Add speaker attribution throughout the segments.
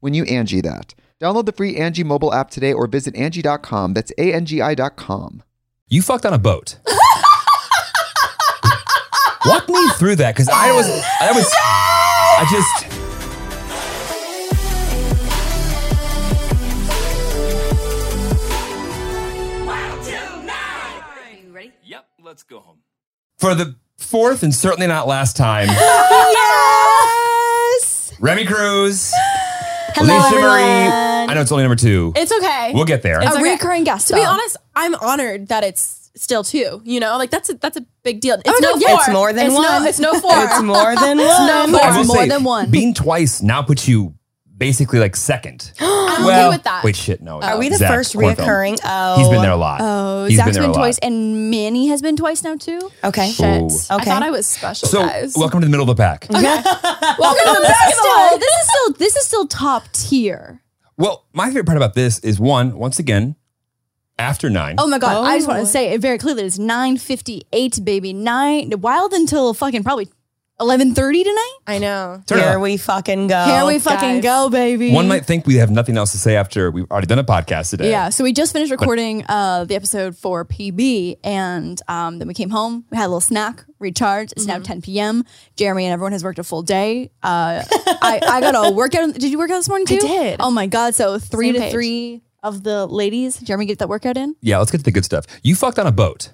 Speaker 1: when you Angie that. Download the free Angie mobile app today or visit Angie.com. That's A-N-G-I dot com.
Speaker 2: You fucked on a boat. Walk me through that because I was, I was, I just.
Speaker 3: Yep, let's go home.
Speaker 2: For the fourth and certainly not last time,
Speaker 4: yes.
Speaker 2: Remy Cruz,
Speaker 4: Hello,
Speaker 2: Alicia Marie.
Speaker 4: everyone.
Speaker 2: I know it's only number two.
Speaker 4: It's okay.
Speaker 2: We'll get there.
Speaker 4: It's
Speaker 2: It's,
Speaker 4: a
Speaker 5: okay.
Speaker 4: recurring guest.
Speaker 5: To be
Speaker 4: though.
Speaker 5: honest, I'm honored that it's still two. You know, like that's a, that's a big deal. It's
Speaker 4: Oh,
Speaker 5: no
Speaker 4: no, yeah.
Speaker 5: four.
Speaker 4: It's
Speaker 5: more
Speaker 4: than
Speaker 5: it's
Speaker 4: one.
Speaker 5: No, it's no four.
Speaker 4: it's more than one.
Speaker 5: no more.
Speaker 4: It's more than one.
Speaker 2: Being twice now puts you basically like second.
Speaker 5: I'm okay with that.
Speaker 2: Wait, shit, no.
Speaker 4: Are we the
Speaker 2: Zach
Speaker 4: first
Speaker 2: Kornfeld.
Speaker 4: reoccurring? Oh,
Speaker 2: He's been there a lot.
Speaker 6: Oh,
Speaker 2: He's
Speaker 6: Zach's
Speaker 2: there
Speaker 6: been,
Speaker 2: a lot.
Speaker 6: twice, and Minnie has been twice now too.
Speaker 4: Okay.
Speaker 2: Ooh.
Speaker 5: I
Speaker 4: Okay.
Speaker 5: thought I was special,
Speaker 2: So,
Speaker 5: guys.
Speaker 2: welcome to the middle of the pack.
Speaker 5: Welcome to the
Speaker 6: This
Speaker 5: back
Speaker 6: is
Speaker 5: of the
Speaker 6: still,
Speaker 5: line.
Speaker 6: this is still this is still top tier.
Speaker 2: Well, my favorite part about this is one, once again, after nine.
Speaker 6: Oh my god! I just want
Speaker 4: Oh.
Speaker 6: to say it very clearly. It's nine fifty eight, baby. Nine wild until fucking probably eleven thirty tonight.
Speaker 5: I know.
Speaker 2: Turn it
Speaker 4: Here
Speaker 2: up.
Speaker 4: we fucking go.
Speaker 6: Here we fucking
Speaker 5: guys.
Speaker 6: go, baby.
Speaker 2: One might think we have nothing else to say after we've already done a podcast today.
Speaker 6: Yeah, so we just finished recording uh, the episode for PB, and um, then we came home. We had a little snack, recharged. It's now 10 p.m. Jeremy and everyone has worked a full day. Uh, I, I got a workout. Did you work out this morning
Speaker 5: I
Speaker 6: too?
Speaker 5: did.
Speaker 6: Oh my god! So three
Speaker 5: Same
Speaker 6: to
Speaker 5: page.
Speaker 6: three of the ladies. Jeremy get that workout in.
Speaker 2: Yeah, let's get to the good stuff. You fucked on a boat.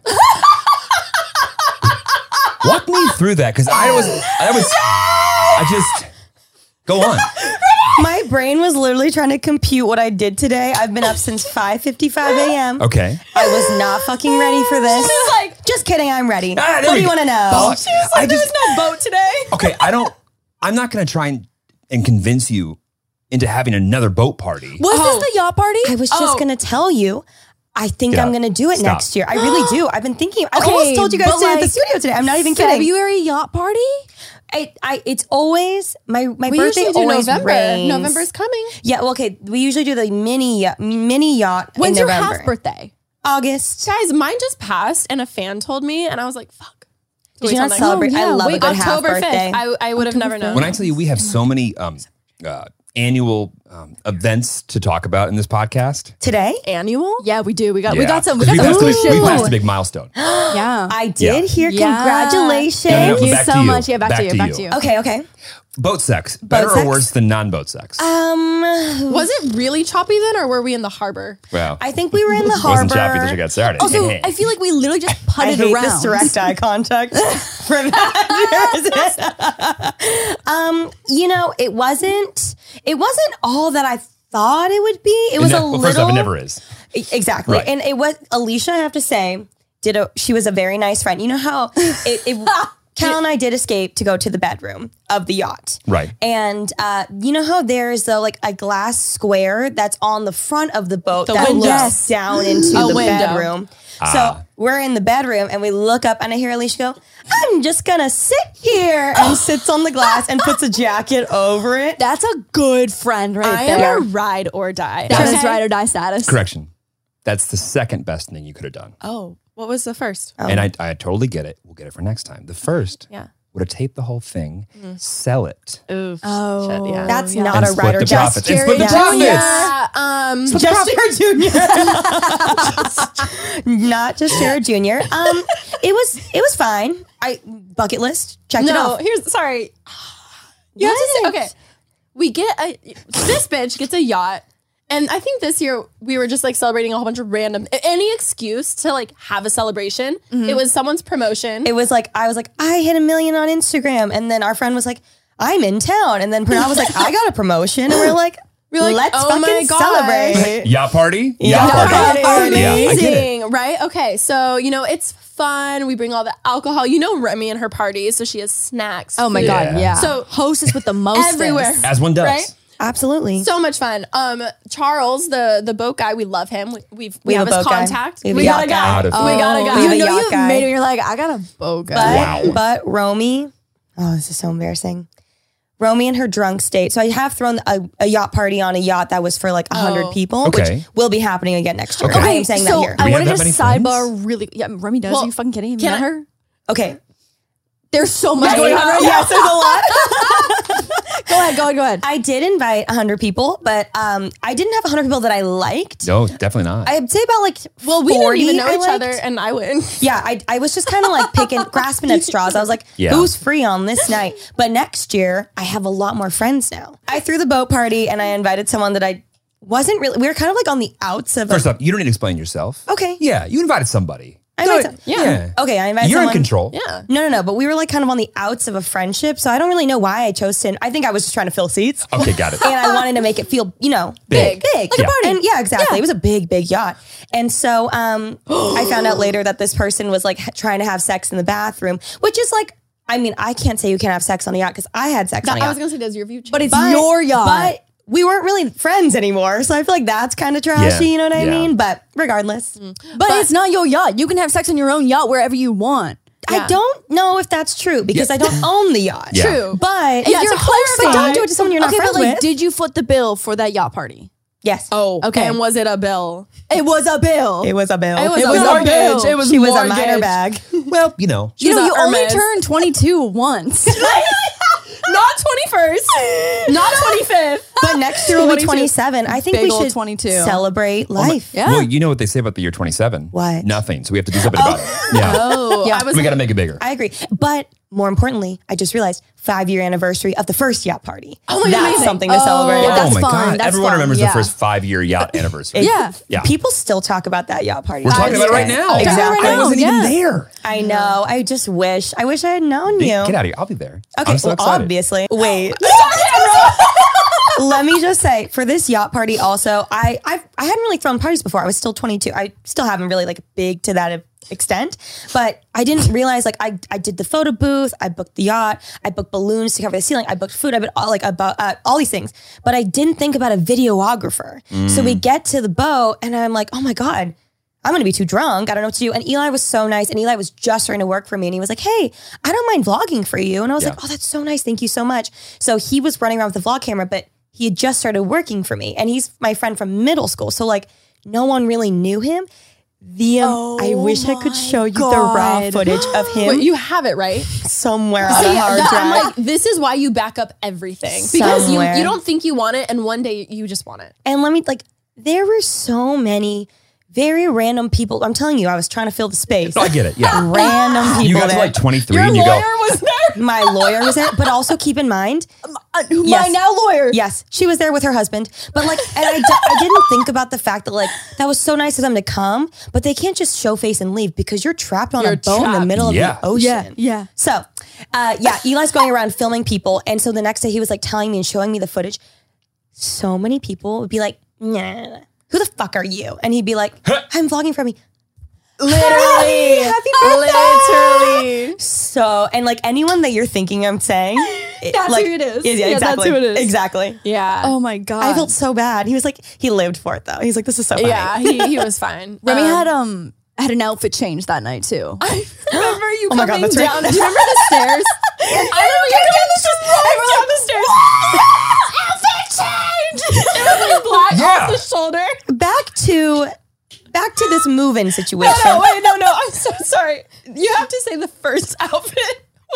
Speaker 2: Walk me through that because I was, I was, I just, go on.
Speaker 4: My brain was literally trying to compute what I did today. I've been up since 5:55 a.m.
Speaker 2: Okay.
Speaker 4: I was not fucking ready for this.
Speaker 5: She's like-
Speaker 4: just kidding. I'm ready.
Speaker 2: Ah, there
Speaker 4: what do
Speaker 2: we
Speaker 4: you
Speaker 2: go.
Speaker 4: want to know?
Speaker 2: Fuck.
Speaker 5: I just, there's no boat today.
Speaker 2: Okay, I don't, I'm not going to try and, and convince you into having another boat party.
Speaker 6: Was
Speaker 5: Oh.
Speaker 6: this the yacht party?
Speaker 4: I was just
Speaker 5: Oh.
Speaker 4: gonna tell you. I think
Speaker 2: Yeah.
Speaker 4: I'm gonna do it
Speaker 2: Stop.
Speaker 4: next year. I really do. I've been thinking. I
Speaker 6: Okay,
Speaker 4: almost told you guys
Speaker 6: but
Speaker 4: to at the
Speaker 6: like,
Speaker 4: studio today. I'm not even kidding.
Speaker 6: February yacht party.
Speaker 4: I, I, it's always my my
Speaker 5: We
Speaker 4: birthday
Speaker 5: usually do
Speaker 4: always
Speaker 5: November.
Speaker 4: rains.
Speaker 5: November's coming.
Speaker 4: Yeah, well, okay. We usually do the mini ya- mini yacht. in
Speaker 6: When's your
Speaker 4: November.
Speaker 6: half birthday?
Speaker 4: August.
Speaker 5: Guys, mine just passed and a fan told me and I was like, fuck.
Speaker 4: Did
Speaker 5: Wait
Speaker 4: you
Speaker 5: till
Speaker 4: not
Speaker 5: next-
Speaker 4: celebrate?
Speaker 6: Oh,
Speaker 4: I
Speaker 6: yeah,
Speaker 4: love a
Speaker 6: wait,
Speaker 4: good half
Speaker 5: October 5th.
Speaker 4: birthday.
Speaker 5: I, I would have never known.
Speaker 2: When I tell you, we have so many um, uh, annual um, events to talk about in this podcast.
Speaker 4: today.
Speaker 5: Annual?
Speaker 6: Yeah, we do. We got we
Speaker 2: Yeah,
Speaker 6: got some.
Speaker 2: 'cause
Speaker 6: We got some
Speaker 2: passed
Speaker 6: cool
Speaker 2: a big,
Speaker 6: shit.
Speaker 2: we passed a big milestone.
Speaker 6: Yeah.
Speaker 4: I did
Speaker 2: Yeah.
Speaker 4: hear.
Speaker 6: Yeah.
Speaker 4: Congratulations.
Speaker 2: No, no, no,
Speaker 6: Thank you
Speaker 2: back to
Speaker 6: so
Speaker 2: you.
Speaker 6: much. Yeah, back,
Speaker 2: Back
Speaker 6: to you.
Speaker 2: to
Speaker 6: back
Speaker 2: you.
Speaker 6: to you.
Speaker 4: Okay. Okay.
Speaker 2: Boat sex, better
Speaker 4: sex?
Speaker 2: or worse than non-boat sex?
Speaker 4: Um.
Speaker 5: Was it really choppy then or were we in the harbor?
Speaker 2: wow,
Speaker 4: I think we were in the harbor.
Speaker 2: wasn't choppy until she got started.
Speaker 6: Also, I feel like we literally just
Speaker 4: I
Speaker 6: putted
Speaker 4: hate
Speaker 6: around.
Speaker 4: this direct eye contact from um, you know, it wasn't. It wasn't all that I thought it would be. It was
Speaker 2: ne-
Speaker 4: a
Speaker 2: well,
Speaker 4: little.
Speaker 2: First off, it never is.
Speaker 4: Exactly.
Speaker 2: Right.
Speaker 4: And it was Alicia, I have to say, did a she was a very nice friend. You know how it, it Cal and I did escape to go to the bedroom of the yacht.
Speaker 2: Right.
Speaker 4: And uh, you know how there's though like a glass square that's on the front of the boat that
Speaker 5: window.
Speaker 4: looks down into
Speaker 5: A
Speaker 4: the
Speaker 5: window.
Speaker 4: bedroom.
Speaker 2: Ah.
Speaker 4: So we're in the bedroom and we look up and I hear Alicia go, I'm just gonna sit here
Speaker 5: Oh.
Speaker 4: and sits on the glass and puts a jacket over it.
Speaker 6: That's a good friend right
Speaker 5: I
Speaker 6: there.
Speaker 5: am a ride or die.
Speaker 6: that is
Speaker 5: Okay.
Speaker 6: ride or die status.
Speaker 2: Correction. That's the second best thing you could have done.
Speaker 5: Oh, what was the first?
Speaker 2: And I, I totally get it. We'll get it for next time. The first
Speaker 5: Yeah.
Speaker 2: would have taped the whole thing, sell it.
Speaker 7: Oof.
Speaker 6: Oh.
Speaker 7: Shit, yeah.
Speaker 4: That's
Speaker 6: yeah.
Speaker 4: not
Speaker 2: And
Speaker 4: a
Speaker 2: split
Speaker 4: rider.
Speaker 2: the
Speaker 4: Just
Speaker 2: profits. And split
Speaker 4: Jerry-
Speaker 2: the
Speaker 4: Yeah.
Speaker 2: profits.
Speaker 5: Yeah. Um,
Speaker 4: Just Jared Jr. Not just Jared Jr. Um, it was it was fine. I bucket list checked it
Speaker 5: no,
Speaker 4: off.
Speaker 5: here's sorry. You have to say okay. We get a this bitch gets a yacht. And I think this year we were just like celebrating a whole bunch of random a- any excuse to like have a celebration. It was someone's promotion.
Speaker 4: It was like I was like I hit a million on Instagram, and then our friend was like I'm in town, and then Pranab was like I got a promotion, and we're like
Speaker 5: We're like,
Speaker 4: let's
Speaker 5: oh my
Speaker 4: fucking
Speaker 5: gosh.
Speaker 4: celebrate.
Speaker 2: Yacht party?
Speaker 4: Yacht party.
Speaker 2: Yeah, I get it.
Speaker 5: amazing, right? Okay, so you know it's fun. We bring all the alcohol. You know Remy and her parties, so she has snacks.
Speaker 6: Oh my
Speaker 5: food,
Speaker 6: god,
Speaker 2: Yeah.
Speaker 6: yeah.
Speaker 5: So-
Speaker 6: hostess with the most
Speaker 5: everywhere.
Speaker 6: things.
Speaker 2: As one does.
Speaker 5: Right?
Speaker 4: Absolutely.
Speaker 5: So much fun. Um, Charles, the the boat guy, we love him. We, we've, we,
Speaker 4: We have
Speaker 5: have,
Speaker 4: a
Speaker 5: his
Speaker 4: boat guy.
Speaker 5: contact.
Speaker 4: We have
Speaker 5: We
Speaker 4: a
Speaker 5: got
Speaker 4: yacht
Speaker 5: a
Speaker 4: guy. Oh.
Speaker 5: guy.
Speaker 2: Out of
Speaker 5: We got a
Speaker 4: We have
Speaker 5: guy.
Speaker 4: a
Speaker 6: Oh, you know
Speaker 4: yacht
Speaker 6: you've
Speaker 4: guy.
Speaker 6: made it. You're like, I got a boga.
Speaker 4: But
Speaker 2: Wow.
Speaker 4: but Romy, oh, this is so embarrassing. Romy and her drunk state. So I have thrown a, a yacht party on a yacht that was for like hundred
Speaker 5: Oh.
Speaker 4: people,
Speaker 2: Okay.
Speaker 4: which will be happening again next year. I am saying that
Speaker 6: so
Speaker 4: here.
Speaker 2: Do
Speaker 6: I
Speaker 2: we
Speaker 6: want to
Speaker 2: have that
Speaker 6: just
Speaker 2: many friends?
Speaker 6: sidebar really. Yeah, Remy does.
Speaker 5: Well,
Speaker 6: Are you fucking kidding? Have you
Speaker 5: can
Speaker 6: met
Speaker 5: I-
Speaker 6: her?
Speaker 4: okay.
Speaker 6: There's so much going on right
Speaker 4: Yes, there's a lot.
Speaker 6: now. Go ahead, go ahead, go ahead.
Speaker 4: I did invite hundred people, but um, I didn't have hundred people that I liked.
Speaker 2: No, definitely not.
Speaker 4: I'd say about like
Speaker 5: Well, we didn't
Speaker 4: 40
Speaker 5: even know
Speaker 4: I
Speaker 5: each
Speaker 4: liked.
Speaker 5: other, and I win.
Speaker 4: Yeah, I, I was just kind of like picking, grasping at straws. I was like,
Speaker 2: Yeah.
Speaker 4: who's free on this night? But next year, I have a lot more friends now. I threw the boat party and I invited someone that I wasn't really, we were kind of like on the outs of,
Speaker 2: First up, you don't need to explain yourself.
Speaker 4: okay,
Speaker 2: Yeah, you invited somebody.
Speaker 4: I invited some-
Speaker 2: yeah.
Speaker 4: okay, I invited
Speaker 2: You're
Speaker 4: someone.
Speaker 2: in control.
Speaker 5: Yeah.
Speaker 4: No, no, no, but we were like kind of on the outs of a friendship. So I don't really know why I chose to, I think I was just trying to fill seats.
Speaker 2: Okay, got it.
Speaker 4: and I wanted to make it feel, you know,
Speaker 2: Big.
Speaker 4: big,
Speaker 2: Like a Yeah. party.
Speaker 4: And yeah, exactly. It was a big, big yacht. And so um, I found out later that this person was like h- trying to have sex in the bathroom, which is like, I mean, I can't say you can't have sex on a yacht because I had sex on a
Speaker 5: I
Speaker 4: yacht,
Speaker 5: was gonna say, does your view change?
Speaker 6: But it's your yacht.
Speaker 4: but we weren't really friends anymore. So I feel like that's kind of trashy. You know what I
Speaker 2: Yeah.
Speaker 4: mean? But regardless,
Speaker 5: Mm.
Speaker 6: but, it's not your yacht. You can have sex on your own yacht wherever you want.
Speaker 4: I don't know if that's true because I don't own the yacht.
Speaker 2: Yeah.
Speaker 5: true.
Speaker 4: But
Speaker 5: Yeah, to clarify-
Speaker 4: but don't do it to someone you're not
Speaker 6: okay,
Speaker 4: friends
Speaker 6: but like,
Speaker 4: with.
Speaker 6: did you foot the bill for that yacht party?
Speaker 4: yes.
Speaker 5: oh,
Speaker 6: Okay.
Speaker 5: And was it a bill?
Speaker 6: It was a bill.
Speaker 4: It was a bill.
Speaker 5: It was a mortgage. It was
Speaker 4: she was a
Speaker 5: mortgage.
Speaker 4: minor bag.
Speaker 2: Well, you know,
Speaker 6: you know,
Speaker 5: was
Speaker 6: you
Speaker 5: a
Speaker 6: only
Speaker 5: Hermes.
Speaker 6: turn 22 once.
Speaker 5: Not twenty first. Not twenty fifth.
Speaker 4: But next year will be
Speaker 6: 22.
Speaker 4: 27. I think
Speaker 6: Big
Speaker 4: we
Speaker 6: old
Speaker 4: should
Speaker 6: 22.
Speaker 4: celebrate life.
Speaker 6: yeah.
Speaker 2: well, you know what they say about the year 27?
Speaker 4: What?
Speaker 2: Nothing. So we have to do something about it. Yeah.
Speaker 5: Oh, yeah. I was
Speaker 2: We got to make it bigger.
Speaker 4: I agree. But more importantly, I just realized five year anniversary of the first yacht party. Oh my That's
Speaker 5: amazing.
Speaker 4: something to celebrate.
Speaker 6: Yeah,
Speaker 2: oh
Speaker 6: that's
Speaker 2: my
Speaker 6: fun.
Speaker 2: God.
Speaker 6: That's
Speaker 2: Everyone
Speaker 6: fun.
Speaker 2: remembers
Speaker 6: Yeah.
Speaker 2: the first five year yacht anniversary.
Speaker 6: Yeah.
Speaker 2: Yeah.
Speaker 4: People still talk about that yacht party.
Speaker 2: We're talking about it right now.
Speaker 4: Exactly.
Speaker 2: I wasn't
Speaker 6: yeah.
Speaker 2: even there.
Speaker 4: I know. I just wish. I wish I had known you.
Speaker 2: Get out of here. I'll be there.
Speaker 4: Okay,
Speaker 2: I'm so
Speaker 4: well,
Speaker 2: excited.
Speaker 4: obviously. Wait. Let me just say, for this yacht party, also, I I've, I hadn't really thrown parties before. I was still 22. I still haven't really like big to that extent, but I didn't realize like I I did the photo booth, I booked the yacht, I booked balloons to cover the ceiling, I booked food, I booked all like about uh, all these things, but I didn't think about a videographer.
Speaker 2: Mm.
Speaker 4: So we get to the boat, and I'm like, oh my god. I'm gonna be too drunk. I don't know what to do. And Eli was so nice. And Eli was just starting to work for me. And he was like, Hey, I don't mind vlogging for you. And I was like, Oh, that's so nice. Thank you so much. So he was running around with the vlog camera, but he had just started working for me. And he's my friend from middle school. So like no one really knew him. The um, I wish I could show you the raw
Speaker 6: God.
Speaker 4: footage of him
Speaker 5: Oh Wait, you have it right.
Speaker 4: somewhere on
Speaker 5: See,
Speaker 4: a hard
Speaker 5: that-
Speaker 4: drive.
Speaker 5: I'm like, this is why you back up everything because you,
Speaker 4: Somewhere.
Speaker 5: you don't think you want it, and one day you just want it.
Speaker 4: And let me like, there were so many very random people. I'm telling you, I was trying to fill the space.
Speaker 2: I get it. Yeah.
Speaker 4: random people.
Speaker 2: you got to
Speaker 4: there.
Speaker 2: like 23
Speaker 5: Your
Speaker 2: and you
Speaker 5: lawyer
Speaker 2: go,
Speaker 5: was there.
Speaker 4: my lawyer was there, but also keep in mind,
Speaker 6: My now lawyer.
Speaker 4: yes, she was there with her husband. But like, and I, d- I didn't think about the fact that like that was so nice of them to come, but they can't just show face and leave because you're trapped on a
Speaker 5: You're
Speaker 4: boat in the
Speaker 5: trapped.
Speaker 4: middle
Speaker 2: Yeah.
Speaker 4: of the ocean.
Speaker 6: Yeah, yeah.
Speaker 4: So, uh, yeah, Eli's going around filming people, and so the next day he was like telling me and showing me the footage. So many people would be like, nah, nah, nah, nah. who the fuck are you? And he'd be like, I'm vlogging from me. Literally. Happy birthday.
Speaker 5: Literally.
Speaker 4: So, and like anyone that you're thinking I'm saying, it-
Speaker 6: That's
Speaker 4: like,
Speaker 6: who it is.
Speaker 4: Yeah,
Speaker 6: Yeah, that's
Speaker 4: exactly.
Speaker 6: who it is.
Speaker 4: Exactly.
Speaker 5: Yeah.
Speaker 6: Oh my god.
Speaker 4: I felt so bad. He was like, he lived for it though. He's like, this is so funny.
Speaker 5: Yeah, he, he was fine.
Speaker 6: Remy
Speaker 5: Um,
Speaker 6: had um had an outfit change that night too.
Speaker 5: remember you
Speaker 4: my
Speaker 5: coming
Speaker 4: God, that's right.
Speaker 5: down. Do you remember Oh the stairs? I remember you coming down the stairs. Outfit change. It was like black
Speaker 2: Yeah.
Speaker 5: off the shoulder.
Speaker 4: Back to, back to this move-in situation.
Speaker 5: No, wait, no, no. I'm so sorry. You have to say the first outfit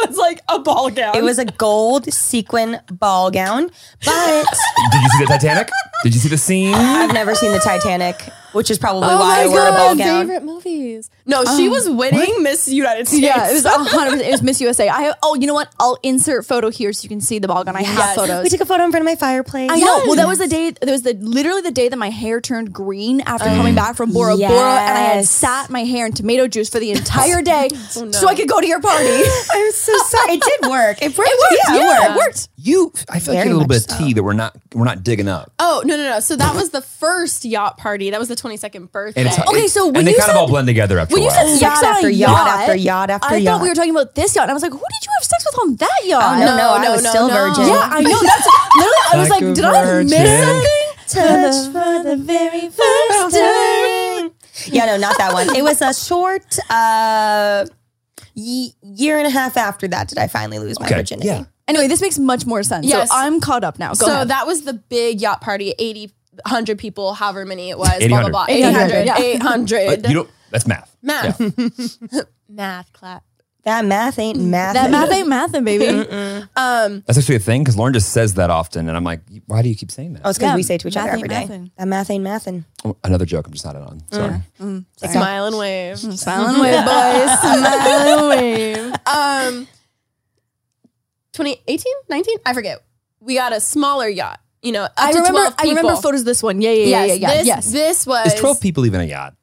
Speaker 5: was like a ball gown.
Speaker 4: It was a gold sequin ball gown, but
Speaker 2: Did you see the Titanic? Did you see the scene?
Speaker 4: I've never seen the Titanic, which is probably why I wore a ball gown.
Speaker 5: Oh favorite movies. No, she was winning Miss United States.
Speaker 6: yeah, it was hundred percent. It was Miss USA. I have, oh, you know what? I'll insert photo here so you can see the ball gown. I have photos.
Speaker 4: We took a photo in front of my fireplace.
Speaker 6: I know. Well, that was the day. That was the literally the day that my hair turned green after coming back from Bora Bora, and I had
Speaker 4: Yes. Oh,
Speaker 6: sat my hair in tomato juice for the entire day, so I could go to your party.
Speaker 4: I'm so sorry. It did work. It worked.
Speaker 6: yeah,
Speaker 4: Yeah, it worked.
Speaker 6: it worked.
Speaker 2: You, I feel like
Speaker 4: Very
Speaker 2: you had a little
Speaker 4: much
Speaker 2: bit of tea that we're not we're not digging up.
Speaker 5: Oh no no no! So that was the first yacht party. That was the twenty second birthday. Oh,
Speaker 2: And it's,
Speaker 6: Okay,
Speaker 2: it's-
Speaker 6: so when
Speaker 2: and they
Speaker 6: you
Speaker 2: kind of
Speaker 6: said-
Speaker 2: all blend together after
Speaker 6: When
Speaker 2: a
Speaker 6: you
Speaker 2: while.
Speaker 6: said sex
Speaker 4: Yacht
Speaker 6: on
Speaker 4: after
Speaker 6: a
Speaker 4: yacht after yacht after
Speaker 6: I
Speaker 4: yacht. Oh,
Speaker 6: thought we were talking about this yacht, and I was like, "Who did you have sex with on that yacht?"
Speaker 4: I don't know. I was still a virgin.
Speaker 6: Yeah, I know. That's literally. I was
Speaker 2: Like
Speaker 6: like,
Speaker 2: a
Speaker 6: "Did I
Speaker 2: virgin.
Speaker 6: miss something?"
Speaker 4: Touch for the very first time. Yeah, no, not that one. It was a short uh, ye- year and a half after that did I finally lose my
Speaker 2: Okay,
Speaker 4: virginity.
Speaker 2: yeah.
Speaker 6: Anyway, this makes much more sense.
Speaker 5: Yes.
Speaker 6: So I'm caught up now. Go
Speaker 5: so
Speaker 6: ahead.
Speaker 5: that was the big yacht party. 80, 100 people, however many it was. Blah
Speaker 2: 800.
Speaker 5: blah blah.
Speaker 6: 800,
Speaker 5: 800.
Speaker 6: yeah.
Speaker 5: 800.
Speaker 2: But you don't, that's math.
Speaker 5: Math.
Speaker 2: Yeah.
Speaker 5: Math clap.
Speaker 4: That math ain't math.
Speaker 6: that math ain't mathin', baby.
Speaker 5: Um,
Speaker 2: That's actually a thing because Lauren just says that often, and I'm like, why do you keep saying that?
Speaker 4: Oh, it's because
Speaker 6: Yeah,
Speaker 4: we say it to each other
Speaker 6: math
Speaker 4: every
Speaker 6: ain't
Speaker 4: day.
Speaker 6: mathin'.
Speaker 4: That math ain't mathin'.
Speaker 2: Oh, Another joke. I'm just not on. Sorry.
Speaker 5: Smile and wave.
Speaker 6: Silent wave, boys. Silent wave.
Speaker 5: Um, 2018, 19? I forget. We got a smaller yacht. You know, up
Speaker 6: I
Speaker 5: to
Speaker 6: remember.
Speaker 5: 12
Speaker 6: I remember
Speaker 5: people.
Speaker 6: photos of this one. Yeah, yeah, yeah,
Speaker 5: Yes,
Speaker 6: yeah, yeah.
Speaker 5: This,
Speaker 6: yes.
Speaker 5: this was
Speaker 2: Is 12 people even a yacht?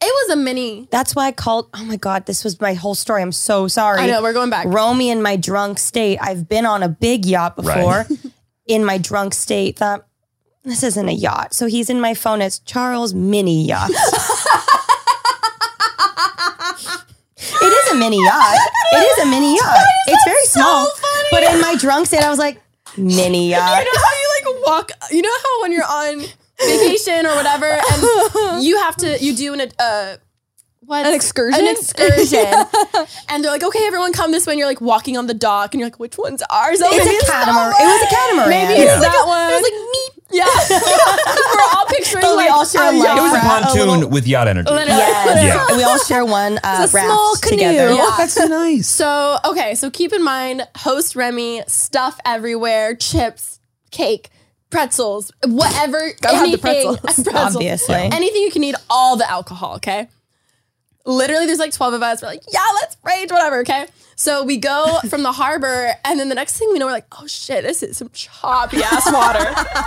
Speaker 5: It was a mini.
Speaker 4: That's why I called. Oh my God, this was my whole story. I'm so sorry.
Speaker 5: I know we're going back.
Speaker 4: Row me in my drunk state. I've been on a big yacht before.
Speaker 2: Right.
Speaker 4: in my drunk state, thought this isn't a yacht. So he's in my phone as Charles Mini Yacht. it is a mini yacht. It is a mini yacht. It's very small. But in my drunk state, I was like, mini yacht.
Speaker 5: You know how you like walk. You know how when you're on vacation or whatever, and you have to you do an uh, what
Speaker 6: An excursion?
Speaker 5: an excursion, and they're like, okay, everyone come this way, and you're like walking on the dock, and you're like, which one's ours? Oh, maybe
Speaker 4: It's a
Speaker 5: that
Speaker 4: catamaran.
Speaker 5: one.
Speaker 4: It was a catamaran.
Speaker 5: Maybe it's that one.
Speaker 6: It was
Speaker 5: Yeah, we're all picturing
Speaker 4: But we
Speaker 5: like
Speaker 4: all share
Speaker 5: a
Speaker 4: a
Speaker 5: yacht.
Speaker 4: life
Speaker 2: It was a
Speaker 4: Right, a
Speaker 2: pontoon with yacht energy.
Speaker 5: Literally.
Speaker 4: Yes.
Speaker 2: Yeah.
Speaker 4: We all share one uh, raft
Speaker 6: a small canoe.
Speaker 4: together.
Speaker 5: Yeah.
Speaker 2: Oh, That's nice.
Speaker 5: So okay, so keep in mind, host Remy, stuff everywhere, chips, cake, pretzels, whatever,
Speaker 6: Gotta have the
Speaker 5: anything,
Speaker 6: pretzels.
Speaker 5: pretzels.
Speaker 4: Obviously.
Speaker 5: anything you can eat, all the alcohol, okay? Literally, there's like 12 of us. We're like, yeah, let's rage, whatever, okay? So we go from the harbor, and then the next thing we know, we're like, oh shit, this is some choppy ass water.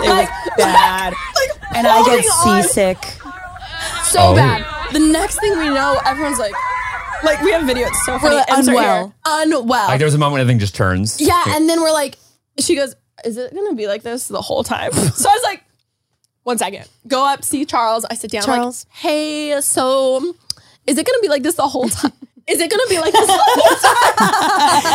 Speaker 5: like,
Speaker 4: Bad.
Speaker 5: like,
Speaker 4: And I get
Speaker 5: holding on
Speaker 4: seasick.
Speaker 5: so
Speaker 2: Oh.
Speaker 5: bad. The next thing we know, everyone's like, like we have video. It's so funny.
Speaker 6: like,
Speaker 5: Insert here.
Speaker 6: unwell.
Speaker 5: unwell.
Speaker 2: Like there was a moment when everything just turns.
Speaker 5: Yeah, and then we're like, she goes, "Is it gonna be like this the whole time?" so I was like, "One second, go up, see Charles." I sit down,
Speaker 4: Charles.
Speaker 5: like, "Hey, so is it gonna be like this the whole time? Is it gonna be like this the whole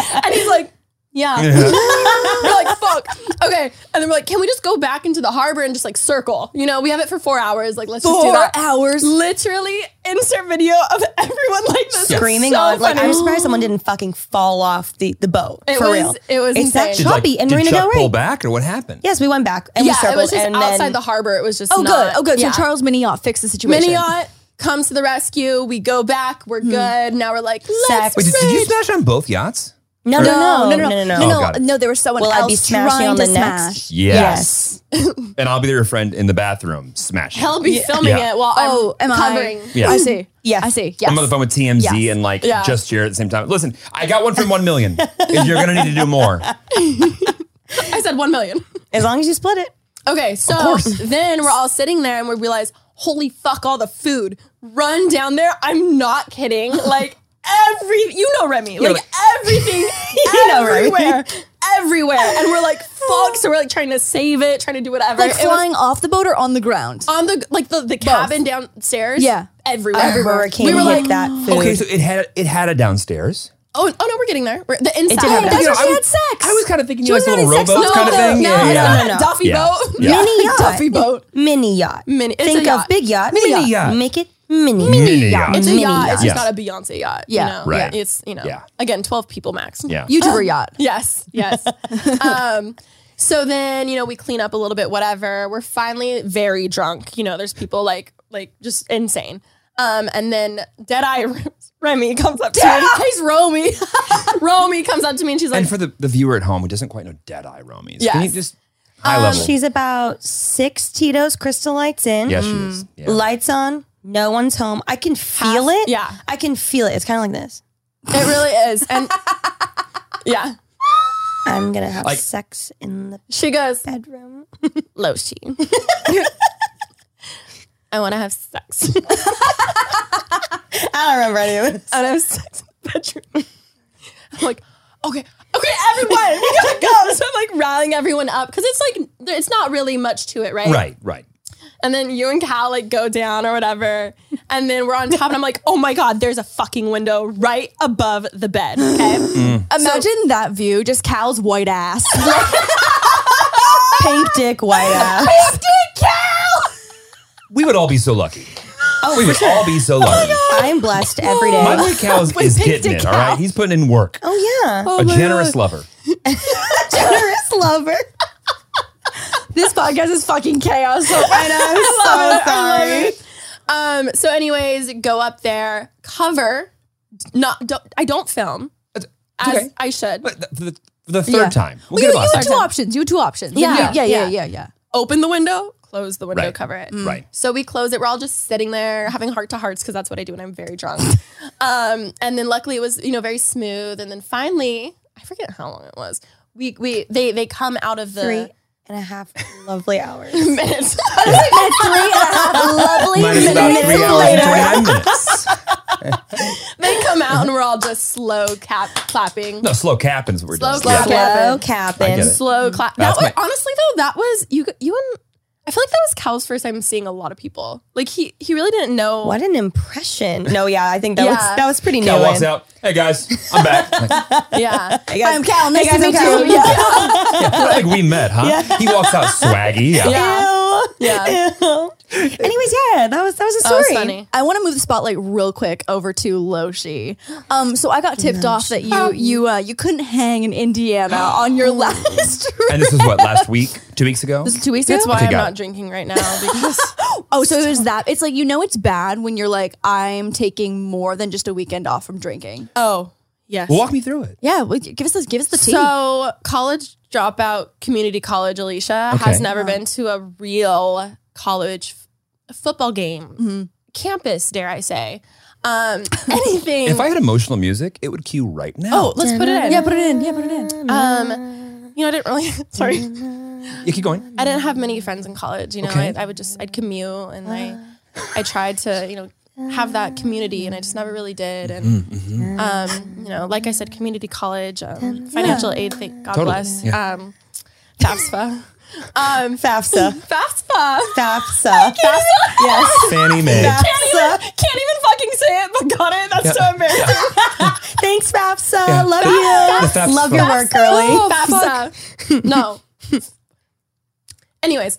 Speaker 5: time?" and he's like, "Yeah." we're like, "Fuck, okay." And then we're like, "Can we just go back into the harbor and just like circle? You know, we have it for four hours. Like, let's just do
Speaker 6: Four
Speaker 5: that."
Speaker 6: hours.
Speaker 5: Literally, insert video of everyone like this It's
Speaker 4: Screaming
Speaker 5: so
Speaker 4: on. Like,
Speaker 5: funny.
Speaker 4: I'm surprised someone didn't fucking fall off the, the boat.
Speaker 5: It
Speaker 4: for
Speaker 5: was-
Speaker 4: real.
Speaker 5: it was
Speaker 4: It's that
Speaker 5: insane.
Speaker 2: Did,
Speaker 5: Did,
Speaker 4: choppy and in Marina
Speaker 2: did Chuck
Speaker 4: Del Rey.
Speaker 2: pull back or what happened?
Speaker 4: Yes, we went back and
Speaker 5: yeah,
Speaker 4: we circled.
Speaker 5: it was just
Speaker 4: and
Speaker 5: outside
Speaker 4: then
Speaker 5: the harbor. It was just
Speaker 6: Oh,
Speaker 5: not-
Speaker 6: good. Oh, good.
Speaker 5: yeah.
Speaker 6: So Charles Miniot fixed the situation.
Speaker 5: Miniot comes to the rescue. We go back. We're good. Now we're like, let's
Speaker 4: Sex.
Speaker 2: Wait, did, did you smash on both yachts?
Speaker 4: no, no, no, no, no, no,
Speaker 6: no,
Speaker 2: Oh, got it.
Speaker 6: no, There was someone
Speaker 4: Will I
Speaker 6: else
Speaker 4: be smashing
Speaker 6: trying
Speaker 4: on the
Speaker 6: to
Speaker 4: next?
Speaker 6: smash.
Speaker 4: Yes.
Speaker 2: And I'll be your friend in the bathroom smashing.
Speaker 5: I'll be filming
Speaker 2: Yeah.
Speaker 5: it while I'm
Speaker 6: Oh, am
Speaker 5: covering.
Speaker 6: I?
Speaker 2: Yeah.
Speaker 6: I see.
Speaker 4: Yes.
Speaker 6: I see. Yes.
Speaker 2: I'm on the phone with TMZ
Speaker 6: Yes.
Speaker 2: and like
Speaker 5: Yeah.
Speaker 2: just here at the same time. Listen, I got one from one million. You're gonna need to do more.
Speaker 5: I said one million.
Speaker 4: As long as you split it.
Speaker 5: Okay, so then we're all sitting there and we realize, holy fuck, all the food. Run down there. I'm not kidding. Like every, you know Remy, like everything,
Speaker 4: You know Remy.
Speaker 5: everywhere, everywhere, and we're like, fuck. So we're like trying to save it, trying to do whatever.
Speaker 6: Like
Speaker 5: It was
Speaker 6: flying off the boat or on the ground?
Speaker 5: on the like the, the cabin downstairs.
Speaker 6: Yeah.
Speaker 5: everywhere.
Speaker 4: Hurricane
Speaker 5: We were
Speaker 4: hit
Speaker 5: like,
Speaker 4: that food.
Speaker 2: Okay, so it had it had a downstairs.
Speaker 5: oh, oh no, we're getting there. We're, the
Speaker 4: did have
Speaker 5: inside.
Speaker 4: that.
Speaker 5: That's
Speaker 4: You
Speaker 2: know,
Speaker 5: what
Speaker 2: I
Speaker 5: she
Speaker 2: was-
Speaker 5: had sex.
Speaker 2: I was kind of thinking
Speaker 5: She
Speaker 2: like
Speaker 5: wasn't
Speaker 2: little
Speaker 5: having sex.
Speaker 2: robots
Speaker 5: No,
Speaker 2: kind of
Speaker 5: no,
Speaker 2: thing.
Speaker 5: no,
Speaker 2: yeah,
Speaker 5: no,
Speaker 2: yeah.
Speaker 5: no, no. Duffy
Speaker 2: Yeah.
Speaker 5: boat.
Speaker 2: Yeah.
Speaker 4: Mini yacht.
Speaker 6: Duffy boat.
Speaker 4: Mini yacht.
Speaker 5: Mini- it's
Speaker 4: Think
Speaker 5: a yacht.
Speaker 4: of big yacht.
Speaker 2: Mini yacht.
Speaker 4: Make it mini.
Speaker 2: Mini yacht.
Speaker 5: It's a
Speaker 4: Mini
Speaker 5: yacht. It's
Speaker 4: yacht.
Speaker 5: just
Speaker 2: Yes.
Speaker 5: not a Beyonce yacht.
Speaker 6: Yeah.
Speaker 5: you know?
Speaker 2: Right.
Speaker 5: It's you know,
Speaker 2: Yeah.
Speaker 5: again, twelve people max.
Speaker 2: Yeah.
Speaker 6: YouTuber yacht.
Speaker 5: Yes, yes. um, so then you know we clean up a little bit, whatever. We're finally very drunk. You know, there's people like like just insane. Um, and then Dead Eye Remy comes up to me. Eyes Romy. Romy comes up to me and she's like,
Speaker 2: And for the, the viewer at home who doesn't quite know Deadeye Romies, can you
Speaker 5: Yes. Um,
Speaker 2: just high level?
Speaker 4: She's about six Tito's crystal lights in. Mm.
Speaker 2: yeah, she is. Yeah.
Speaker 4: Lights on. No one's home. I can feel it.
Speaker 5: yeah.
Speaker 4: I can feel it. It's kind of like this.
Speaker 5: "It really is." And yeah,
Speaker 4: I'm gonna have
Speaker 2: Like-
Speaker 4: sex in the
Speaker 5: she goes,
Speaker 4: bedroom.
Speaker 5: "Loshi." I want to have sex.
Speaker 4: I don't remember any of this.
Speaker 5: and I have sex in the bedroom. I'm like, okay, okay, everyone, we gotta go. So I'm like rallying everyone up because it's like there- it's not really much to it, right?
Speaker 2: right, right.
Speaker 5: And then you and Cal like go down or whatever, and then we're on top, and I'm like, oh my god, there's a fucking window right above the bed. Okay,
Speaker 6: Imagine that view, just Cal's white ass.
Speaker 4: Pink dick, white ass.
Speaker 2: We would all be so lucky.
Speaker 5: Oh,
Speaker 2: we would all be so lucky.
Speaker 4: I'm blessed every day.
Speaker 2: My boy Cal is, is getting it, all right? He's putting in work.
Speaker 4: oh yeah,
Speaker 2: a generous lover.
Speaker 4: generous lover.
Speaker 6: this podcast is fucking chaos. So
Speaker 4: I know. I'm so sorry.
Speaker 5: um, so anyways, go up there, cover, not don't, I don't film as
Speaker 2: okay.
Speaker 5: I should.
Speaker 2: But th- for the, for the third
Speaker 6: Yeah.
Speaker 2: time. We'll
Speaker 6: you,
Speaker 2: get him
Speaker 6: you
Speaker 2: on
Speaker 6: had two
Speaker 2: second.
Speaker 6: options. You had two options.
Speaker 5: Yeah.
Speaker 6: yeah, yeah, yeah,
Speaker 5: Yeah.
Speaker 6: yeah. yeah.
Speaker 5: Open the window, close the window,
Speaker 2: Right. Mm.
Speaker 5: cover it.
Speaker 2: Right.
Speaker 5: So we close it. We're all just sitting there having heart to hearts because that's what I do when I'm very drunk. um, and then luckily it was you know very smooth. And then finally, I forget how long it was. We we they they come out of the
Speaker 4: Three and a half lovely hours.
Speaker 5: minutes.
Speaker 4: lovely
Speaker 2: Minus about three hours and 29 minutes.
Speaker 5: they come out and we're all just slow cap clapping.
Speaker 2: No, slow cap is what we're
Speaker 5: Slow
Speaker 2: doing. Yeah.
Speaker 5: cap.
Speaker 4: Slow
Speaker 5: Slow
Speaker 4: capping.
Speaker 2: it.
Speaker 5: Slow
Speaker 6: Mm-hmm.
Speaker 5: clap.
Speaker 2: That's
Speaker 5: that was,
Speaker 2: my-
Speaker 5: honestly though, that was you you and I feel like that was Cal's first time seeing a lot of people. Like he he really didn't know
Speaker 4: What an impression. No, yeah, I think that was
Speaker 5: Yeah.
Speaker 4: that was pretty new.
Speaker 2: Cal walks out. Hey guys, I'm back.
Speaker 5: Yeah.
Speaker 6: I'm Cal. Nice
Speaker 4: Hey,
Speaker 6: to
Speaker 4: guys,
Speaker 6: meet
Speaker 4: I'm
Speaker 6: you.
Speaker 4: Cal.
Speaker 6: Yeah.
Speaker 2: like we met, huh? He walks out swaggy. Yeah.
Speaker 5: Yeah.
Speaker 4: Anyways, yeah, that was that was a story.
Speaker 5: That was funny.
Speaker 6: I want to move the spotlight real quick over to Loshi. Um, so I got tipped off that you you uh, you couldn't hang in Indiana on your last trip.
Speaker 2: And this was what last week, two weeks ago.
Speaker 6: This is two weeks ago.
Speaker 5: That's why
Speaker 2: Okay,
Speaker 5: I'm
Speaker 2: got
Speaker 5: not
Speaker 2: it.
Speaker 5: drinking right now because
Speaker 6: Oh, so there's that. It's like you know it's bad when you're like I'm taking more than just a weekend off from drinking. Uh,
Speaker 5: Oh, yes.
Speaker 2: Walk me through it.
Speaker 6: Yeah, well, give us the give us the tea.
Speaker 5: So, college dropout community college, Alicia, has
Speaker 2: Okay.
Speaker 5: never been to a real college f- football game,
Speaker 6: Mm-hmm.
Speaker 5: campus, dare I say. Um, anything.
Speaker 2: If I had emotional music, it would cue right now.
Speaker 5: oh, let's put it in.
Speaker 6: yeah, put it in. Yeah, put it in.
Speaker 5: Um, you know, I didn't really, sorry,
Speaker 2: you keep going.
Speaker 5: I didn't have many friends in college. You know,
Speaker 2: Mm. Okay.
Speaker 5: I, I would just, I'd commute and I, I tried to, you know, have that community and I just never really did. And,
Speaker 2: Mm-hmm,
Speaker 5: um, you know, like I said, community college, um, financial aid, thank God
Speaker 2: Totally.
Speaker 5: bless.
Speaker 2: Yeah.
Speaker 5: Um, FAFSA. Um,
Speaker 4: FAFSA.
Speaker 5: FAFSA.
Speaker 4: FAFSA. FAFSA. Yes.
Speaker 2: Fanny Mae.
Speaker 4: FAFSA.
Speaker 5: Can't even fucking say it, but got it. That's so embarrassing.
Speaker 4: Thanks, FAFSA. Love you.
Speaker 2: The FAFSA.
Speaker 4: Love your work, girly.
Speaker 5: FAFSA. No. Anyways.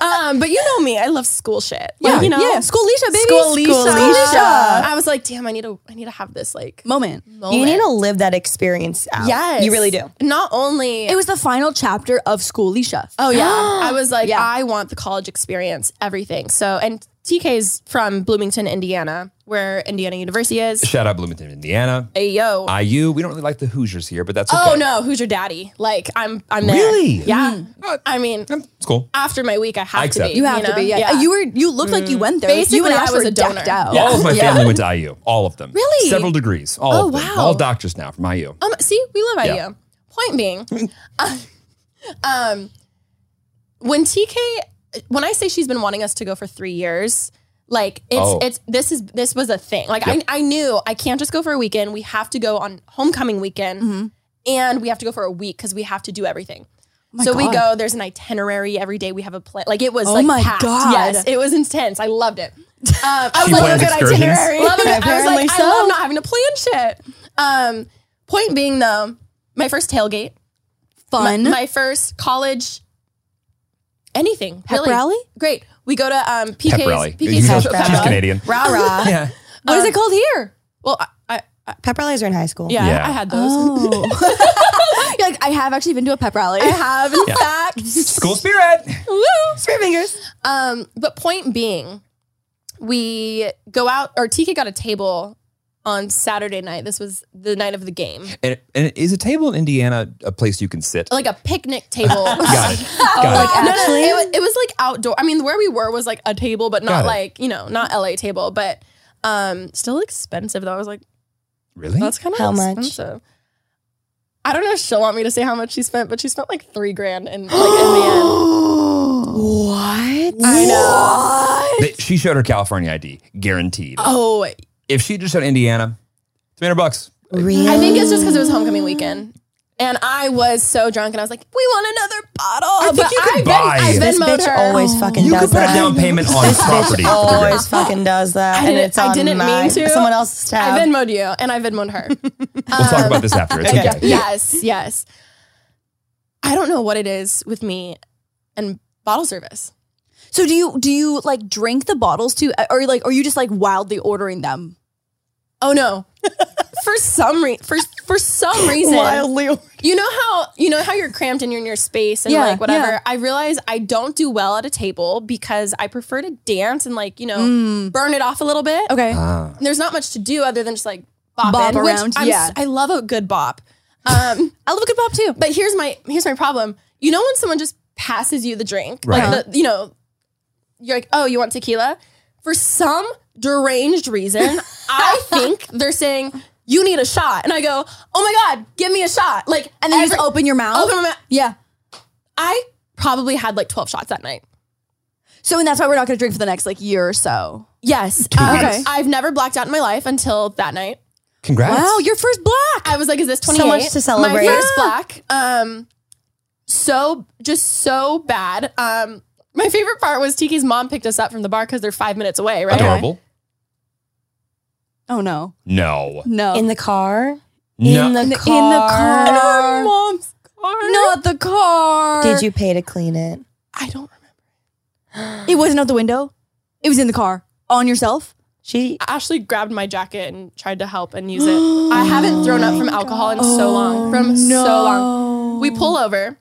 Speaker 5: um, but you know me. I love school shit. Like,
Speaker 6: yeah,
Speaker 5: you know.
Speaker 6: yeah. School Leisha, baby. Uh,
Speaker 4: Schoolisha.
Speaker 5: I was like, damn, I need to I need to have this like
Speaker 6: Moment.
Speaker 4: You need to live that experience out.
Speaker 5: Oh, Yes.
Speaker 4: You really do.
Speaker 5: Not only
Speaker 6: It was the final chapter of School Leisha.
Speaker 5: Oh yeah. I was like,
Speaker 6: Yeah.
Speaker 5: I want the college experience, everything. So and TK's from Bloomington, Indiana, where Indiana University is.
Speaker 2: Shout out Bloomington, Indiana.
Speaker 5: Ayo.
Speaker 2: IU. We don't really like the Hoosiers here, but that's okay.
Speaker 5: Oh no, who's your daddy? Like I'm I'm there.
Speaker 2: Really?
Speaker 5: Yeah. I mean,
Speaker 2: Um, It's cool.
Speaker 5: after my week I have
Speaker 2: I
Speaker 5: to
Speaker 2: accept.
Speaker 5: be.
Speaker 6: You have to
Speaker 5: know? Mm.
Speaker 6: be. Yeah. You were. You looked like you went there. you
Speaker 5: Basically,
Speaker 6: and
Speaker 5: I
Speaker 6: Ash
Speaker 5: was
Speaker 6: were
Speaker 5: a donor.
Speaker 6: decked out.
Speaker 2: All of my family went to IU. All of them.
Speaker 5: Oh, Really?
Speaker 2: Several degrees. All
Speaker 5: Oh,
Speaker 2: of them.
Speaker 5: wow.
Speaker 2: All doctors now from IU.
Speaker 5: Um, see, we love
Speaker 2: Yeah.
Speaker 5: IU. Point being, uh, um, when TK, when I say she's been wanting us to go for three years, like it's
Speaker 2: Oh.
Speaker 5: it's this is this was a thing. Like
Speaker 2: Yep.
Speaker 6: Mm-hmm.
Speaker 5: I I knew I can't just go for a weekend. We have to go on homecoming weekend. and we have to go for a week because we have to do everything. so we
Speaker 6: Oh God.
Speaker 5: go. There's an itinerary every day. We have a plan. Like it was
Speaker 6: Oh
Speaker 5: like
Speaker 6: my
Speaker 5: packed.
Speaker 6: God.
Speaker 5: Yes, it was intense. I loved it. Um, I was
Speaker 2: She
Speaker 5: like,
Speaker 2: plans
Speaker 5: "Look at
Speaker 2: excursions?
Speaker 5: itinerary. Love it. I was
Speaker 6: "Oh, Apparently
Speaker 5: like,
Speaker 6: so.
Speaker 5: I love not having to plan shit. Um, point being though, my first tailgate,
Speaker 6: Fun.
Speaker 5: my first college, anything,
Speaker 6: Pep
Speaker 5: really.
Speaker 6: rally?
Speaker 5: Great. We go to um, PK's.
Speaker 2: Pep rally.
Speaker 5: PK's
Speaker 2: You know,
Speaker 5: pep
Speaker 2: She's
Speaker 5: rally.
Speaker 2: Canadian.
Speaker 4: Rah rah.
Speaker 2: Yeah.
Speaker 6: what is it called here?
Speaker 5: Well, I, I, I
Speaker 4: Pep rallies are in high school.
Speaker 5: yeah,
Speaker 2: Yeah.
Speaker 5: I had those.
Speaker 6: Oh. You're like I have actually been to a pep rally.
Speaker 5: I have, in fact.
Speaker 2: School spirit.
Speaker 5: Woo!
Speaker 4: Spirit fingers.
Speaker 5: Um, but point being, we go out, or TK got a table on Saturday night. This was the night of the game,
Speaker 2: And, and is a table in Indiana a place you can sit?
Speaker 5: like a picnic table.
Speaker 2: Got it. Got
Speaker 5: Like,
Speaker 2: it.
Speaker 5: no, no,
Speaker 4: actually?
Speaker 5: it, was, it was like outdoor. I mean, where we were was like a table, but
Speaker 2: Got
Speaker 5: not
Speaker 2: it.
Speaker 5: like you know, not LA table, but um, still expensive though. I was like,
Speaker 2: Really?
Speaker 5: that's kind of
Speaker 4: How much?
Speaker 5: expensive. I don't know if she'll want me to say how much she spent, but she spent like three grand in, like, in the
Speaker 4: What?
Speaker 5: end. I know.
Speaker 2: They- She showed her California ID, guaranteed.
Speaker 5: Oh,
Speaker 2: If she just showed Indiana, 300 bucks.
Speaker 4: Really?
Speaker 5: I think it's just because it was homecoming weekend. And I was so drunk, and I was like, "We want another bottle." I
Speaker 2: think you could buy
Speaker 5: I
Speaker 2: it.
Speaker 4: this
Speaker 5: Venmoed
Speaker 4: bitch
Speaker 5: her.
Speaker 4: always fucking
Speaker 2: You could
Speaker 4: does
Speaker 2: put
Speaker 4: that.
Speaker 2: a down payment on
Speaker 4: this
Speaker 2: property.
Speaker 4: bitch
Speaker 2: for three
Speaker 4: always
Speaker 2: grand.
Speaker 4: fucking does that,
Speaker 5: I
Speaker 4: and
Speaker 5: didn't-
Speaker 4: it's on
Speaker 5: I didn't
Speaker 4: my,
Speaker 5: mean to.
Speaker 4: someone else's tab.
Speaker 5: I Venmoed you, and I Venmoed her.
Speaker 2: We'll talk about this after. It's okay.
Speaker 5: yes, yes. I don't know what it is with me and bottle service.
Speaker 6: So do you do you like drink the bottles too, or like are you just like wildly ordering them?
Speaker 5: Oh no! for some reason, for for some reason,
Speaker 4: Wildly.
Speaker 5: You know how you know how you're cramped and you're in your space and
Speaker 6: Yeah,
Speaker 5: like whatever.
Speaker 6: yeah.
Speaker 5: I realize I don't do well at a table because I prefer to dance and like you know burn it off a little bit.
Speaker 6: Mm. Okay.
Speaker 2: Ah.
Speaker 5: There's not much to do other than just like bopping,
Speaker 6: Bop
Speaker 5: which
Speaker 6: around,
Speaker 5: I'm,
Speaker 6: yeah.
Speaker 5: I love a good bop. Um, I love a good bop too. But here's my here's my problem. You know when someone just passes you the drink,
Speaker 2: Right.
Speaker 5: like the, you know, you're like, oh, you want tequila? For some deranged reason, I think they're saying. You need a shot, and I go. Oh my God, give me a shot! Like,
Speaker 6: And then you
Speaker 5: every-
Speaker 6: just open your mouth.
Speaker 5: Open my mouth.
Speaker 6: Yeah.
Speaker 5: I probably had like 12 shots that night.
Speaker 6: So and that's why we're not going to drink for the next like year or so.
Speaker 5: Yes.
Speaker 6: Okay.
Speaker 5: Um, I've never blacked out in my life until that night.
Speaker 2: Congrats.
Speaker 6: Wow, your first black.
Speaker 5: I was like, is this 28?
Speaker 4: much to celebrate.
Speaker 5: My first
Speaker 6: Yeah.
Speaker 5: black. Um, so, just so bad. Um, my favorite part was Tiki's mom picked us up from the bar because they're five minutes away, right?
Speaker 2: Adorable.
Speaker 6: Oh no,
Speaker 2: No.
Speaker 6: no,
Speaker 4: In the car?
Speaker 2: No.
Speaker 4: In the
Speaker 6: In the
Speaker 4: car.
Speaker 5: And her mom's car.
Speaker 6: not the car.
Speaker 4: Did you pay to clean it?
Speaker 5: I don't remember.
Speaker 6: It wasn't out the window. It was in the car on yourself.
Speaker 4: She
Speaker 5: Ashley grabbed my jacket and tried to help and use it. I haven't thrown up from alcohol in so long.
Speaker 4: Oh,
Speaker 5: From so long. We pull over.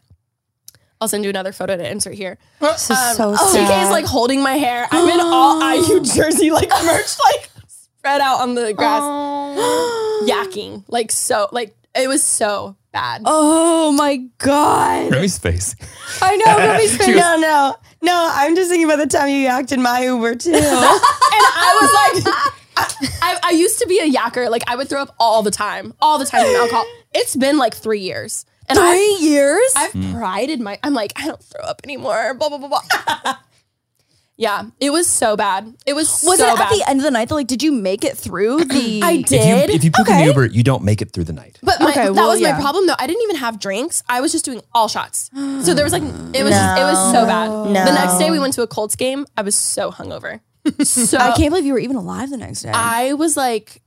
Speaker 5: I'll send you another photo to insert here.
Speaker 4: this is so
Speaker 6: Oh,
Speaker 4: sad.
Speaker 5: TK is like holding my hair. I'm in all IU jersey, like merch, like spread out on the grass, yakking. Like so, like it was so bad.
Speaker 6: Oh my god!
Speaker 2: Remy's face.
Speaker 6: I know. Ruby's face.
Speaker 4: no, no, no. I'm just thinking about the time you yacked in my Uber too.
Speaker 5: And I was like, I, I, I used to be a yacker. Like I would throw up all the time, all the time in alcohol. It's been like three years. And I,
Speaker 6: Three years.
Speaker 5: I've prided my. I'm like, I don't throw up anymore. Blah blah blah blah. yeah, it was so bad. It was
Speaker 6: was
Speaker 5: so
Speaker 6: it
Speaker 5: bad.
Speaker 6: at the end of the night though? Like, did you make it through the?
Speaker 5: I
Speaker 2: If
Speaker 5: did.
Speaker 2: you, if you poop in
Speaker 6: Okay.
Speaker 2: the Uber, you don't make it through the night.
Speaker 5: but my,
Speaker 6: Okay,
Speaker 5: that
Speaker 6: well,
Speaker 5: was
Speaker 6: yeah.
Speaker 5: my problem though. I didn't even have drinks. I was just doing all shots. So there was like, it was just, it was so bad.
Speaker 4: No.
Speaker 5: The next day we went to a Colts game. I was so hungover. so
Speaker 6: I
Speaker 5: I,
Speaker 6: can't believe you were even alive the next day.
Speaker 5: was like,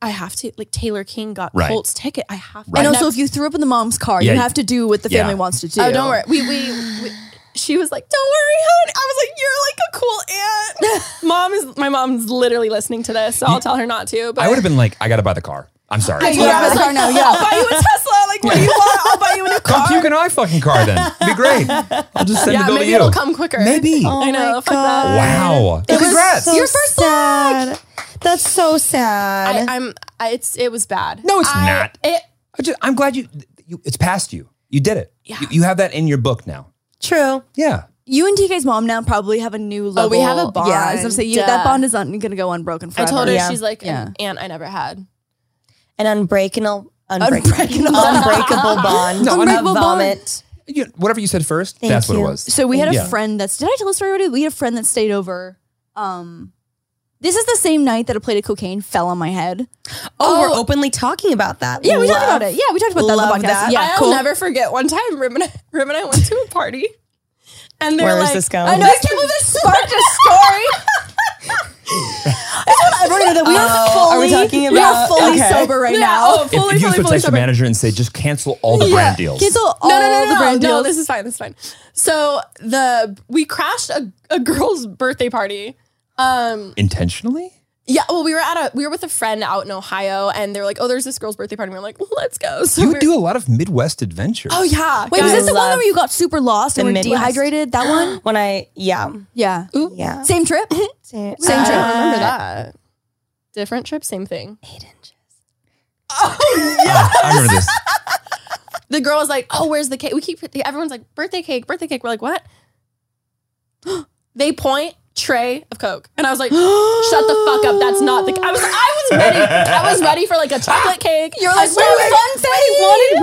Speaker 5: I have to like Taylor King got
Speaker 2: Right.
Speaker 5: Colts ticket. I have to.
Speaker 2: Right.
Speaker 6: and
Speaker 5: I
Speaker 6: also,
Speaker 5: never-
Speaker 6: if you threw up in the mom's car,
Speaker 2: Yeah,
Speaker 6: you
Speaker 2: you-
Speaker 6: have to do what the
Speaker 2: yeah.
Speaker 6: family wants to do.
Speaker 5: Oh, don't worry. We, we, we she was like, don't worry, hon. I was like, you're like a cool aunt. mom is, my mom's literally listening to this, so I'll tell her not to. But
Speaker 2: I would have been like, I got to buy the car. I'm sorry.
Speaker 5: I, yeah, I was like,
Speaker 6: now,
Speaker 5: I'll buy you a Tesla. Like, what do you want? I'll buy you a new car.
Speaker 2: Come puke in my fucking car then. It'd be great. I'll just send
Speaker 5: yeah,
Speaker 2: the bill
Speaker 5: maybe
Speaker 2: to you.
Speaker 5: it'll come quicker. Oh,
Speaker 2: Maybe.
Speaker 6: Oh
Speaker 5: I know. Fuck
Speaker 4: God.
Speaker 5: that.
Speaker 2: wow. Congrats.
Speaker 4: Your first sad. That's so sad.
Speaker 5: I, I'm. I, it's. It was bad.
Speaker 2: No, it's
Speaker 5: I-
Speaker 2: not.
Speaker 5: It.
Speaker 2: I just, I'm glad you, you. It's past you. You did it.
Speaker 5: Yeah.
Speaker 2: You, you have that in your book now.
Speaker 4: True.
Speaker 2: Yeah.
Speaker 6: You and TK's mom now probably have a new level.
Speaker 5: we have a bond.
Speaker 6: Yeah, I was gonna say you,
Speaker 5: Duh.
Speaker 6: that bond is not going to go unbroken
Speaker 5: I
Speaker 6: forever.
Speaker 5: told her
Speaker 4: Yeah.
Speaker 5: she's like
Speaker 6: Yeah.
Speaker 5: an aunt I never had.
Speaker 4: An unbreakable, unbreakable,
Speaker 6: Unbreakable.
Speaker 4: unbreakable bond.
Speaker 2: No,
Speaker 4: of
Speaker 6: unbreakable bond.
Speaker 4: vomit.
Speaker 2: You- whatever you said first,
Speaker 4: Thank
Speaker 2: that's what
Speaker 4: you.
Speaker 2: it was.
Speaker 6: So we had a
Speaker 2: Yeah.
Speaker 6: friend that's. Did I tell the story already? We had a friend that stayed over. Um, This is the same night that a plate of cocaine fell on my head.
Speaker 4: Oh, we're openly talking about that.
Speaker 6: Yeah, we talked
Speaker 4: Love.
Speaker 6: about it. Yeah, we talked about that
Speaker 4: Love
Speaker 6: on the podcast.
Speaker 4: that.
Speaker 6: Yeah,
Speaker 5: I'll
Speaker 6: cool.
Speaker 5: never forget one time Rim and, I, Rim and I went to a party and they're
Speaker 4: Where
Speaker 5: like,
Speaker 4: is this going?
Speaker 5: I know, I can't believe this sparked a story.
Speaker 6: Everyone know that we are fully,
Speaker 4: are we talking
Speaker 6: we are
Speaker 4: about-
Speaker 6: fully
Speaker 4: okay.
Speaker 6: sober right
Speaker 5: Yeah,
Speaker 6: now.
Speaker 5: oh,
Speaker 2: If,
Speaker 5: fully,
Speaker 2: if you
Speaker 5: fully,
Speaker 2: just would
Speaker 5: fully
Speaker 2: text the
Speaker 5: sober.
Speaker 2: manager and say, just cancel all the brand deals.
Speaker 6: Cancel all
Speaker 5: no, no, no, no,
Speaker 6: the
Speaker 5: no,
Speaker 6: brand
Speaker 5: no,
Speaker 6: deals.
Speaker 5: This is fine. This is fine. So the we crashed a, a girl's birthday party. Um,
Speaker 2: Intentionally?
Speaker 5: yeah. Well, we were at a we were with a friend out in Ohio, and they were like, "Oh, there's this girl's birthday party." And we are like, "Let's go." So
Speaker 2: You
Speaker 5: we were-
Speaker 2: would do a lot of Midwest adventures.
Speaker 5: Oh yeah.
Speaker 6: Wait, was
Speaker 4: I
Speaker 6: this the one
Speaker 4: love
Speaker 6: where you got super lost and
Speaker 4: the
Speaker 6: were
Speaker 4: Midwest.
Speaker 6: dehydrated? That one?
Speaker 4: When I yeah
Speaker 6: Yeah.
Speaker 4: yeah
Speaker 6: Same trip?
Speaker 5: I
Speaker 4: same,
Speaker 6: Same trip.
Speaker 5: don't remember that. uh, Different trip, same thing.
Speaker 2: Uh, I remember this.
Speaker 5: The girl was like, "Oh, where's the cake?" We keep everyone's like, "Birthday cake, birthday cake." We're like, "What?" they point tray of coke, and I was like, "Shut the fuck up! That's not the." I was I was ready. I was ready for like a chocolate cake. You're like,
Speaker 4: wanted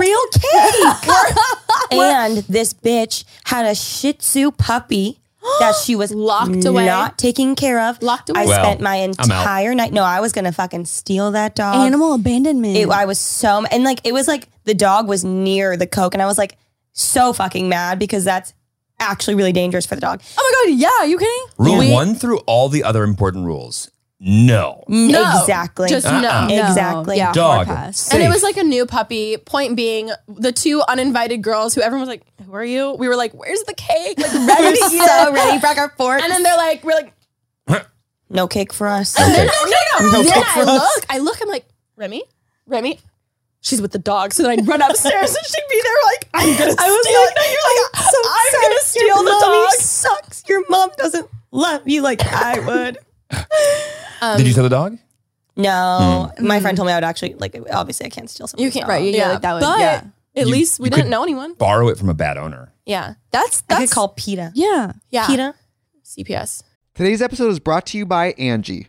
Speaker 4: real cake. and this bitch had a Shih Tzu puppy that she was
Speaker 5: Locked away.
Speaker 4: not taking care of.
Speaker 5: Locked away.
Speaker 4: I
Speaker 2: Well,
Speaker 4: spent my
Speaker 2: out.
Speaker 4: entire night. No, I was gonna fucking steal that dog.
Speaker 6: Animal abandonment.
Speaker 4: It, I was so and like it was like the dog was near the coke, and I was like so fucking mad because that's actually really dangerous for the dog.
Speaker 6: oh my god, yeah, are you kidding?
Speaker 2: Rule one through all the other important rules. No.
Speaker 5: No,
Speaker 4: exactly. Uh-huh.
Speaker 5: Just
Speaker 2: Uh-uh.
Speaker 5: no.
Speaker 6: No,
Speaker 4: Exactly.
Speaker 6: yeah, hard
Speaker 2: Dog.
Speaker 6: pass.
Speaker 5: And it
Speaker 2: safe.
Speaker 5: was like a new puppy. Point being, the two uninvited girls who everyone was like, "Who are you?" We were like, "Where's the cake?" Like ready to eat
Speaker 4: so
Speaker 5: it.
Speaker 4: ready, Brock our fork.
Speaker 5: And then they're like, "We're like,
Speaker 4: no cake for us.
Speaker 5: then, no, no, no." Then
Speaker 4: cake
Speaker 5: I
Speaker 4: for us.
Speaker 5: look, I look, I'm like, "Remy, Remy." She's with the dog, so then I'd run upstairs and she'd be there like, I'm gonna I was like, no, you're like, I'm gonna
Speaker 4: Your
Speaker 5: steal the
Speaker 4: mommy
Speaker 5: dog.
Speaker 4: Sucks. Your mom doesn't love you like I would.
Speaker 5: um,
Speaker 2: Did you tell the dog?
Speaker 4: No,
Speaker 2: Mm.
Speaker 4: my friend told me I would actually like. Obviously, I can't steal something.
Speaker 5: You can't,
Speaker 6: Right, yeah, like that would-
Speaker 5: But
Speaker 6: yeah.
Speaker 2: You-
Speaker 5: at least we
Speaker 2: you
Speaker 5: didn't
Speaker 2: could-
Speaker 5: know anyone.
Speaker 2: Borrow it from a bad owner.
Speaker 5: Yeah,
Speaker 6: That's
Speaker 4: I
Speaker 6: that's
Speaker 4: could call PETA.
Speaker 6: yeah.
Speaker 5: yeah.
Speaker 4: PETA.
Speaker 5: CPS.
Speaker 1: Today's episode is brought to you by Angie.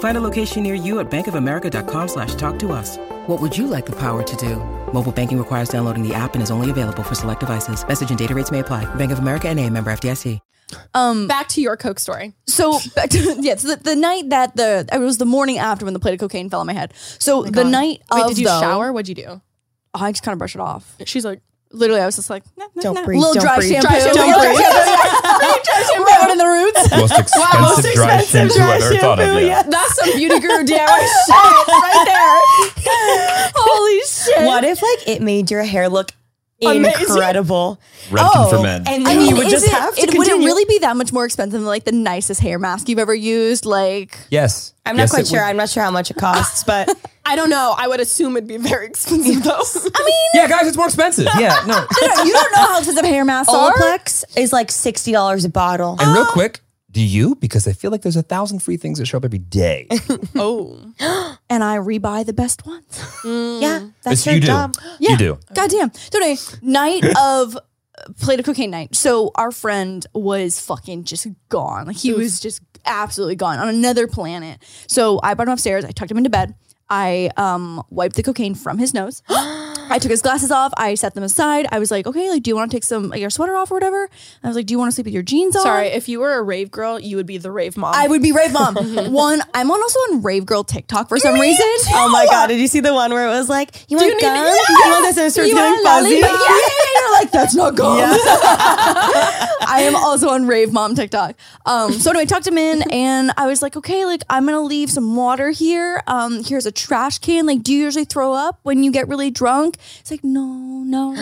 Speaker 7: Find a location near you at bankofamerica.com slash talk to us. What would you like the power to do? Mobile banking requires downloading the app and is only available for select devices. Message and data rates may apply. Bank of America and a member FDIC.
Speaker 6: Um
Speaker 5: Back to your Coke story.
Speaker 6: so back to yeah, so the, the night that the it was the morning after when the plate of cocaine fell on Oh my head. So the night
Speaker 5: Wait,
Speaker 6: of
Speaker 5: did you
Speaker 6: though-
Speaker 5: shower? What'd you do?
Speaker 6: Oh, I just kind of brushed it off.
Speaker 5: She's like,
Speaker 6: Literally, I was just like, nah, nah,
Speaker 4: Don't
Speaker 6: nah.
Speaker 4: breathe,
Speaker 6: Little
Speaker 4: don't
Speaker 6: dry
Speaker 4: breathe.
Speaker 6: shampoo.
Speaker 4: Dry shampoo.
Speaker 6: Little dry shampoo. Dry shampoo. Right one in the roots.
Speaker 2: Most expensive dry shampoo I've ever thought of. Yeah.
Speaker 5: That's some beauty guru damn shit right there. Holy shit.
Speaker 4: What if like it made your hair look
Speaker 5: Amazing.
Speaker 4: incredible? Oh,
Speaker 2: Redken for men.
Speaker 4: And
Speaker 6: I
Speaker 4: then
Speaker 6: mean,
Speaker 4: you would
Speaker 6: is
Speaker 4: just
Speaker 6: it,
Speaker 4: have to
Speaker 6: it would it
Speaker 4: continue.
Speaker 6: really be that much more expensive than like the nicest hair mask you've ever used? Like
Speaker 2: yes.
Speaker 4: I'm not
Speaker 2: Yes,
Speaker 4: quite
Speaker 2: it
Speaker 4: sure.
Speaker 2: would.
Speaker 4: I'm not sure how much it costs, but
Speaker 5: I don't know. I would assume it'd be very expensive though. I mean,
Speaker 2: Yeah, guys, it's more expensive. Yeah, no.
Speaker 6: you don't know how expensive hair masks are.
Speaker 4: Olaplex is like sixty dollars a bottle.
Speaker 2: and real quick, Do you? Because I feel like there's a thousand free things that show up every day.
Speaker 5: Oh.
Speaker 6: and I rebuy the best ones.
Speaker 4: Yeah, that's
Speaker 2: Yes,
Speaker 4: your
Speaker 2: you do.
Speaker 4: job.
Speaker 6: Yeah.
Speaker 2: You do.
Speaker 6: Goddamn. So anyway, night of played a cocaine night. So our friend was fucking just gone. Like he was just absolutely gone on another planet. So I brought him upstairs. I tucked him into bed. I um, wiped the cocaine from his nose. I took his glasses off. I set them aside. I was like, okay, like, do you want to take some like your sweater off or whatever? I was like, do you want to sleep with your jeans on?
Speaker 5: Sorry, if you were a rave girl, you would be the rave mom.
Speaker 6: I would be rave mom. One, I'm on also on rave girl TikTok for some reason.
Speaker 4: Oh my god! Did you see the one where it was like, "You want
Speaker 5: need-
Speaker 4: gum?
Speaker 5: Yes!
Speaker 4: You want this?" And it starts getting fuzzy.
Speaker 6: But yeah, yeah, yeah, you're like, that's not gone. I am also on Rave Mom TikTok. Um, so anyway, I tucked him in and I was like, okay, like I'm gonna leave some water here. Um, here's a trash can. Like, do you usually throw up when you get really drunk? It's like, no, no.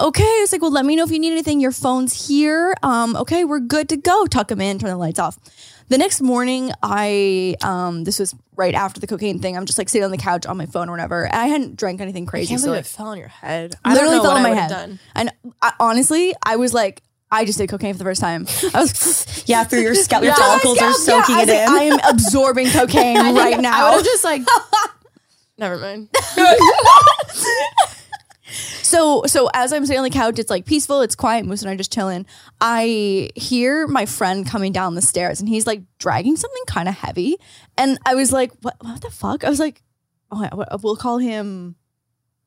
Speaker 6: okay. It's like, well, let me know if you need anything. Your phone's here. Um, okay, we're good to go. Tuck him in, turn the lights off. The next morning, I um, this was right after the cocaine thing. I'm just like sitting on the couch on my phone or whatever. I hadn't drank anything
Speaker 5: I
Speaker 6: crazy.
Speaker 5: can't
Speaker 6: so,
Speaker 5: believe
Speaker 6: like,
Speaker 5: it fell on your head. I don't
Speaker 6: literally
Speaker 5: know
Speaker 6: fell
Speaker 5: what
Speaker 6: on
Speaker 5: I
Speaker 6: my
Speaker 5: would've
Speaker 6: head.
Speaker 5: Done.
Speaker 6: And I, honestly, I was like, I just did cocaine for the first time. I was,
Speaker 4: Yeah, through your scalp, your
Speaker 6: Yeah, my
Speaker 4: follicles are
Speaker 6: scalp,
Speaker 4: soaking
Speaker 6: yeah.
Speaker 4: it
Speaker 6: I was
Speaker 4: in.
Speaker 6: like, I am absorbing cocaine right
Speaker 5: I would
Speaker 6: now.
Speaker 5: have just like, never mind.
Speaker 6: so, so as I'm sitting on the couch, it's like peaceful, it's quiet. Moose and I are just chilling. I hear my friend coming down the stairs, and he's like dragging something kind of heavy. And I was like, what? What the fuck? I was like, oh, I- I- we'll call him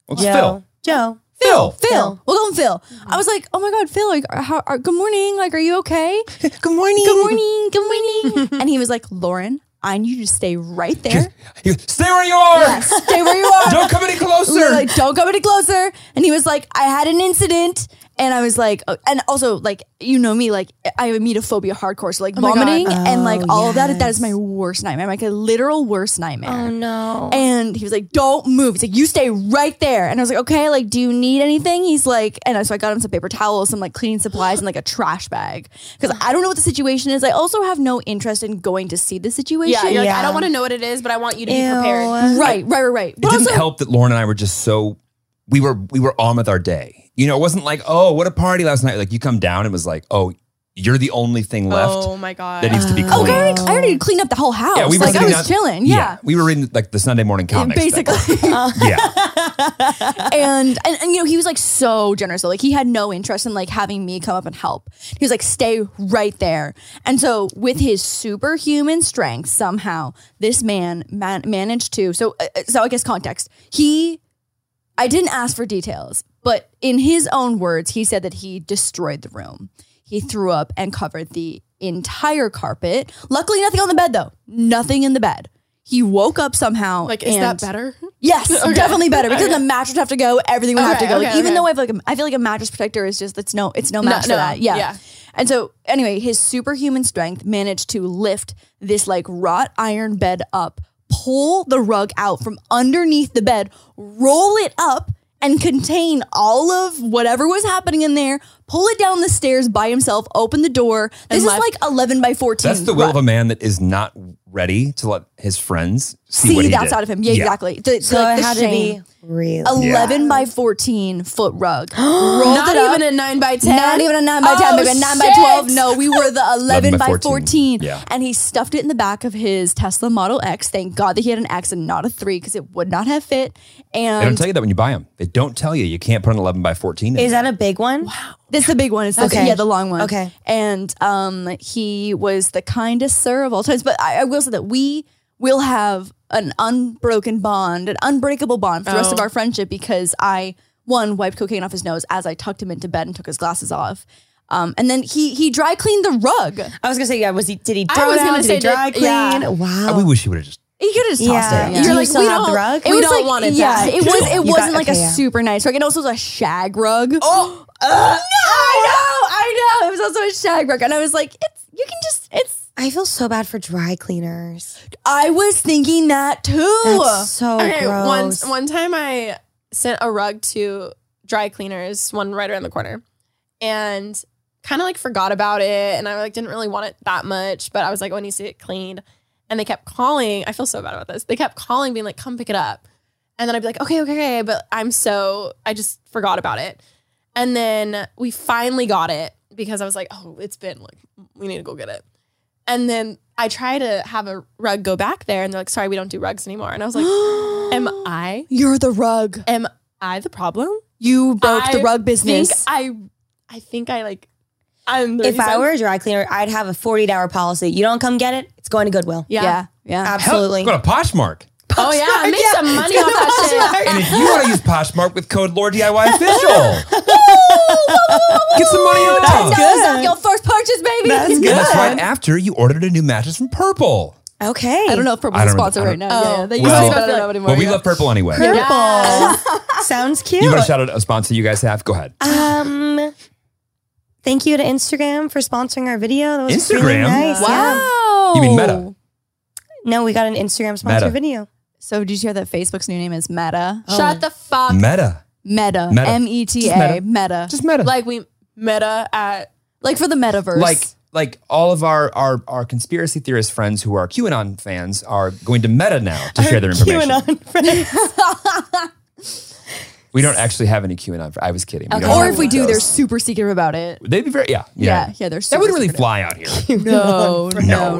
Speaker 2: Well, it's Phil.
Speaker 4: Joe.
Speaker 2: Phil.
Speaker 6: Phil. We'll call him Phil. I was like, oh my god, Phil, like, how, are, good morning. Like, are you okay?
Speaker 2: Good morning.
Speaker 6: good morning, good morning. and he was like, Lauren, I need you to stay right there.
Speaker 2: You- Stay where you are.
Speaker 6: stay where you are.
Speaker 2: Don't come any
Speaker 6: Literally,
Speaker 2: closer.
Speaker 6: don't come any closer. And he was like, I had an incident. And I was like, oh, and also like, you know me, like I have a metophobia hardcore. So like
Speaker 5: my God.
Speaker 6: vomiting and like all of that, that is my worst nightmare. Like a literal worst nightmare. Oh no. And he was like, don't move. He's like, you stay right there. And I was like, okay, like, do you need anything? He's like, and I- so I got him some paper towels, some like cleaning supplies and like a trash bag. Cause I don't know what the situation is. I also have no interest in going to see the situation.
Speaker 5: Yeah, you're like,
Speaker 4: Yeah.
Speaker 5: I don't want to know what it is, but I want you to be prepared.
Speaker 6: Right, right, right, right.
Speaker 2: It didn't help that Lauren and I were just so we were we were on with our day. You know, it wasn't like oh what a party last night. Like you come down and was like oh you're the only thing left
Speaker 5: Oh my god.
Speaker 2: that needs to be cleaned.
Speaker 6: Okay, I already, I already cleaned up the whole house.
Speaker 2: Yeah, we were
Speaker 6: Oh, like I
Speaker 2: sitting
Speaker 6: was
Speaker 2: down-
Speaker 6: chilling. Yeah.
Speaker 2: we were reading like the Sunday morning comics. thing.
Speaker 6: Basically,
Speaker 2: yeah.
Speaker 6: and, and and you know he was like so generous. So, like he had no interest in like having me come up and help. He was like, "Stay right there." And so, with his superhuman strength, somehow this man man- managed to. So, uh, uh, so I guess context. He, I didn't ask for details, but in his own words, he said that he destroyed the room. He threw up and covered the entire carpet. Luckily, nothing on the bed though. Nothing in the bed. He woke up somehow.
Speaker 5: like, is
Speaker 6: and-
Speaker 5: that better?
Speaker 6: Yes, definitely better because the mattress would have to go. Everything would have to
Speaker 5: Okay,
Speaker 6: go. Like,
Speaker 5: okay,
Speaker 6: even
Speaker 5: okay.
Speaker 6: though I have like a, I feel like a mattress protector is just it's no it's no match
Speaker 5: no,
Speaker 6: for that. Yeah.
Speaker 5: yeah.
Speaker 6: And so anyway, his superhuman strength managed to lift this like wrought iron bed up, pull the rug out from underneath the bed, roll it up and contain all of whatever was happening in there. Pull it down the stairs by himself. Open the door. This is
Speaker 5: left.
Speaker 6: like eleven by fourteen.
Speaker 2: That's the will of a man that is not ready to let his friends see, what
Speaker 6: See
Speaker 2: he
Speaker 6: that's
Speaker 2: did.
Speaker 6: out of him. Yeah, exactly. The,
Speaker 4: So
Speaker 6: like,
Speaker 4: it
Speaker 6: the
Speaker 4: had to be
Speaker 6: shame.
Speaker 4: real.
Speaker 6: 11 by 14 foot rug. Rolled
Speaker 5: Not
Speaker 6: it up.
Speaker 5: even a nine by ten.
Speaker 6: Not even a 9 by 10,
Speaker 5: Oh,
Speaker 6: baby. A 9 by
Speaker 5: shit.
Speaker 6: 12. No, we were the 11, by 14.
Speaker 2: Yeah.
Speaker 6: And he stuffed it in the back of his Tesla Model X. Thank God that he had an X and not a 3 because it would not have fit.
Speaker 2: They don't
Speaker 6: And
Speaker 2: tell you that when you buy them. They don't tell you you can't put an 11 by 14 in
Speaker 4: Is
Speaker 2: there.
Speaker 4: that a big one?
Speaker 6: that's the big one. It's the,
Speaker 4: Okay.
Speaker 6: Yeah, the long one.
Speaker 4: Okay.
Speaker 6: And um, he was the kindest sir of all times. But I, I will say that we will have an unbroken bond, an unbreakable bond for the rest
Speaker 4: Oh.
Speaker 6: of our friendship because I, one, wiped cocaine off his nose as I tucked him into bed and took his glasses off. Um, and then he he dry cleaned the rug.
Speaker 4: I was gonna say, yeah. Was he? Did he
Speaker 5: I
Speaker 4: throw
Speaker 5: was
Speaker 4: down?
Speaker 5: gonna
Speaker 4: Did
Speaker 5: say,
Speaker 4: he dry
Speaker 5: did-
Speaker 4: clean?
Speaker 5: yeah.
Speaker 4: Wow.
Speaker 2: I, we wish he would have just.
Speaker 6: He could have just tossed
Speaker 4: Yeah.
Speaker 6: it.
Speaker 4: Yeah. Do you still
Speaker 6: we
Speaker 4: have the
Speaker 6: don't-
Speaker 4: rug?
Speaker 6: It
Speaker 5: We
Speaker 6: was
Speaker 5: don't
Speaker 6: like,
Speaker 5: want it
Speaker 6: Yeah,
Speaker 5: back.
Speaker 6: it was. It
Speaker 4: You
Speaker 6: wasn't
Speaker 4: got-
Speaker 6: like
Speaker 4: okay,
Speaker 6: a
Speaker 4: yeah.
Speaker 6: super nice rug. It also was a shag rug.
Speaker 4: Oh,
Speaker 6: I know, I know. It was also a shag rug, and I was like, it's you can just it's
Speaker 4: I feel so bad for dry cleaners.
Speaker 6: I was thinking that too.
Speaker 4: That's so
Speaker 5: okay,
Speaker 4: gross.
Speaker 5: once one time I sent a rug to dry cleaners, one right around the corner, and kind of like forgot about it, and I like didn't really want it that much, but I was like, oh, I need to get cleaned, and they kept calling. I feel so bad about this. They kept calling, being like, come pick it up, and then I'd be like, okay, okay, okay, but I'm so I just forgot about it, and then we finally got it because I was like, oh, it's been like we need to go get it. And then I try to have a rug go back there, and they're like, "Sorry, we don't do rugs anymore." And I was like, "Am I?
Speaker 6: You're the rug.
Speaker 5: Am I the problem?
Speaker 6: You broke the
Speaker 5: I
Speaker 6: rug business.
Speaker 5: Think I, I think I like. I'm the
Speaker 4: If I
Speaker 5: reason-
Speaker 4: were a dry cleaner, I'd have a 48 hour policy. You don't come get it, it's going to Goodwill.
Speaker 5: yeah.
Speaker 6: yeah. Yeah.
Speaker 4: Absolutely.
Speaker 2: Go to Poshmark.
Speaker 5: Oh yeah, make some money off that shit.
Speaker 2: And if you want to use Poshmark with code LoreDIY official, get some money off.
Speaker 6: Dollars off your first purchase, baby.
Speaker 4: That's
Speaker 2: And that's right after you ordered a new mattress from Purple.
Speaker 4: Okay.
Speaker 6: I don't know if Purple's
Speaker 2: I
Speaker 6: a
Speaker 2: don't-
Speaker 6: sponsor
Speaker 2: I
Speaker 6: right
Speaker 2: don't-
Speaker 6: now.
Speaker 5: Oh.
Speaker 6: yeah, they used
Speaker 2: Well-
Speaker 6: to, but I don't know anymore.
Speaker 2: But we
Speaker 6: yeah.
Speaker 2: love Purple anyway.
Speaker 4: Purple.
Speaker 5: Yes.
Speaker 4: Sounds cute.
Speaker 2: You want to shout out a sponsor you guys have? Go ahead.
Speaker 4: um, thank you to Instagram for sponsoring our video. That was really
Speaker 2: Instagram?
Speaker 4: nice. yeah.
Speaker 6: Wow.
Speaker 2: You mean
Speaker 6: Oh.
Speaker 2: Meta?
Speaker 4: No, we got an Instagram sponsor
Speaker 2: Meta.
Speaker 4: video.
Speaker 6: So did you hear that Facebook's new name is Meta?
Speaker 4: Oh.
Speaker 5: Shut the fuck.
Speaker 2: Meta.
Speaker 6: Meta.
Speaker 2: Meta.
Speaker 6: M E T
Speaker 2: Just Meta.
Speaker 6: A. Meta.
Speaker 2: Just Meta.
Speaker 5: Like we meta at
Speaker 6: Like for the metaverse.
Speaker 2: like like all of our, our our conspiracy theorist friends who are QAnon fans are going to Meta now to share their information. We don't actually have any QAnon. fr- I was kidding. We don't
Speaker 6: or
Speaker 2: have
Speaker 6: if we do,
Speaker 2: those.
Speaker 6: they're super secretive about it.
Speaker 2: they'd be very yeah
Speaker 6: Yeah.
Speaker 2: yeah.
Speaker 6: Yeah, they're super
Speaker 2: that wouldn't really
Speaker 6: secretive.
Speaker 2: fly out here.
Speaker 6: No, no,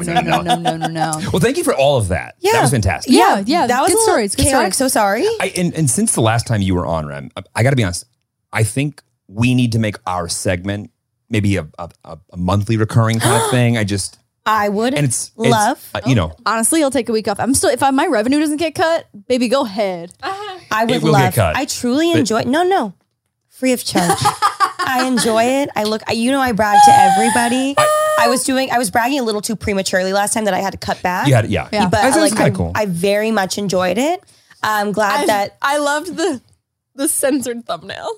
Speaker 2: No,
Speaker 6: no, no, no, no, no, no.
Speaker 2: well, thank you for all of that.
Speaker 4: Yeah.
Speaker 2: that was fantastic.
Speaker 6: Yeah, yeah.
Speaker 4: That was a
Speaker 6: good
Speaker 4: little
Speaker 6: stories. Good
Speaker 4: chaotic.
Speaker 6: stories.
Speaker 4: So sorry.
Speaker 2: I, and, and since the last time you were on, Rem, I, I got to be honest. I think we need to make our segment maybe a a, a- a monthly recurring kind of thing. I just
Speaker 4: I would
Speaker 2: and it's it's,
Speaker 4: love.
Speaker 2: uh, you know
Speaker 6: Honestly, I'll take a week off. I'm still if I, my revenue doesn't get cut, baby, go ahead.
Speaker 4: I would
Speaker 2: It will
Speaker 4: love.
Speaker 2: get cut.
Speaker 4: I truly
Speaker 2: But-
Speaker 4: enjoy. No, no, free of charge. I enjoy it. I look. I, you know, I brag to everybody. I, was doing. I was bragging a little too prematurely last time that I had to cut back.
Speaker 2: you had yeah
Speaker 6: Yeah.
Speaker 4: but
Speaker 2: That
Speaker 4: I,
Speaker 2: sounds
Speaker 4: like, I,
Speaker 2: kinda cool.
Speaker 4: I very much enjoyed it. I'm glad
Speaker 5: I,
Speaker 4: that
Speaker 5: I loved the the censored thumbnail.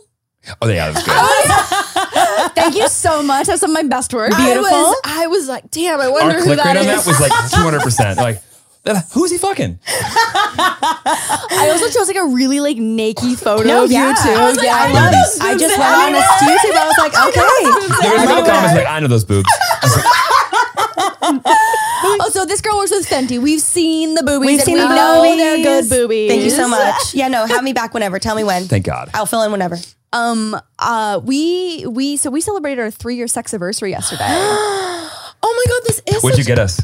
Speaker 2: oh yeah that was good.
Speaker 6: Thank you so much. That's some of my best work.
Speaker 5: I was, I was like, damn, I
Speaker 2: Our
Speaker 5: wonder who
Speaker 2: click rate
Speaker 5: that
Speaker 2: on
Speaker 5: is.
Speaker 2: that was like two hundred percent like. that- Who is he fucking?
Speaker 6: I also chose like a really like naked photo
Speaker 4: No,
Speaker 6: of
Speaker 4: yeah.
Speaker 6: you too.
Speaker 4: I was like,
Speaker 6: yeah,
Speaker 4: I
Speaker 2: love those
Speaker 4: I just
Speaker 5: zooms
Speaker 4: went
Speaker 5: in.
Speaker 4: on a YouTube. I was like, okay.
Speaker 2: There was no comments like, I know those boobs. I was like,
Speaker 6: Oh, so this girl works with Fenty. We've seen the boobies.
Speaker 4: We've
Speaker 6: and
Speaker 4: seen
Speaker 6: we
Speaker 4: the
Speaker 6: know
Speaker 4: boobies.
Speaker 6: they're good boobies.
Speaker 4: Thank you so much. Yeah, no, have me back whenever. Tell me when.
Speaker 2: Thank God.
Speaker 4: I'll fill in whenever.
Speaker 6: Um, uh, we we so we celebrated our three year sex anniversary yesterday.
Speaker 5: oh my god, this is.
Speaker 2: What'd you
Speaker 5: such-
Speaker 2: get us?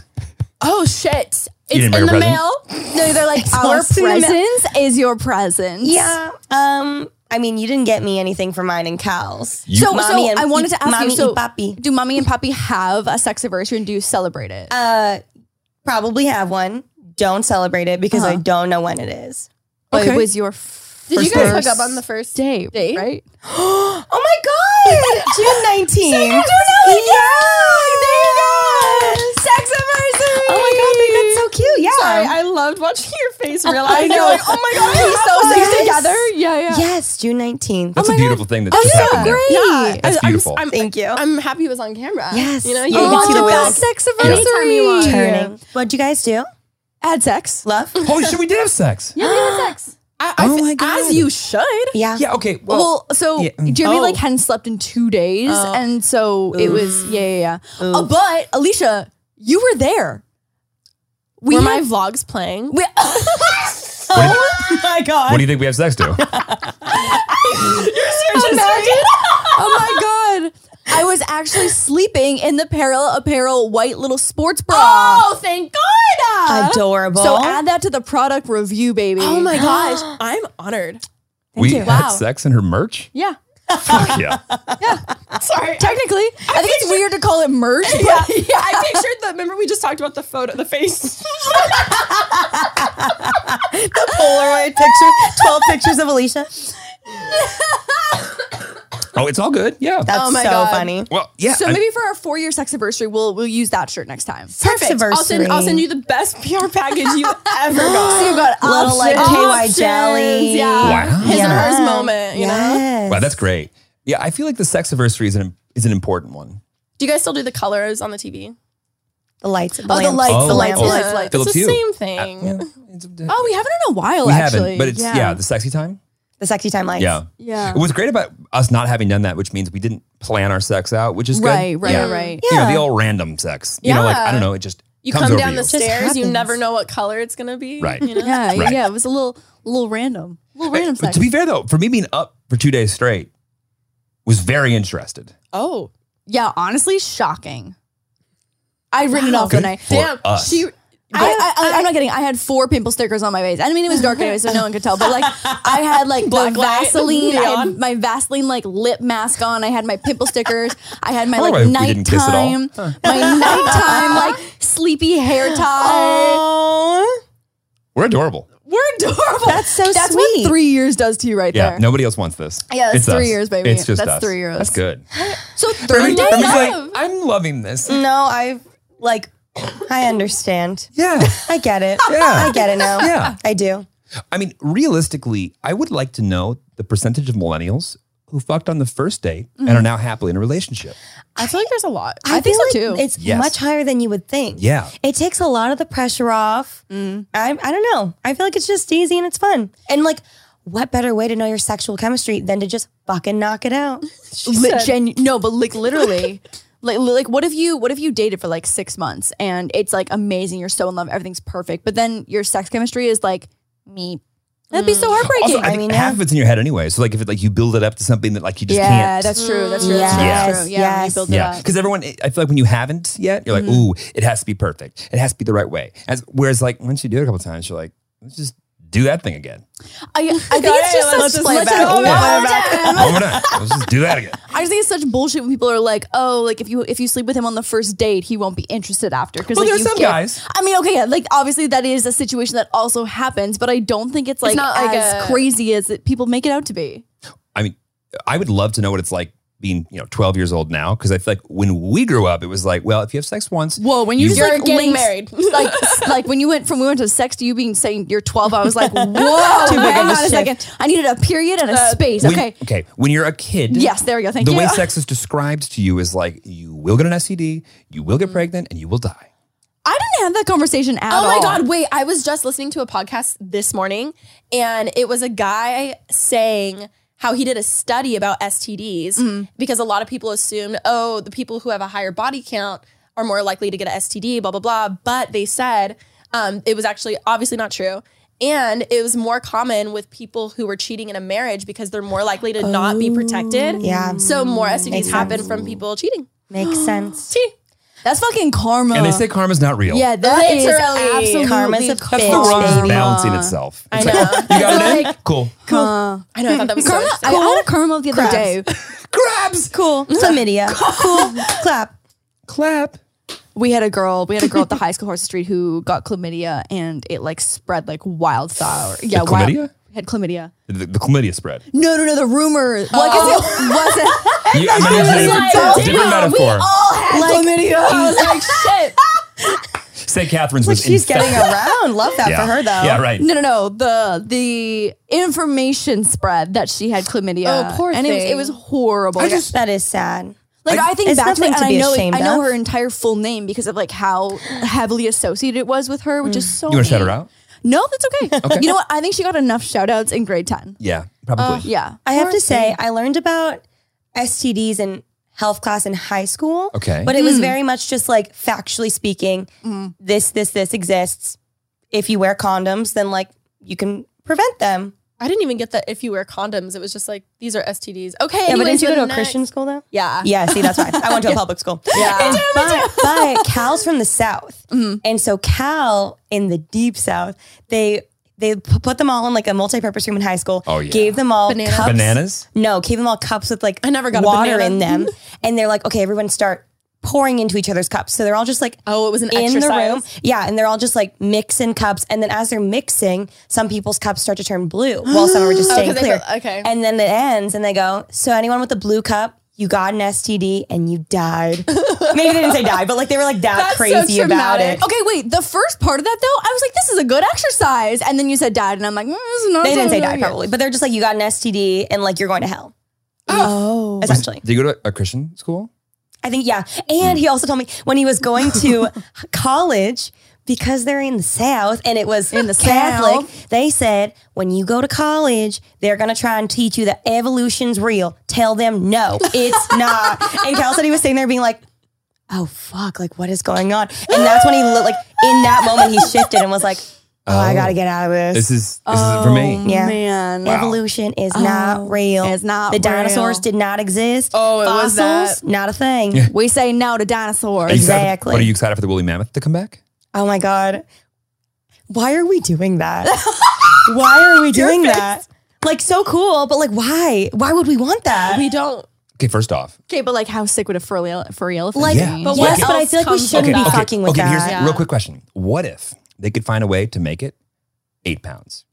Speaker 5: Oh shit! It's
Speaker 2: didn't bring
Speaker 5: in the
Speaker 2: a present?
Speaker 5: mail.
Speaker 6: no, they're like our
Speaker 4: awesome.
Speaker 6: presence is your presence.
Speaker 4: Yeah. Um. I mean, you didn't get me anything for mine and Cal's.
Speaker 2: You-
Speaker 6: Oh, So,
Speaker 4: Mommy
Speaker 6: so
Speaker 4: and-
Speaker 6: I wanted to ask
Speaker 4: mommy
Speaker 6: you. So,
Speaker 4: and papi.
Speaker 6: do mommy and papi have a sex anniversary and do you celebrate it?
Speaker 4: Uh, probably have one. Don't celebrate it because
Speaker 6: Uh-huh.
Speaker 4: I don't know when it is.
Speaker 6: But
Speaker 2: okay.
Speaker 6: It was your. First
Speaker 5: Did you guys hook up on the first
Speaker 6: date,
Speaker 5: date?
Speaker 6: right?
Speaker 4: Oh my god! June nineteenth.
Speaker 6: Sex anniversary.
Speaker 4: Oh my god, babe, that's so cute. Yeah.
Speaker 5: Sorry, I loved watching your face realize.
Speaker 4: I know.
Speaker 5: You're like, oh my god, he's so
Speaker 4: Yes.
Speaker 5: sexy together. Yeah, yeah.
Speaker 4: yes, June Oh nineteenth.
Speaker 2: That's a beautiful thing that just happened. there.
Speaker 5: Yeah,
Speaker 2: That's
Speaker 5: I- I'm-
Speaker 2: beautiful.
Speaker 5: I'm,
Speaker 4: Thank you.
Speaker 5: I'm happy it was on camera.
Speaker 4: Yes. Oh,
Speaker 5: you know,
Speaker 4: Yeah, you can
Speaker 5: can
Speaker 4: see the
Speaker 5: wheel.
Speaker 4: wheels.
Speaker 6: sex
Speaker 5: Anytime you want.
Speaker 4: Turning. What'd you guys do?
Speaker 6: Add sex.
Speaker 4: Love.
Speaker 2: Holy shit, we did have sex. Yeah.
Speaker 5: I, I
Speaker 2: Oh
Speaker 5: f-
Speaker 2: my God.
Speaker 5: As you should.
Speaker 4: Yeah.
Speaker 2: okay. Well,
Speaker 6: Well, so
Speaker 2: Yeah. Mm.
Speaker 6: Jeremy
Speaker 5: Oh.
Speaker 6: like hadn't slept in two days, and so it was yeah, yeah, yeah. Uh, but Alicia, you were there. We
Speaker 5: Were my
Speaker 6: have,
Speaker 5: vlogs playing?
Speaker 6: we,
Speaker 4: Oh my
Speaker 2: what
Speaker 4: god.
Speaker 2: do you think we have sex to?
Speaker 6: oh my god, I was actually sleeping in the parallel apparel white little sports bra.
Speaker 5: Oh, thank God!
Speaker 4: Adorable.
Speaker 6: So add that to the product review, baby.
Speaker 5: Oh my gosh, I'm honored.
Speaker 2: we
Speaker 6: you.
Speaker 2: had
Speaker 6: Wow.
Speaker 2: sex in her merch?
Speaker 6: Yeah.
Speaker 2: Fuck yeah.
Speaker 5: Sorry,
Speaker 6: Technically, I, think it's weird to call it merch, but
Speaker 5: yeah, yeah. I pictured the. Remember, we just talked about the photo, the face.
Speaker 4: Polaroid picture, 12 pictures of Alicia.
Speaker 2: Oh, it's all good. Yeah.
Speaker 4: That's
Speaker 5: Oh my
Speaker 4: so
Speaker 5: God.
Speaker 4: funny.
Speaker 2: well, yeah.
Speaker 6: so
Speaker 2: I-
Speaker 6: maybe for our four year sex anniversary, we'll we'll use that shirt next time.
Speaker 5: Perfect. I'll send, I'll send you the best PR package you ever got.
Speaker 6: So you got
Speaker 4: Little like
Speaker 6: options.
Speaker 4: KY jelly.
Speaker 5: Yeah.
Speaker 2: Wow.
Speaker 5: His
Speaker 4: Yeah.
Speaker 5: and hers moment. You know.
Speaker 4: Yes.
Speaker 2: wow, that's great. Yeah, I feel like the sex anniversary is an, is an important one.
Speaker 5: Do you guys still do the colors on the TV?
Speaker 4: The lights. The
Speaker 6: Oh, the
Speaker 4: lamps.
Speaker 6: lights,
Speaker 2: Oh,
Speaker 6: the lights,
Speaker 2: oh.
Speaker 6: the lights, the lights.
Speaker 2: Phillips
Speaker 5: it's the
Speaker 2: Hue.
Speaker 5: same
Speaker 2: Uh,
Speaker 5: thing.
Speaker 6: Oh, we haven't in a while.
Speaker 2: we
Speaker 6: actually.
Speaker 2: haven't, but it's, yeah. the sexy time.
Speaker 4: The sexy time lights.
Speaker 2: Yeah.
Speaker 6: Yeah.
Speaker 2: What's great about us not having done that, which means we didn't plan our sex out, which is good.
Speaker 6: Right, right,
Speaker 2: Yeah.
Speaker 6: right.
Speaker 2: You know,
Speaker 4: Yeah.
Speaker 2: the old random sex. You know, like,
Speaker 5: Yeah.
Speaker 2: I don't know, it just
Speaker 5: You
Speaker 2: comes
Speaker 5: come
Speaker 2: over
Speaker 5: down
Speaker 2: you.
Speaker 5: the stairs, you
Speaker 4: happens.
Speaker 5: never know what color it's gonna be.
Speaker 2: Right.
Speaker 5: You know?
Speaker 6: Yeah,
Speaker 2: Right.
Speaker 6: yeah. It was a little, a little random, a little random
Speaker 2: But
Speaker 6: sex.
Speaker 2: to be fair though, for me being up for two days straight was very interested.
Speaker 5: Oh.
Speaker 6: yeah, honestly, shocking. I'd written it off the night.
Speaker 5: Damn,
Speaker 2: us.
Speaker 5: she.
Speaker 6: I, I, I, am not kidding. I had four pimple stickers on my face. I mean, it was dark anyway, so no one could tell. But like, I had like the
Speaker 5: Black light,
Speaker 6: Vaseline, I had
Speaker 5: neon.
Speaker 6: my Vaseline like lip mask on. I had my pimple stickers. I had my
Speaker 2: wonder
Speaker 6: like
Speaker 2: why we didn't kiss at all.
Speaker 6: nighttime, my nighttime like sleepy hair tie.
Speaker 4: Oh,
Speaker 2: We're adorable.
Speaker 6: We're adorable.
Speaker 4: That's so
Speaker 6: That's
Speaker 4: sweet.
Speaker 6: what three years does to you, right
Speaker 2: Yeah.
Speaker 6: there.
Speaker 2: Nobody else wants this.
Speaker 6: Yeah, that's
Speaker 2: It's
Speaker 6: three
Speaker 2: us.
Speaker 6: years, baby.
Speaker 2: It's just
Speaker 6: That's
Speaker 2: us.
Speaker 6: three years.
Speaker 2: That's good.
Speaker 6: So
Speaker 2: Remy-
Speaker 6: thirty days.
Speaker 2: Remy's like, I'm loving this.
Speaker 4: no, I like. I understand.
Speaker 2: Yeah.
Speaker 4: I get it.
Speaker 2: Yeah.
Speaker 4: I get it now.
Speaker 2: Yeah.
Speaker 4: I do.
Speaker 2: I mean, realistically, I would like to know the percentage of millennials who fucked on the first date and are
Speaker 6: Mm.
Speaker 2: now happily in a relationship.
Speaker 5: I feel like there's a lot.
Speaker 6: I think
Speaker 4: feel
Speaker 6: so
Speaker 4: like
Speaker 6: too.
Speaker 4: It's
Speaker 2: Yes.
Speaker 4: much higher than you would think.
Speaker 2: Yeah.
Speaker 4: It takes a lot of the pressure off.
Speaker 6: Mm.
Speaker 4: I, I don't know. I feel like it's just easy and it's fun. And like, what better way to know your sexual chemistry than to just fucking knock it out?
Speaker 6: Li- genu- no, but like literally, like li- like what if you what if you dated for like six months and it's like amazing, you're so in love, everything's perfect, but then your sex chemistry is like me. That'd be so heartbreaking.
Speaker 2: Also, I, think
Speaker 4: mean,
Speaker 2: half
Speaker 4: yeah.
Speaker 2: of it's in your head anyway. So like if it, like you build it up to something that like you just
Speaker 6: yeah,
Speaker 2: can't.
Speaker 6: that's true. That's true.
Speaker 4: Yes,
Speaker 6: That's true. Yeah, when
Speaker 4: yes.
Speaker 6: you build
Speaker 2: yeah,
Speaker 6: it up.
Speaker 2: because everyone, I feel like when you haven't yet, you're like,
Speaker 6: Mm-hmm.
Speaker 2: ooh, it has to be perfect. It has to be the right way. As whereas, like once you do it a couple times, you're like, let's just do that thing again.
Speaker 6: I, I think it's just such
Speaker 4: let's just play it
Speaker 6: such
Speaker 4: back.
Speaker 6: an
Speaker 4: Let's play it
Speaker 6: old-
Speaker 2: One more time. Let's just do that again.
Speaker 6: I just think it's such bullshit when people are like, oh, like if you if you sleep with him on the first date, he won't be interested after. Because
Speaker 2: Well,
Speaker 6: like,
Speaker 2: there's
Speaker 6: you
Speaker 2: some
Speaker 6: get-
Speaker 2: guys.
Speaker 6: I mean, okay, yeah, like obviously that is a situation that also happens, but I don't think it's like
Speaker 5: not like
Speaker 6: as
Speaker 5: a-
Speaker 6: crazy as it, people make it out to be.
Speaker 2: I mean, I would love to know what it's like being, you know, 12 years old now. Cause I feel like when we grew up, it was like, well, if you have sex once,
Speaker 6: Whoa, when
Speaker 2: you
Speaker 6: just
Speaker 5: You're
Speaker 6: like
Speaker 5: getting married.
Speaker 6: linked- like like when you went from we went to sex to you being saying you're 12, I was like, whoa,
Speaker 4: Too big of
Speaker 6: hang
Speaker 4: a
Speaker 6: on a
Speaker 4: shift.
Speaker 6: second, Uh, I needed a period and a space.
Speaker 2: when,
Speaker 6: okay,
Speaker 2: okay, when you're a kid,
Speaker 6: yes, there we go. Thank
Speaker 2: the
Speaker 6: you.
Speaker 2: way sex is described to you is like, you will get an STD, you will
Speaker 6: Mm.
Speaker 2: get pregnant, and you will die.
Speaker 6: I didn't have that conversation at all.
Speaker 5: Oh my god, wait, I was just listening to a podcast this morning and it was a guy saying how he did a study about STDs because a lot of people assumed, oh, the people who have a higher body count are more likely to get an STD, blah, blah, blah. But they said um, it was actually obviously not true. And it was more common with people who were cheating in a marriage because they're more likely to not be protected.
Speaker 4: Yeah.
Speaker 5: So more STDs
Speaker 4: Makes
Speaker 5: happen
Speaker 4: sense.
Speaker 5: from people cheating.
Speaker 4: Makes sense.
Speaker 5: Tea.
Speaker 6: that's fucking karma.
Speaker 2: and they say karma's not real.
Speaker 6: yeah, that is
Speaker 5: Literally.
Speaker 6: absolutely
Speaker 4: Karma's a
Speaker 6: karma.
Speaker 4: bitch,
Speaker 2: The wrong is
Speaker 4: baby.
Speaker 2: balancing itself.
Speaker 5: I
Speaker 2: It's
Speaker 5: know.
Speaker 2: Like, you got it in? Cool.
Speaker 5: I know. I thought that was so
Speaker 6: Karma. I
Speaker 5: interesting.
Speaker 6: had a karma the other
Speaker 4: Crabs.
Speaker 6: day.
Speaker 2: Grabs.
Speaker 4: Cool. Chlamydia. cool. Clap.
Speaker 2: Clap.
Speaker 6: we had a girl we had a girl at the high school horse street who got chlamydia and it like spread like wildfire yeah wild-
Speaker 2: chlamydia?
Speaker 6: had chlamydia Oh.
Speaker 2: The, the chlamydia spread.
Speaker 6: no no no the rumor well, I guess it wasn't
Speaker 2: You, I mean, it's a different, different metaphor.
Speaker 6: chlamydia I was like shit
Speaker 2: St. Catherine's
Speaker 4: Like
Speaker 2: was
Speaker 4: she's
Speaker 2: infected.
Speaker 4: getting around. Love that
Speaker 2: yeah.
Speaker 4: for her though.
Speaker 2: Yeah, right.
Speaker 6: no no no the the information spread that she had chlamydia
Speaker 5: Oh, poor
Speaker 6: and it
Speaker 5: thing.
Speaker 6: was it was horrible
Speaker 2: I just-
Speaker 4: That is sad.
Speaker 6: like I, think
Speaker 4: It's
Speaker 6: back to it,
Speaker 4: nothing
Speaker 6: and
Speaker 4: to
Speaker 6: I
Speaker 4: be
Speaker 6: know it,
Speaker 4: ashamed
Speaker 6: I know
Speaker 4: of.
Speaker 6: her entire full name because of like how heavily associated it was with her, which
Speaker 4: Mm.
Speaker 6: is so.
Speaker 2: You want to shout her
Speaker 6: mean.
Speaker 2: out?
Speaker 6: No, that's okay. You know what? I think she got enough shout outs in grade ten. Uh,
Speaker 2: Yeah, probably.
Speaker 4: Oh,
Speaker 6: Yeah,
Speaker 4: I have to say, I learned about STDs in health class in high school.
Speaker 2: Okay.
Speaker 4: But it
Speaker 5: Hmm.
Speaker 4: was very much just like factually speaking,
Speaker 5: Mm-hmm.
Speaker 4: this, this, this exists. If you wear condoms, then like you can prevent them.
Speaker 5: I didn't even get that if you wear condoms. It was just like, these are STDs. Okay.
Speaker 4: Yeah, but
Speaker 5: anyways,
Speaker 4: didn't you
Speaker 5: the
Speaker 4: go to a
Speaker 5: next-
Speaker 4: Christian school though?
Speaker 5: Yeah.
Speaker 4: Yeah, see, that's why I went to a public school.
Speaker 5: Yeah.
Speaker 4: And- but, but Cal's from the South.
Speaker 5: Mm-hmm.
Speaker 4: And so Cal in the deep South, they they p- put them all in like a multi-purpose room in high school.
Speaker 2: Oh, yeah.
Speaker 4: Gave them all
Speaker 5: Bananas.
Speaker 4: cups.
Speaker 2: Bananas?
Speaker 4: No, gave them all cups with like
Speaker 5: I never got a
Speaker 4: water
Speaker 5: banana.
Speaker 4: in them. and they're like, okay, everyone start pouring into each other's cups. So they're all just like
Speaker 5: Oh, it was an
Speaker 4: in
Speaker 5: exercise.
Speaker 4: the room. Yeah, and they're all just like mixing cups. And then as they're mixing, some people's cups start to turn blue while some are just staying
Speaker 5: Oh, 'cause they
Speaker 4: clear.
Speaker 5: feel- okay.
Speaker 4: And then it ends and they go, So anyone with a blue cup, you got an STD and you died. Maybe they didn't say die, but like they were like that
Speaker 5: That's so
Speaker 4: crazy about
Speaker 5: traumatic.
Speaker 4: it.
Speaker 6: Okay, wait. The first part of that though, I was like, "This is a good exercise," and then you said "died," and I'm like, mm, "This is not."
Speaker 4: They didn't say die
Speaker 6: something I
Speaker 4: probably, but they're just like, You got an STD and like you're going to hell. Oh. Essentially.
Speaker 2: Did you go to a Christian school?
Speaker 4: I think, yeah. And he also told me when he was going to college, because they're in the South and it was in
Speaker 6: the
Speaker 4: Catholic, they said, when you go to college, they're going to try and teach you that evolution's real. Tell them, no, it's not. And Cal said he was sitting there being like, oh, fuck, like what is going on? And that's when he looked like, in that moment, he shifted and was like, Oh, I gotta get out of this.
Speaker 2: This is this is for me.
Speaker 4: Yeah.
Speaker 6: Oh, man.
Speaker 4: Evolution is
Speaker 6: Oh,
Speaker 4: not real.
Speaker 6: it's not
Speaker 4: The
Speaker 6: real.
Speaker 4: dinosaurs did not exist.
Speaker 5: Oh, it was
Speaker 4: Fossils, not a thing.
Speaker 6: We say no to dinosaurs.
Speaker 2: Are you excited-
Speaker 4: Exactly.
Speaker 2: But are you excited for the woolly mammoth to come back?
Speaker 4: Oh my god. Why are we doing that? why are we doing that? Like so cool, but like why? Why would we want that?
Speaker 5: We don't.
Speaker 2: Okay, first off,
Speaker 6: Okay, but like, how sick would a furry, ele- furry elephant
Speaker 4: like
Speaker 6: be?
Speaker 2: Yeah.
Speaker 4: but
Speaker 2: Okay.
Speaker 4: yes, but I
Speaker 5: Else
Speaker 4: feel like we
Speaker 5: comes
Speaker 4: shouldn't
Speaker 5: with
Speaker 4: be
Speaker 5: that.
Speaker 4: fucking with
Speaker 2: okay.
Speaker 4: that.
Speaker 2: Here's a
Speaker 5: Yeah.
Speaker 2: real quick question: What if they could find a way to make it eight pounds?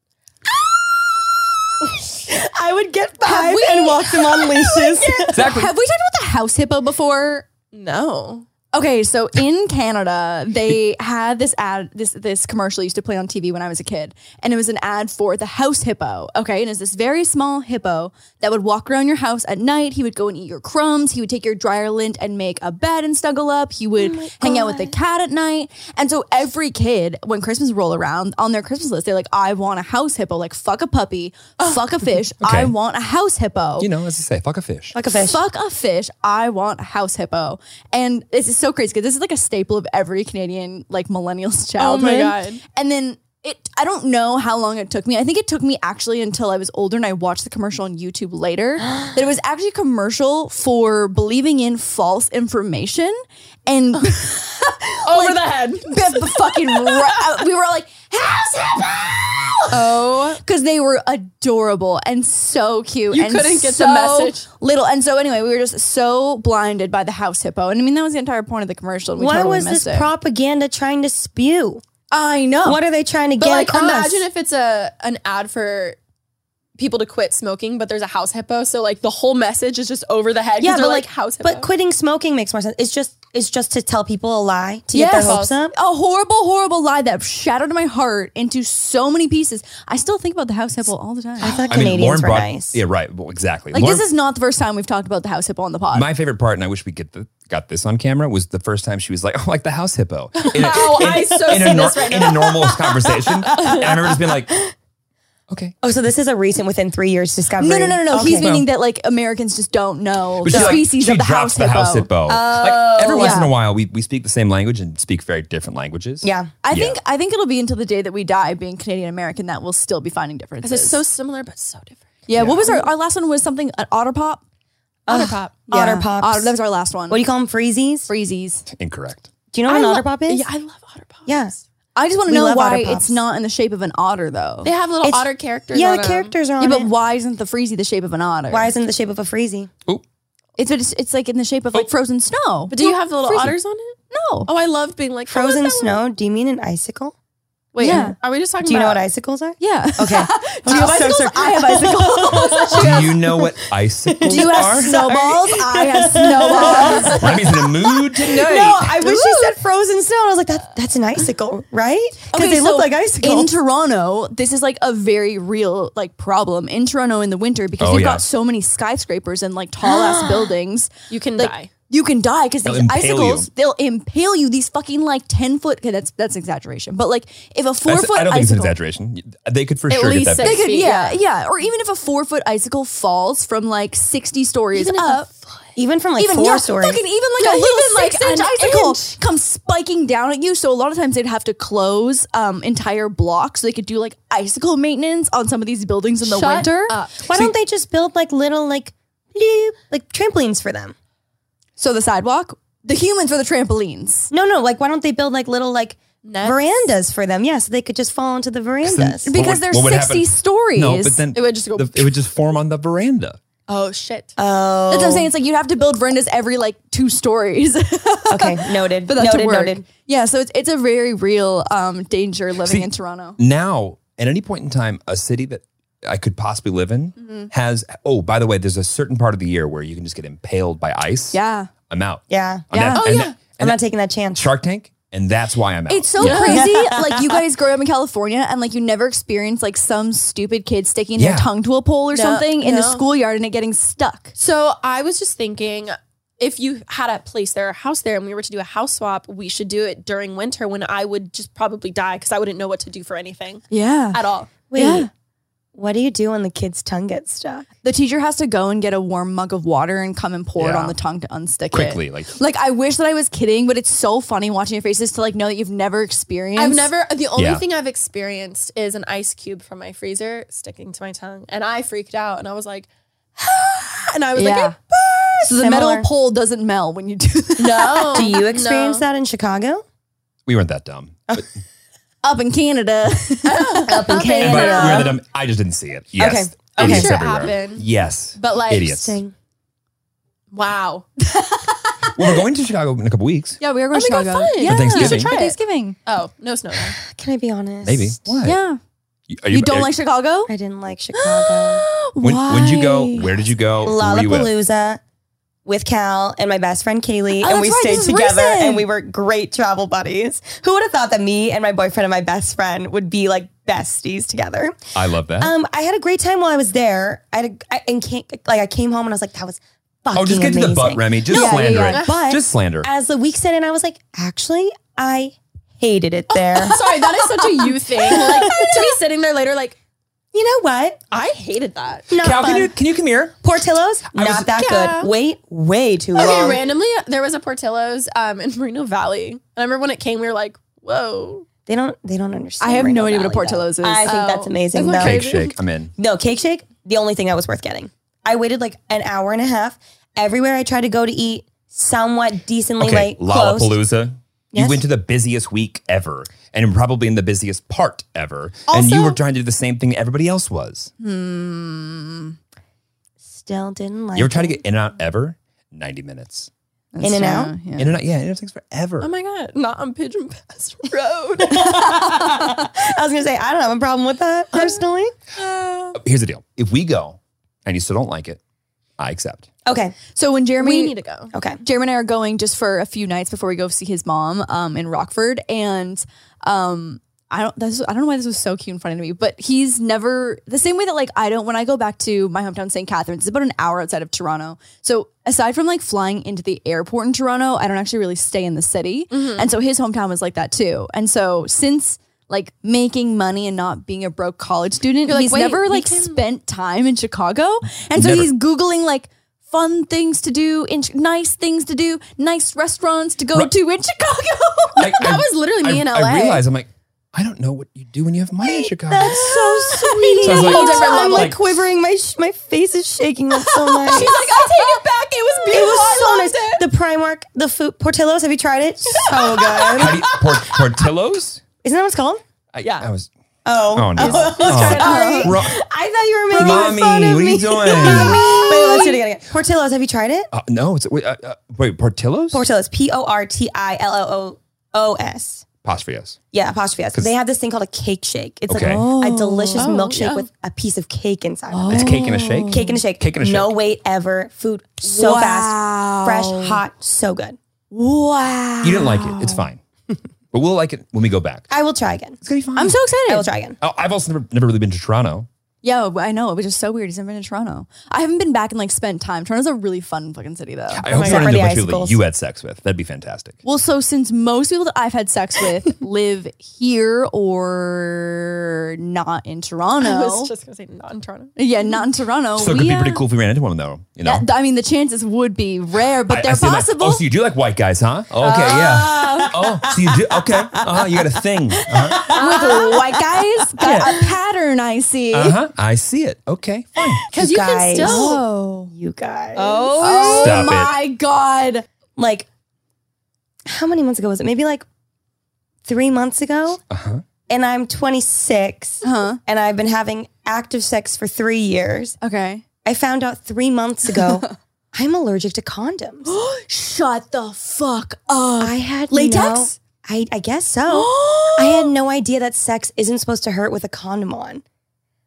Speaker 4: I would get five and walk them on leashes.
Speaker 2: Exactly.
Speaker 6: Have we talked about the house hippo before?
Speaker 5: No.
Speaker 6: Okay, so in Canada, they had this ad, this this commercial used to play on TV when I was a kid, and it was an ad for the house hippo. Okay, and it's this very small hippo that would walk around your house at night. He would go and eat your crumbs. He would take your dryer lint and make a bed and snuggle up.
Speaker 2: Oh
Speaker 6: He would hang out with the cat at night. And so every kid, when Christmas roll around on their Christmas list, they're like, "I want a house hippo. Like fuck a puppy, fuck a fish. I
Speaker 2: Okay.
Speaker 6: want a house hippo."
Speaker 2: You know, as I say, fuck a fish.
Speaker 4: Like a fish.
Speaker 6: Fuck a fish. I want a house hippo. And this is so crazy because this is like a staple of every Canadian like millennial's
Speaker 4: Oh
Speaker 6: childhood.
Speaker 5: God.
Speaker 6: And then it I don't know how long it took me. I think it took me actually until I was older and I watched the commercial on YouTube later that it was actually a commercial for believing in false information and over
Speaker 5: the head.
Speaker 6: fucking ra- we were all like house hippo
Speaker 5: Oh.
Speaker 6: because they were adorable and so cute.
Speaker 5: You
Speaker 6: and
Speaker 5: couldn't get the
Speaker 6: so
Speaker 5: message.
Speaker 6: Little and so anyway, we were just so blinded by the house hippo, and I mean that was the entire point of the commercial. We
Speaker 4: What
Speaker 6: totally
Speaker 4: was this
Speaker 6: missed it.
Speaker 4: propaganda trying to spew?
Speaker 6: I know.
Speaker 4: What are they trying to
Speaker 5: But
Speaker 4: get
Speaker 5: like,
Speaker 4: across?
Speaker 5: imagine if it's a an ad for people to quit smoking, but there's a house hippo, so like the whole message is just over the head.
Speaker 4: yeah, but
Speaker 5: they're
Speaker 4: like,
Speaker 5: house hippo.
Speaker 4: but quitting smoking makes more sense. It's just it's just to tell people a lie to get
Speaker 6: Yes.
Speaker 4: their hopes up.
Speaker 6: a horrible, horrible lie that shattered my heart into so many pieces. I still think about the house hippo all the time.
Speaker 4: I thought
Speaker 2: I mean,
Speaker 4: Canadians
Speaker 2: Lauren
Speaker 4: were
Speaker 2: brought.
Speaker 4: nice.
Speaker 2: Yeah, right. Well, exactly.
Speaker 6: Like
Speaker 2: Lauren-
Speaker 6: this is not the first time we've talked about the house hippo on the pod.
Speaker 2: my favorite part, and I wish we get the, got this on camera, was the first time she was like, "Oh, like the house hippo." In a,
Speaker 5: Oh, I so
Speaker 2: in a,
Speaker 5: see
Speaker 2: nor-
Speaker 5: this right
Speaker 2: in
Speaker 5: now.
Speaker 2: a normal conversation, and I remember just being like, "Okay."
Speaker 4: Oh, so this is a recent within three years discovery.
Speaker 6: no, no, no, no, no. He's
Speaker 4: Okay.
Speaker 6: meaning that like Americans just don't know
Speaker 2: But
Speaker 6: the
Speaker 2: she, like,
Speaker 6: species
Speaker 2: she
Speaker 6: of the
Speaker 2: drops
Speaker 6: house
Speaker 2: the
Speaker 6: hippo.
Speaker 2: house hippo. Like every once
Speaker 6: Yeah.
Speaker 2: in a while, we, we speak the same language and speak very different languages.
Speaker 4: Yeah.
Speaker 6: I
Speaker 2: Yeah.
Speaker 6: think I think it'll be until the day that we die, being Canadian American, that we'll still be finding differences.
Speaker 5: it's so similar but so different.
Speaker 6: Yeah, what was our, our last one? Was something an otter pop?
Speaker 5: Otter pop.
Speaker 4: Otter
Speaker 6: Yeah.
Speaker 4: pops.
Speaker 6: Otter, that was our last one.
Speaker 4: what do you call them? Freezies.
Speaker 6: Freezies.
Speaker 2: Incorrect.
Speaker 4: Do you know what an
Speaker 5: lo-
Speaker 4: otter pop is?
Speaker 5: Yeah, I love otter pops.
Speaker 4: Yeah.
Speaker 6: I just want to
Speaker 4: We
Speaker 6: know
Speaker 4: love
Speaker 6: why
Speaker 4: Otter Pops.
Speaker 6: it's not in the shape of an otter though.
Speaker 5: They have little
Speaker 4: It's-
Speaker 5: otter characters.
Speaker 4: Yeah,
Speaker 5: on
Speaker 4: the
Speaker 5: them.
Speaker 4: characters are on
Speaker 6: yeah, but
Speaker 4: it.
Speaker 6: why isn't the freezy the shape of an otter?
Speaker 4: Why isn't it the shape of a freezy?
Speaker 2: Ooh.
Speaker 6: it's it's, it's like in the shape of
Speaker 2: Oh.
Speaker 6: like frozen snow?
Speaker 5: But do you have the little
Speaker 6: Freezy.
Speaker 5: otters on it?
Speaker 6: No.
Speaker 5: Oh, I love being like I want
Speaker 4: Frozen
Speaker 5: that one.
Speaker 4: snow? Do you mean an icicle?
Speaker 5: Wait,
Speaker 6: Yeah.
Speaker 5: are we just talking?
Speaker 4: Do you know
Speaker 5: about-
Speaker 4: what icicles are?
Speaker 6: Yeah.
Speaker 4: Okay.
Speaker 6: do you have
Speaker 4: I'm so
Speaker 6: icicles?
Speaker 4: sorry.
Speaker 6: I have icicles.
Speaker 2: Do you know what icicles
Speaker 6: do you have
Speaker 2: are?
Speaker 6: snowballs? I have snowballs.
Speaker 2: Remy's in a mood tonight.
Speaker 4: No, I wish you said frozen snow. And I was like, that, that's an icicle, right? Because they
Speaker 6: so
Speaker 4: look like icicles.
Speaker 6: In Toronto, this is like a very real like problem in Toronto in the winter because
Speaker 2: Oh,
Speaker 6: they've
Speaker 2: yeah.
Speaker 6: got so many skyscrapers and like tall ass buildings.
Speaker 5: You can
Speaker 6: like,
Speaker 5: die.
Speaker 6: You can die because
Speaker 2: They'll
Speaker 6: these
Speaker 2: impale
Speaker 6: icicles
Speaker 2: you.
Speaker 6: they'll impale you. These fucking like ten foot. Okay, that's that's exaggeration. But like if a four
Speaker 2: That's-
Speaker 6: foot
Speaker 2: I don't think it's an
Speaker 6: icicle,
Speaker 2: exaggeration. They could for
Speaker 5: At
Speaker 2: sure get
Speaker 5: least
Speaker 2: that.
Speaker 5: six.
Speaker 2: big.
Speaker 6: They could,
Speaker 5: feet,
Speaker 6: yeah, yeah, or even if a four foot icicle falls from like sixty stories
Speaker 5: Even if a
Speaker 6: up,
Speaker 4: even e- from like
Speaker 6: even
Speaker 4: four
Speaker 6: yeah,
Speaker 4: stories.
Speaker 6: fucking even like
Speaker 5: Yeah,
Speaker 6: a little
Speaker 5: even
Speaker 6: like
Speaker 5: six-inch
Speaker 6: an icicle
Speaker 5: inch.
Speaker 6: comes spiking down at you. So a lot of times they'd have to close um, entire blocks so they could do like icicle maintenance on some of these buildings in the
Speaker 5: Shut
Speaker 6: winter.
Speaker 5: up.
Speaker 4: Why don't they just build like little like bloop, like trampolines for them?
Speaker 6: So the sidewalk, the humans were the trampolines.
Speaker 4: No, no. Like why don't they build like little like
Speaker 5: Nets?
Speaker 4: verandas for them? Yeah, so they could just fall onto the verandas.
Speaker 2: But
Speaker 6: Because
Speaker 2: what-
Speaker 6: there's
Speaker 2: what would
Speaker 6: 60
Speaker 2: happen-
Speaker 6: stories.
Speaker 2: No, but then
Speaker 5: It would just go-
Speaker 2: the- it would just form on the veranda.
Speaker 5: Oh shit.
Speaker 4: Oh,
Speaker 6: That's what I'm saying. It's like you'd have to build verandas every like two stories for
Speaker 4: okay, noted.
Speaker 6: that
Speaker 4: noted,
Speaker 6: to work.
Speaker 4: noted.
Speaker 6: Yeah, so it's, it's a very real um, danger living
Speaker 2: See,
Speaker 6: in Toronto.
Speaker 2: now at any point in time a city that i could possibly live in has oh by the way there's a certain part of the year where you can just get impaled by ice
Speaker 6: Yeah.
Speaker 2: i'm out
Speaker 4: Yeah,
Speaker 2: I'm
Speaker 6: Yeah.
Speaker 2: out.
Speaker 6: Oh,
Speaker 2: and
Speaker 5: yeah.
Speaker 2: that-
Speaker 4: I'm
Speaker 2: and that-
Speaker 4: not taking that chance.
Speaker 2: shark tank and that's why i'm out
Speaker 6: It's so crazy. like you guys grew up in California and like you never experienced like some stupid kid sticking their
Speaker 2: Yeah.
Speaker 6: tongue to a pole or
Speaker 5: No,
Speaker 6: something in the
Speaker 5: no.
Speaker 6: schoolyard and it getting stuck.
Speaker 5: So I was just thinking, if you had a place there, a house there, and we were to do a house swap, we should do it during
Speaker 6: Uh,
Speaker 5: winter when I would just probably die because I wouldn't know what to do for anything
Speaker 6: Yeah.
Speaker 5: at all.
Speaker 4: Wait, What do you do when the kid's tongue gets stuck?
Speaker 6: The teacher has to go and get a warm mug of water and come and pour it
Speaker 2: Yeah.
Speaker 6: on the tongue to unstick it
Speaker 2: Quickly, like-
Speaker 6: like I wish that I was kidding, but it's so funny watching your faces to like know that you've never experienced.
Speaker 5: I've never. The only
Speaker 2: Yeah.
Speaker 5: thing I've experienced is an ice cube from my freezer sticking to my tongue, and I freaked out, and I was like, and I was
Speaker 6: Yeah.
Speaker 5: like, it burns.
Speaker 6: So the metal
Speaker 4: Similar.
Speaker 6: pole doesn't melt when you do that.
Speaker 5: No.
Speaker 4: Do you experience that in Chicago?
Speaker 2: We weren't that dumb. But,
Speaker 6: Up in Canada,
Speaker 5: Oh,
Speaker 2: but
Speaker 4: Up in
Speaker 2: we were
Speaker 4: Canada.
Speaker 2: that dumb. I just didn't see it. Yes.
Speaker 4: Okay.
Speaker 2: Idiots
Speaker 5: Sure it
Speaker 2: everywhere.
Speaker 5: happened.
Speaker 2: Yes.
Speaker 5: But like,
Speaker 2: idiots. Well,
Speaker 5: wow.
Speaker 2: we're going to Chicago in a couple weeks.
Speaker 6: yeah, we are
Speaker 5: Oh my
Speaker 6: going to
Speaker 5: god,
Speaker 6: Chicago
Speaker 5: fun.
Speaker 6: Yeah,
Speaker 2: For Thanksgiving.
Speaker 5: You should try
Speaker 6: for
Speaker 5: it.
Speaker 6: Thanksgiving.
Speaker 5: Oh no, snow.
Speaker 4: Can I be honest?
Speaker 2: Maybe. What?
Speaker 6: Yeah,
Speaker 2: Are
Speaker 6: you don't
Speaker 2: are-
Speaker 6: like Chicago?
Speaker 4: I didn't like Chicago.
Speaker 2: eh, When, when did you go?
Speaker 6: Why?
Speaker 2: Where did you go? Who were you with?
Speaker 4: Lollapalooza with Cal and my best friend Kaylee, and
Speaker 6: Oh, that's
Speaker 4: we
Speaker 6: right,
Speaker 4: stayed
Speaker 6: this is
Speaker 4: together
Speaker 6: recent.
Speaker 4: and we were great travel buddies. Who would have thought that me and my boyfriend and my best friend would be like besties together?
Speaker 2: I love that.
Speaker 4: Um, I had a great time while I was there. I had a, I, and came, like I came home and I was like, that was fucking
Speaker 2: oh, just get to the butt,
Speaker 4: amazing.
Speaker 2: Remy. Just
Speaker 6: No, yeah,
Speaker 2: slander
Speaker 6: yeah.
Speaker 2: it.
Speaker 4: But-
Speaker 2: just slander.
Speaker 4: As the week set in, I was like, actually, I hated it there.
Speaker 5: Sorry, that is such a you thing. Like to be sitting there later, like
Speaker 4: you know what?
Speaker 5: I hated that.
Speaker 4: Not
Speaker 2: Cal,
Speaker 4: fun.
Speaker 2: can you can you come here?
Speaker 4: Portillo's not
Speaker 2: was-
Speaker 4: that
Speaker 5: Yeah.
Speaker 4: good. Wait, way too
Speaker 5: Okay,
Speaker 4: long.
Speaker 5: randomly there was a Portillo's um, in Moreno Valley. And I remember when it came, we were like, "Whoa!"
Speaker 4: They don't. They don't understand.
Speaker 6: I have
Speaker 4: Rainbow
Speaker 6: no idea what a
Speaker 4: Valley, though.
Speaker 6: Portillo's is.
Speaker 4: I think
Speaker 5: Oh.
Speaker 4: that's amazing.
Speaker 5: Isn't
Speaker 4: Though.
Speaker 5: that
Speaker 2: Cake
Speaker 5: Crazy.
Speaker 2: shake. I'm in.
Speaker 4: No cake shake. The only thing that was worth getting. I waited like an hour and a half. Everywhere I tried to go to eat, somewhat decently
Speaker 2: Okay,
Speaker 4: like close.
Speaker 2: Lollapalooza. You
Speaker 4: Yes.
Speaker 2: went to the busiest week ever, and probably in the busiest part ever, and you
Speaker 5: Also-
Speaker 2: were trying to do the same thing everybody else was.
Speaker 4: Still didn't like.
Speaker 2: You ever try to get in and out ever? Ninety minutes.
Speaker 4: In and out?
Speaker 6: Yeah.
Speaker 2: In and out, yeah, in and out takes forever.
Speaker 5: Oh my god, not on Pigeon Pass Road.
Speaker 4: I was gonna say I don't have a problem with that personally.
Speaker 2: Here's the deal: if we go and you still don't like it, I accept.
Speaker 4: Okay.
Speaker 6: So when Jeremy,
Speaker 5: we need to go.
Speaker 4: Okay.
Speaker 6: Jeremy and I are going just for a few nights before we go see his mom um, in Rockford, and um, I don't. This, I don't know why this was so cute and funny to me, but he's never the same way that like I don't. When I go back to my hometown, St. Catharines, it's about an hour outside of Toronto. So aside from like flying into the airport in Toronto, I don't actually really stay in the city,
Speaker 5: Mm-hmm.
Speaker 6: and so his hometown was like that too. And so since like making money and not being a broke college student,
Speaker 5: like,
Speaker 6: he's
Speaker 5: "Wait,
Speaker 6: never
Speaker 5: we
Speaker 6: like
Speaker 5: can-
Speaker 6: spent time in Chicago, and so
Speaker 2: Never.
Speaker 6: he's googling like fun things to do in Ch- nice things to do, nice restaurants to go
Speaker 2: Right.
Speaker 6: to in Chicago.
Speaker 5: That was literally me
Speaker 2: I,
Speaker 5: in
Speaker 2: I
Speaker 5: LA.
Speaker 2: realize I'm like, I don't know what you do when you have money in Chicago.
Speaker 4: So sweet.
Speaker 2: Sounds like-
Speaker 4: I'm
Speaker 2: Different level.
Speaker 4: like quivering. My sh- my face is shaking. That's so much.
Speaker 5: She's like, I take it back. It was
Speaker 4: It
Speaker 5: beautiful.
Speaker 4: was so
Speaker 5: I
Speaker 4: nice.
Speaker 5: loved it.
Speaker 4: The Primark, the food, Portillo's. Have you tried it? So good.
Speaker 2: How do you- Port- Portillo's?
Speaker 4: Isn't that what it's called?
Speaker 2: I, yeah, I was.
Speaker 4: Oh,
Speaker 2: Oh no! Oh.
Speaker 4: sorry.
Speaker 2: Ro-
Speaker 4: I thought you were making
Speaker 2: Mommy,
Speaker 4: fun of
Speaker 2: what are
Speaker 4: me.
Speaker 2: you doing?
Speaker 4: Wait, let's do it again. again. Portillo's. Have you tried it?
Speaker 2: Uh, no, it's wait, uh, uh, wait Portillo's.
Speaker 4: Portillo's. P O R T I L O O O S.
Speaker 2: Apostrophe S.
Speaker 4: Yeah, apostrophe S. They have this thing called a cake shake. It's
Speaker 2: Okay.
Speaker 4: like a delicious
Speaker 5: Oh,
Speaker 4: milkshake
Speaker 5: yeah.
Speaker 4: with a piece of cake inside. of it.
Speaker 2: It's cake and a shake.
Speaker 4: Cake and a shake.
Speaker 2: Cake and a
Speaker 4: No
Speaker 2: shake.
Speaker 4: wait ever. Food so
Speaker 6: Wow.
Speaker 4: fast, fresh, hot, so good.
Speaker 6: Wow.
Speaker 2: You didn't like it. It's fine. but we'll like it when we go back.
Speaker 4: I will try again.
Speaker 2: It's gonna be fine.
Speaker 6: I'm so
Speaker 4: I
Speaker 6: excited.
Speaker 4: will try again.
Speaker 2: Oh, I've also never, never really been to Toronto.
Speaker 6: Yeah, I know. It was just so weird. He's never been to Toronto. I haven't been back and like spent time. Toronto's a really fun fucking city though.
Speaker 2: I hope
Speaker 4: my
Speaker 2: you
Speaker 4: God.
Speaker 2: run
Speaker 4: For
Speaker 2: into
Speaker 4: the
Speaker 2: a bunch of people that
Speaker 4: icicles.
Speaker 2: you had sex with. That'd be fantastic.
Speaker 6: Well, so since most people that I've had sex with live here or not in Toronto,
Speaker 5: I was just gonna say not in Toronto.
Speaker 6: yeah, not in Toronto.
Speaker 2: So it
Speaker 6: we,
Speaker 2: could be
Speaker 6: uh,
Speaker 2: pretty cool if we ran into one though. You know,
Speaker 6: that- I mean, the chances would be rare, but
Speaker 2: I- I
Speaker 6: they're
Speaker 2: see my-
Speaker 6: possible.
Speaker 2: oh, so you do like white guys, huh? Okay, yeah. Oh, so you do. Okay, uh-huh, you got a thing. Uh-huh.
Speaker 6: With white guys, got a pattern I see.
Speaker 2: uh-huh. I see it. Okay, fine.
Speaker 5: Because you
Speaker 4: guys.
Speaker 5: can still
Speaker 6: Oh.
Speaker 4: You guys.
Speaker 6: Oh
Speaker 2: Stop it.
Speaker 6: my god.
Speaker 4: like how many months ago was it? Maybe like three months ago. And I'm 26,
Speaker 5: Uh-huh.
Speaker 6: Huh.
Speaker 4: and I've been having active sex for three years.
Speaker 6: Okay.
Speaker 4: I found out three months ago I'm allergic to condoms.
Speaker 6: Shut the fuck up.
Speaker 4: I had
Speaker 6: Latex?
Speaker 4: no- I I guess so. I had no idea that sex isn't supposed to hurt with a condom on.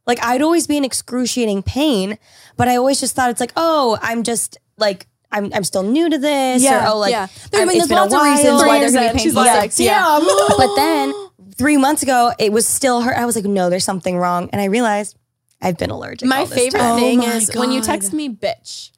Speaker 4: Like I'd always be in excruciating pain, but I always just thought it's like, oh, I'm just like I'm I'm still new to this,
Speaker 6: Yeah,
Speaker 4: or oh, like
Speaker 6: yeah. There- I
Speaker 4: I'm-
Speaker 6: mean,
Speaker 4: it's
Speaker 6: there's
Speaker 4: been a
Speaker 6: lots of reasons
Speaker 4: while.
Speaker 6: why they're gonna be
Speaker 5: And she's
Speaker 6: painful.
Speaker 5: like,
Speaker 6: sex, yeah.
Speaker 5: damn.
Speaker 4: But then three months ago, it was still hurt. I was like, no, there's something wrong. And I realized I've been allergic.
Speaker 5: My
Speaker 4: all this
Speaker 5: favorite
Speaker 4: time.
Speaker 5: thing
Speaker 6: Oh my
Speaker 5: is when you
Speaker 6: God.
Speaker 5: text me bitch.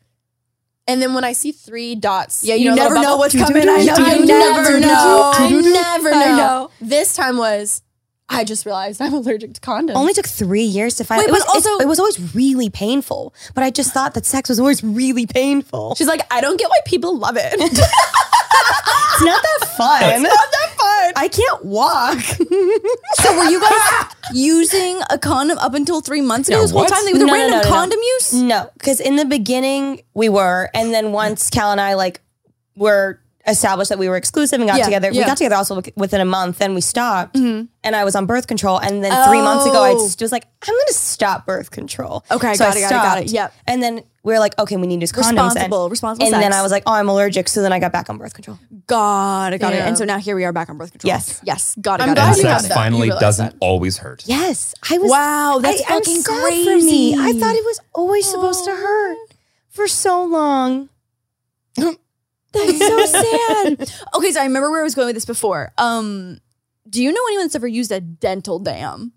Speaker 5: And then when I see three dots,
Speaker 6: Yeah, you never
Speaker 5: little
Speaker 6: know
Speaker 5: bubble-
Speaker 6: what's coming. I know.
Speaker 5: I
Speaker 6: You
Speaker 5: never
Speaker 6: never
Speaker 5: know.
Speaker 6: know.
Speaker 5: I never
Speaker 6: I
Speaker 5: know.
Speaker 6: know.
Speaker 5: This time was I just realized I'm allergic to condoms.
Speaker 4: Only took three years to find.
Speaker 5: Wait,
Speaker 4: it
Speaker 5: but
Speaker 4: was it's-
Speaker 5: also-
Speaker 4: it was always really painful. But I just thought that sex was always really painful.
Speaker 5: She's like, I don't get why people love it. it's
Speaker 4: It's not that fun.
Speaker 5: not that fun.
Speaker 4: I can't walk.
Speaker 6: So were you guys using a condom up until three months ago?
Speaker 2: Yeah,
Speaker 6: this whole
Speaker 2: what?
Speaker 6: time, like, with a
Speaker 4: No, no,
Speaker 6: random
Speaker 4: no, Mm. no, no.
Speaker 6: condom use?
Speaker 4: No, because in the beginning we were, and then once Cal and I like were established that we were exclusive and got
Speaker 6: Yeah,
Speaker 4: together. We
Speaker 6: yeah. Mm-hmm.
Speaker 4: got together also within a month, then we stopped, and I was on birth control, and then three months ago I
Speaker 6: Oh.
Speaker 4: just was like, I'm going to stop birth control.
Speaker 6: Okay,
Speaker 4: so
Speaker 6: got
Speaker 4: I
Speaker 6: it, got it,
Speaker 4: stopped.
Speaker 6: got it. Yep.
Speaker 4: and then we were like, okay, we need to use condoms. and-
Speaker 6: Responsible- responsible
Speaker 4: And then
Speaker 6: sex.
Speaker 4: I was like, oh, I'm allergic, so then I got back on birth control.
Speaker 6: Got it, got it.
Speaker 5: Yeah.
Speaker 6: And so now here we are back on birth control.
Speaker 4: Yes.
Speaker 6: Yes, got it,
Speaker 5: I'm
Speaker 6: got
Speaker 5: glad
Speaker 6: it.
Speaker 2: And
Speaker 5: you
Speaker 6: got
Speaker 5: have
Speaker 2: sex
Speaker 6: it.
Speaker 5: that.
Speaker 2: finally
Speaker 5: You realize
Speaker 2: doesn't
Speaker 5: that.
Speaker 2: always hurt.
Speaker 4: Yes, I was.
Speaker 6: Wow, that's
Speaker 4: I- I'm
Speaker 6: fucking
Speaker 4: sad for me. I
Speaker 6: crazy.
Speaker 4: thought it was always supposed to hurt for so long.
Speaker 6: That's so sad. Okay, so I remember where I was going with this before. Um, do you know anyone that's ever used a dental dam?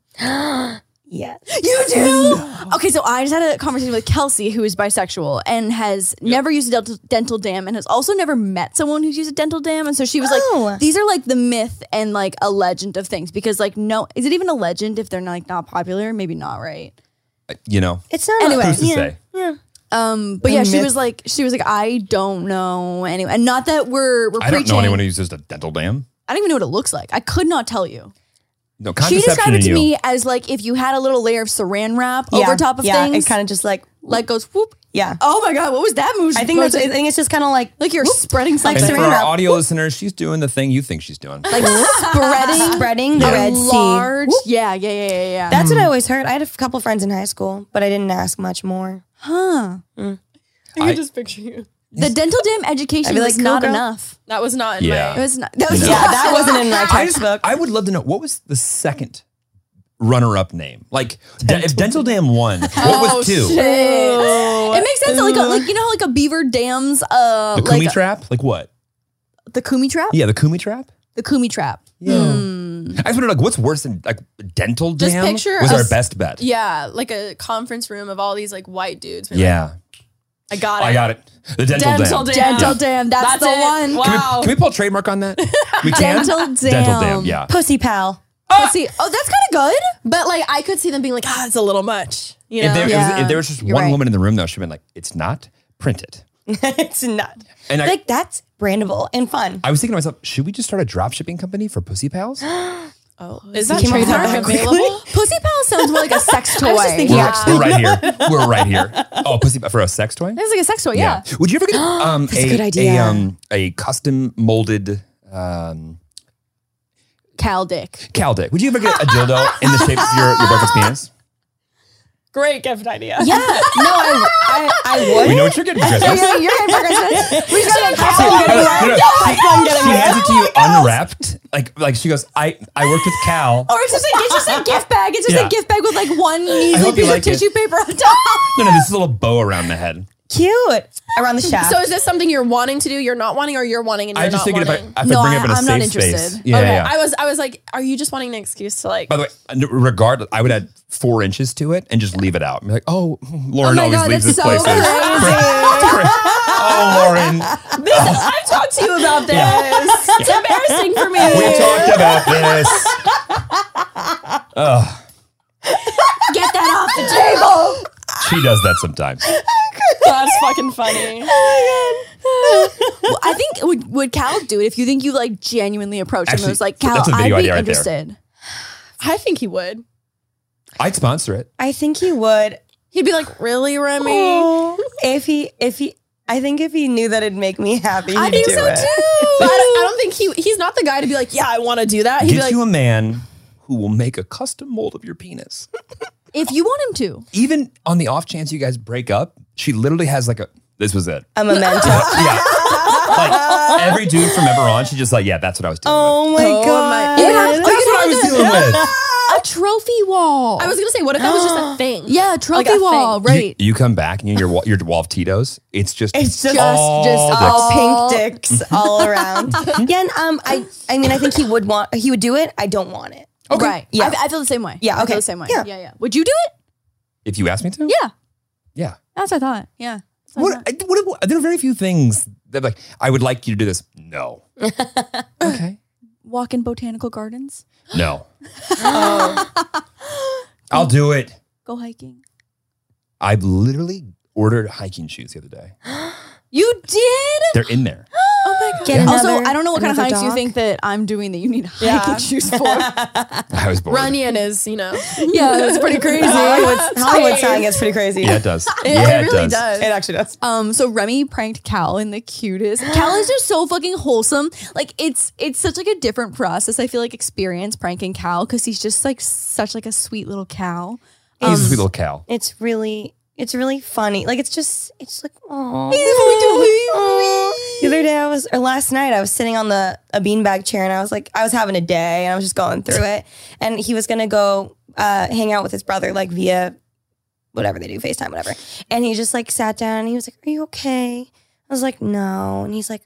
Speaker 4: Yes.
Speaker 6: You do? Okay, so I just had a conversation with Kelsey, who is bisexual and has never used a dental, dental dam and has also never met someone who's used a dental dam. And so she was
Speaker 4: Oh.
Speaker 6: like, these are like the myth and like a legend of things because, like, no, is it even a legend if they're not, like not popular? Maybe not, right?
Speaker 2: You know,
Speaker 4: It's not
Speaker 6: Anyway.
Speaker 2: who's to
Speaker 4: yeah.
Speaker 2: say?
Speaker 6: Um, but
Speaker 4: A
Speaker 6: yeah, she
Speaker 4: myth.
Speaker 6: was like, she was like, I don't know anyway, and not that we're we're
Speaker 2: I don't
Speaker 6: preaching.
Speaker 2: know anyone e- who uses a dental dam.
Speaker 6: I don't even know what it looks like. I could not tell you.
Speaker 2: No,
Speaker 6: She
Speaker 2: contraception
Speaker 6: described
Speaker 2: in
Speaker 6: it to
Speaker 2: you.
Speaker 6: me as like if you had a little layer of saran wrap
Speaker 4: Yeah,
Speaker 6: over top of
Speaker 4: yeah,
Speaker 6: things,
Speaker 4: It kind of just like
Speaker 6: like goes whoop.
Speaker 4: yeah.
Speaker 6: Oh my god, what was that move?
Speaker 4: I think that's. I think it's just kind of like
Speaker 6: like you're spreading
Speaker 4: Like
Speaker 6: something.
Speaker 2: and for
Speaker 4: Serena.
Speaker 2: our audio listeners, she's doing the thing you think she's doing.
Speaker 6: like spreading,
Speaker 4: spreading Mm. the
Speaker 6: a
Speaker 4: Red Sea.
Speaker 6: large. Yeah, yeah, yeah, yeah, yeah.
Speaker 4: That's what I always heard. I had a couple friends in high school, but I didn't ask much more.
Speaker 6: huh.
Speaker 5: I
Speaker 2: I-
Speaker 5: can just picture you.
Speaker 6: The dental dam education
Speaker 4: I'd be
Speaker 6: was
Speaker 4: like, no,
Speaker 6: not
Speaker 4: girl.
Speaker 6: enough.
Speaker 5: That was not in
Speaker 2: Yeah.
Speaker 6: It was not. That was
Speaker 4: Yeah,
Speaker 6: not-
Speaker 4: that wasn't in my
Speaker 2: I just,
Speaker 4: textbook.
Speaker 2: I would love to know what was the second runner-up name. Like, de- if Dental Dam won, what
Speaker 5: Oh,
Speaker 2: was two?
Speaker 6: It makes sense. Like, a, like you know, how, like a beaver dam's uh,
Speaker 2: The Kumi
Speaker 6: like
Speaker 2: Trap? Like what?
Speaker 6: the kumi trap.
Speaker 2: Yeah, the Kumi Trap.
Speaker 6: The kumi trap.
Speaker 2: Yeah. I just wonder, like, what's worse than like dental
Speaker 5: Just
Speaker 2: dam?
Speaker 5: picture
Speaker 2: was
Speaker 5: a
Speaker 2: our
Speaker 5: s-
Speaker 2: best bet.
Speaker 5: Yeah, like a conference room of all these like white dudes. We're
Speaker 2: Yeah.
Speaker 5: like, I got it.
Speaker 2: I got it. The dental,
Speaker 5: Dental
Speaker 2: dam.
Speaker 5: dam.
Speaker 6: Dental dam. That's,
Speaker 5: That's
Speaker 6: the
Speaker 5: it.
Speaker 6: one.
Speaker 5: Wow.
Speaker 2: Can we, can we pull a trademark on that? We can.
Speaker 6: Dental
Speaker 2: Dental
Speaker 6: dam.
Speaker 2: dam. Yeah.
Speaker 4: Pussy pal.
Speaker 6: Let's see. Oh, that's kind of good.
Speaker 5: But like, I could see them being like, ah, it's a little much. You know?
Speaker 2: If, there, it was,
Speaker 6: Yeah.
Speaker 2: if there was just
Speaker 6: You're
Speaker 2: one
Speaker 6: right.
Speaker 2: woman in the room, though, she'd been like, "It's not printed."
Speaker 4: it's not.
Speaker 2: And I,
Speaker 4: like that's brandable and fun.
Speaker 2: I was thinking to myself, should we just start a drop shipping company for pussy pals? We're,
Speaker 5: Is that
Speaker 4: Came up with that
Speaker 5: trademark
Speaker 4: quickly.
Speaker 5: available?
Speaker 6: Pussy pal sounds more like a sex toy.
Speaker 4: just thinking- Yeah.
Speaker 2: we're right here. We're right here. Oh, pussy for a sex toy?
Speaker 6: It's like a sex toy. Yeah.
Speaker 2: Would you ever get um, a,
Speaker 4: good idea.
Speaker 2: a um a custom molded um
Speaker 6: Cal dick.
Speaker 2: cow dick? Would you ever get a dildo in the shape of your, your boyfriend's penis?
Speaker 5: Great gift idea.
Speaker 4: Yeah. No, I I, I would.
Speaker 2: We know what you're getting for Christmas.
Speaker 6: Yeah, you're in progress. We just got
Speaker 2: No, no, no, no. She- She hands it to you unwrapped. Like like she goes, I I worked with Cal.
Speaker 6: Or it's just, a, it's just a gift bag. It's just
Speaker 2: Yeah.
Speaker 6: a gift bag with like one
Speaker 2: I
Speaker 6: measly
Speaker 2: hope you
Speaker 6: piece
Speaker 2: like
Speaker 6: of
Speaker 2: it.
Speaker 6: tissue paper on top.
Speaker 2: No, no, this little bow around the head.
Speaker 4: Cute. Around the shaft.
Speaker 5: So is this something you're wanting to do? You're not wanting, or you're wanting and you're
Speaker 2: I just
Speaker 5: not
Speaker 2: figured if I,
Speaker 5: wanting?
Speaker 2: if I
Speaker 6: No,
Speaker 2: bring
Speaker 6: I-
Speaker 2: it up in a
Speaker 6: I'm not
Speaker 2: safe space.
Speaker 6: interested.
Speaker 2: Yeah,
Speaker 5: okay.
Speaker 2: yeah.
Speaker 5: I was, I was like, are you just wanting an excuse to like?
Speaker 2: By the way, n- regardless, I would add four inches to it and just leave it out. I'm like, oh, Lauren
Speaker 6: my
Speaker 2: always
Speaker 6: God,
Speaker 2: leaves this
Speaker 6: that's so
Speaker 2: place.
Speaker 6: crazy.
Speaker 2: oh, Lauren,
Speaker 5: this, I've talked to you about this.
Speaker 2: Yeah.
Speaker 5: It's embarrassing for me.
Speaker 2: we talked about this.
Speaker 6: Get that off the table.
Speaker 2: She does that sometimes.
Speaker 5: That's fucking funny.
Speaker 6: Well, I think would would Cal do it if you think you like genuinely approached him?
Speaker 2: Actually,
Speaker 6: It was like Cal,
Speaker 2: that's a
Speaker 6: I'd
Speaker 2: video
Speaker 6: be
Speaker 2: idea right there.
Speaker 6: interested.
Speaker 5: I think he would.
Speaker 2: I'd sponsor it.
Speaker 4: I think he would.
Speaker 5: He'd be like, really, Remy?
Speaker 4: If he if he I think if he knew that it'd make me happy.
Speaker 6: I
Speaker 4: he'd
Speaker 6: think
Speaker 4: do
Speaker 6: so
Speaker 4: it.
Speaker 5: I,
Speaker 6: too.
Speaker 5: don't, I don't think he he's not the guy to be like, yeah, I want to do that. He'd
Speaker 2: Get
Speaker 5: be like,
Speaker 2: you a man who will make a custom mold of your penis.
Speaker 6: if you want him to,
Speaker 2: Even on the off chance you guys break up, she literally has like a. This was it.
Speaker 4: A memento.
Speaker 2: Yeah. like every dude from ever on, she just like, yeah, that's what I was doing.
Speaker 4: Oh my god.
Speaker 6: It would have-
Speaker 2: that's what I was dealing with.
Speaker 6: a trophy wall.
Speaker 5: I was gonna say, what if that was just a thing?
Speaker 6: yeah, a trophy
Speaker 5: Like a
Speaker 6: wall,
Speaker 2: You-
Speaker 6: right?
Speaker 2: You, come back and you're your wa- your wall of Tito's. It's just
Speaker 4: It's just-
Speaker 2: all
Speaker 6: just
Speaker 2: dicks.
Speaker 6: all-
Speaker 4: all pink dicks all around. yeah, and um, I, I mean, I think he would want, he would do it. I don't want it.
Speaker 6: Right.
Speaker 4: Yeah.
Speaker 6: I, I feel the same way.
Speaker 4: Yeah,
Speaker 6: I
Speaker 4: okay.
Speaker 6: feel the same way.
Speaker 4: Yeah.
Speaker 6: yeah, yeah. Would you do it?
Speaker 2: if you ask me to,
Speaker 6: Yeah.
Speaker 2: yeah.
Speaker 6: That's what I thought. Yeah. That's what I
Speaker 2: What, I, what, what- there are very few things that like I would like you to do this. No. okay.
Speaker 6: thought. walk in botanical gardens,
Speaker 2: No. I'll do it.
Speaker 6: go hiking.
Speaker 2: I literally ordered hiking shoes the other day.
Speaker 6: You did? Oh
Speaker 2: They're in there.
Speaker 4: Get
Speaker 6: also,
Speaker 4: another-
Speaker 6: I don't know what kind of
Speaker 4: another
Speaker 6: hikes you
Speaker 4: dog?
Speaker 6: think that I'm doing that you need hiking
Speaker 5: Yeah.
Speaker 6: shoes for. yeah,
Speaker 2: I was bored.
Speaker 5: Runyon is, you know.
Speaker 6: that's pretty crazy.
Speaker 4: Hollywood, Hollywood sign gets pretty crazy.
Speaker 2: Yeah, it does. yeah,
Speaker 5: it really does.
Speaker 4: It actually does.
Speaker 6: Um, so Remy pranked Cal in the cutest. Cal is just so fucking wholesome. Like it's it's such like a different process. I feel like experience pranking Cal because he's just like such like a sweet little cow.
Speaker 2: He's a sweet little cow.
Speaker 4: It's really, it's really funny. Like it's just, it's like, oh. The other day I was, or last night I was sitting on the a beanbag chair and I was like, I was having a day and I was just going through it. And he was gonna go uh, hang out with his brother like via whatever they do, FaceTime, whatever. And he just like sat down and he was like, Are you okay? I was like, No. And he's like,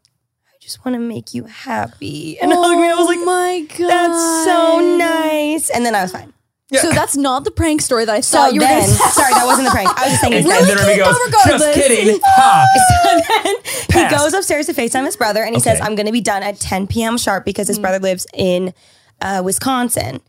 Speaker 4: I just want to make you happy. And I looked at me, I was like,
Speaker 6: Oh my god,
Speaker 4: That's so nice. And then I was fine.
Speaker 6: So that's not the prank story that I
Speaker 4: So
Speaker 6: thought you were
Speaker 4: then,
Speaker 6: gonna say.
Speaker 4: sorry, that wasn't the prank. I was just saying.
Speaker 2: And,
Speaker 4: it's Oh
Speaker 2: and then Remy
Speaker 6: kidding,
Speaker 2: goes,
Speaker 6: though,
Speaker 2: just
Speaker 6: regardless."
Speaker 2: kidding. Ha.
Speaker 4: he
Speaker 2: Pass.
Speaker 4: goes upstairs to FaceTime his brother and he says,
Speaker 2: Okay. Mm.
Speaker 4: I'm going to be done at 10 p.m. sharp because his brother lives in uh, Wisconsin,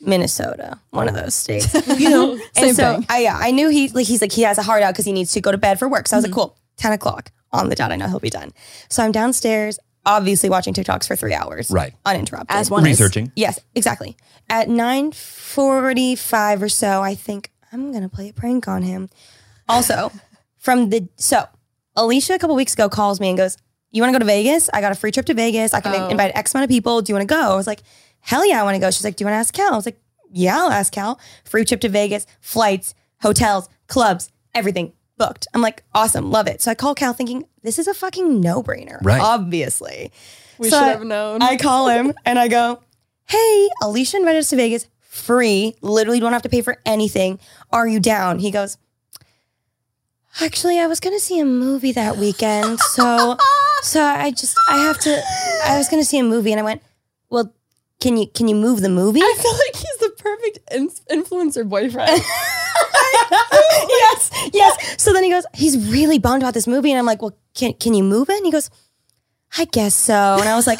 Speaker 4: Minnesota, one
Speaker 2: Oh.
Speaker 4: of those states. You know,
Speaker 6: Same
Speaker 4: and so
Speaker 6: thing.
Speaker 4: I, yeah, I knew he, like, he's like, he has a hard out because he needs to go to bed for work. So I was like,
Speaker 2: Mm-hmm.
Speaker 4: cool, 10 o'clock on the dot. I know he'll be done. So I'm downstairs, obviously watching TikToks for three hours.
Speaker 2: Right.
Speaker 4: Uninterrupted.
Speaker 6: As one is.
Speaker 2: Researching.
Speaker 4: Yes, exactly. At 9:45 or so, I think I'm going to play a prank on him. Also, from the so Alicia a couple weeks ago calls me and goes, "You want to go to Vegas? I got a free trip to Vegas. I can
Speaker 5: Oh.
Speaker 4: invite X amount of people. Do you want to go?" I was like, "Hell yeah, I want to go." She's like, "Do you want to ask Cal?" I was like, "Yeah, I'll ask Cal. Free trip to Vegas, flights, hotels, clubs, everything." Booked. I'm like, awesome, love it. So I call Cal thinking, this is a fucking no brainer.
Speaker 2: Right.
Speaker 4: Obviously.
Speaker 5: We
Speaker 4: So
Speaker 5: should
Speaker 4: I-
Speaker 5: have known.
Speaker 4: I call him and I go, Hey, Alicia invited us to Vegas free. Literally don't have to pay for anything. Are you down? He goes, Actually, I was gonna see a movie that weekend. So so I just I have to I was gonna see a movie and I went, Well, can you can you move the movie?
Speaker 5: I feel like he's the perfect in- influencer boyfriend.
Speaker 4: yes, yes. So then he goes, he's really bummed about this movie. And I'm like, well, can, can you move it? And he goes, I guess so. And I was like,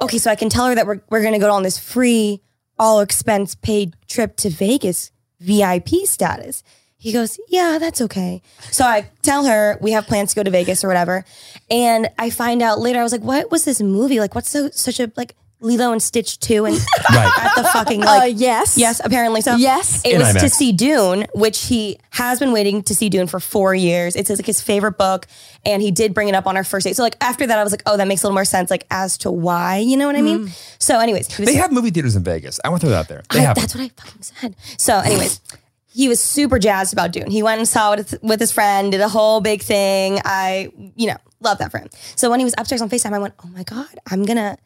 Speaker 4: okay, so I can tell her that we're, we're going to go on this free, all expense paid trip to Vegas, VIP status. He goes, yeah, that's okay. So I tell her we have plans to go to Vegas or whatever. And I find out later, I was like, what was this movie? Like, what's so, such a, like, Lilo and Stitch 2 and
Speaker 2: Right.
Speaker 4: at the fucking
Speaker 6: uh,
Speaker 4: like
Speaker 6: yes,
Speaker 4: Yes, apparently so.
Speaker 6: Yes.
Speaker 4: It
Speaker 2: In
Speaker 4: was to
Speaker 2: IMAX.
Speaker 4: see Dune, which he has been waiting to see Dune for four years. It's like his favorite book, and he did bring it up on our first date. So like after that, I was like, oh, that makes a little more sense, like as to why, you know what I mean? So, anyways, he was,
Speaker 2: Hmm. They have movie theaters in Vegas. I want to throw that out there. They
Speaker 4: I-
Speaker 2: have.
Speaker 4: that's what I fucking said. So, anyways. He was super jazzed about Dune. He went and saw it with- with his friend, did a whole big thing. I, you know, love that for him. So when he was upstairs on FaceTime, I went, oh my God, I'm going to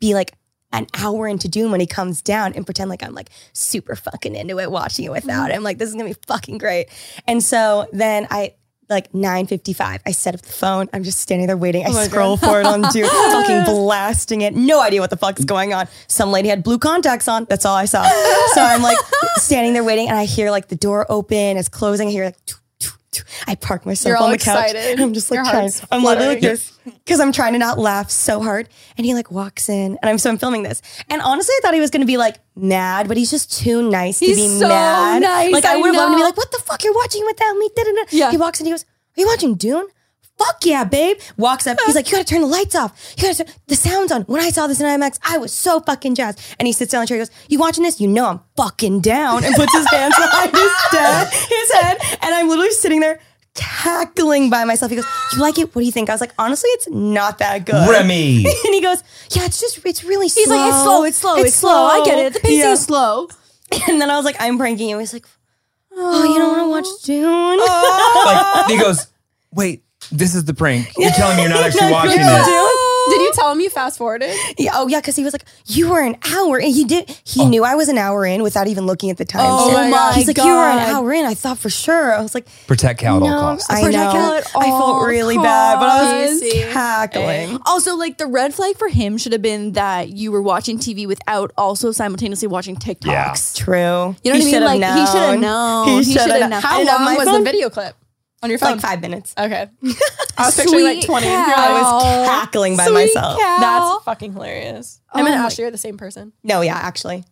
Speaker 4: be like an hour into Doom when he comes down and pretend like I'm like super fucking into it, watching it without him. Like this is gonna be fucking great. And so then I like 9:55, I set up the phone. I'm just standing there waiting. I scroll for it on Doom, fucking blasting it. No idea what the fuck's going on. Some lady had blue contacts on. That's all I saw. so I'm like standing there waiting, and I hear like the door open. It's closing. I hear like. "Toot, toot, toot." I park myself
Speaker 5: You're
Speaker 4: on
Speaker 5: all
Speaker 4: the couch.
Speaker 5: excited.
Speaker 4: and I'm just like
Speaker 5: Your
Speaker 4: trying.
Speaker 5: heart's
Speaker 4: I'm literally like
Speaker 5: fluttering.
Speaker 4: this because I'm trying to not laugh so hard. And he like walks in, and I'm so I'm filming this. And honestly, I thought he was gonna be like mad, but he's just too nice
Speaker 6: He's
Speaker 4: to be
Speaker 6: so
Speaker 4: mad.
Speaker 6: nice,
Speaker 4: Like I
Speaker 6: I
Speaker 4: would have loved to be
Speaker 6: know.
Speaker 4: like, "What the fuck? You're watching without me?" Da-da-da.
Speaker 6: Yeah.
Speaker 4: He walks in, he goes, "Are you watching Dune?" Fuck yeah, babe. Walks up. He's like, you gotta turn the lights off. You gotta turn the sound's on. When I saw this in IMAX, I was so fucking jazzed. And he sits down on the chair. He goes, "You watching this? You know I'm fucking down." And puts his hands behind his head, his head. And I'm literally sitting there cackling by myself. He goes, "You like it? What do you think?" I was like, "Honestly, it's not that good."
Speaker 2: Remy.
Speaker 4: And he goes, "Yeah, it's just it's really slow."
Speaker 6: He's like it's slow, it's slow, it's, slow. I get it. The pacing
Speaker 4: Yeah.
Speaker 6: is slow.
Speaker 4: And then I was like, "I'm pranking you." He's like, "Oh, you don't want to watch Dune?"
Speaker 2: like, he goes, wait, this is the prank. You're telling me you're not actually watching
Speaker 5: Did
Speaker 2: it.
Speaker 5: did you tell him you fast forwarded?
Speaker 4: Yeah, oh yeah, because he was like, "You were an hour," and he did. He knew I was an hour in without even looking at the time.
Speaker 6: Oh my
Speaker 4: He's like, "You were an
Speaker 6: God. Oh,
Speaker 4: hour in." I thought for sure. I was like,
Speaker 2: Protect Cal at all
Speaker 4: "No,
Speaker 2: costs.
Speaker 4: I
Speaker 6: Protect
Speaker 4: know."
Speaker 6: Cal at
Speaker 4: I
Speaker 6: all
Speaker 4: felt really bad, but I was
Speaker 5: costs.
Speaker 4: cackling.
Speaker 6: Also, like the red flag for him should have been that you were watching TV without also simultaneously watching TikToks.
Speaker 2: Yeah.
Speaker 4: True.
Speaker 6: You know what I mean?
Speaker 4: should've
Speaker 6: Like, he should've known. He
Speaker 4: He should
Speaker 6: should've
Speaker 4: have
Speaker 6: known.
Speaker 4: known.
Speaker 6: I
Speaker 5: How
Speaker 6: didn't have
Speaker 5: long
Speaker 6: my
Speaker 5: was
Speaker 6: phone.
Speaker 5: the video clip? on your phone.
Speaker 4: like five minutes.
Speaker 5: Okay. I was picturing like
Speaker 6: Sweet
Speaker 5: 20.
Speaker 6: cow.
Speaker 5: You're like,
Speaker 6: Oh.
Speaker 4: cackling by
Speaker 6: Sweet
Speaker 4: myself.
Speaker 6: cow.
Speaker 5: That's fucking hilarious. Him
Speaker 6: Oh
Speaker 5: and
Speaker 6: my-
Speaker 5: Ashley are the same person.
Speaker 4: No, yeah, actually.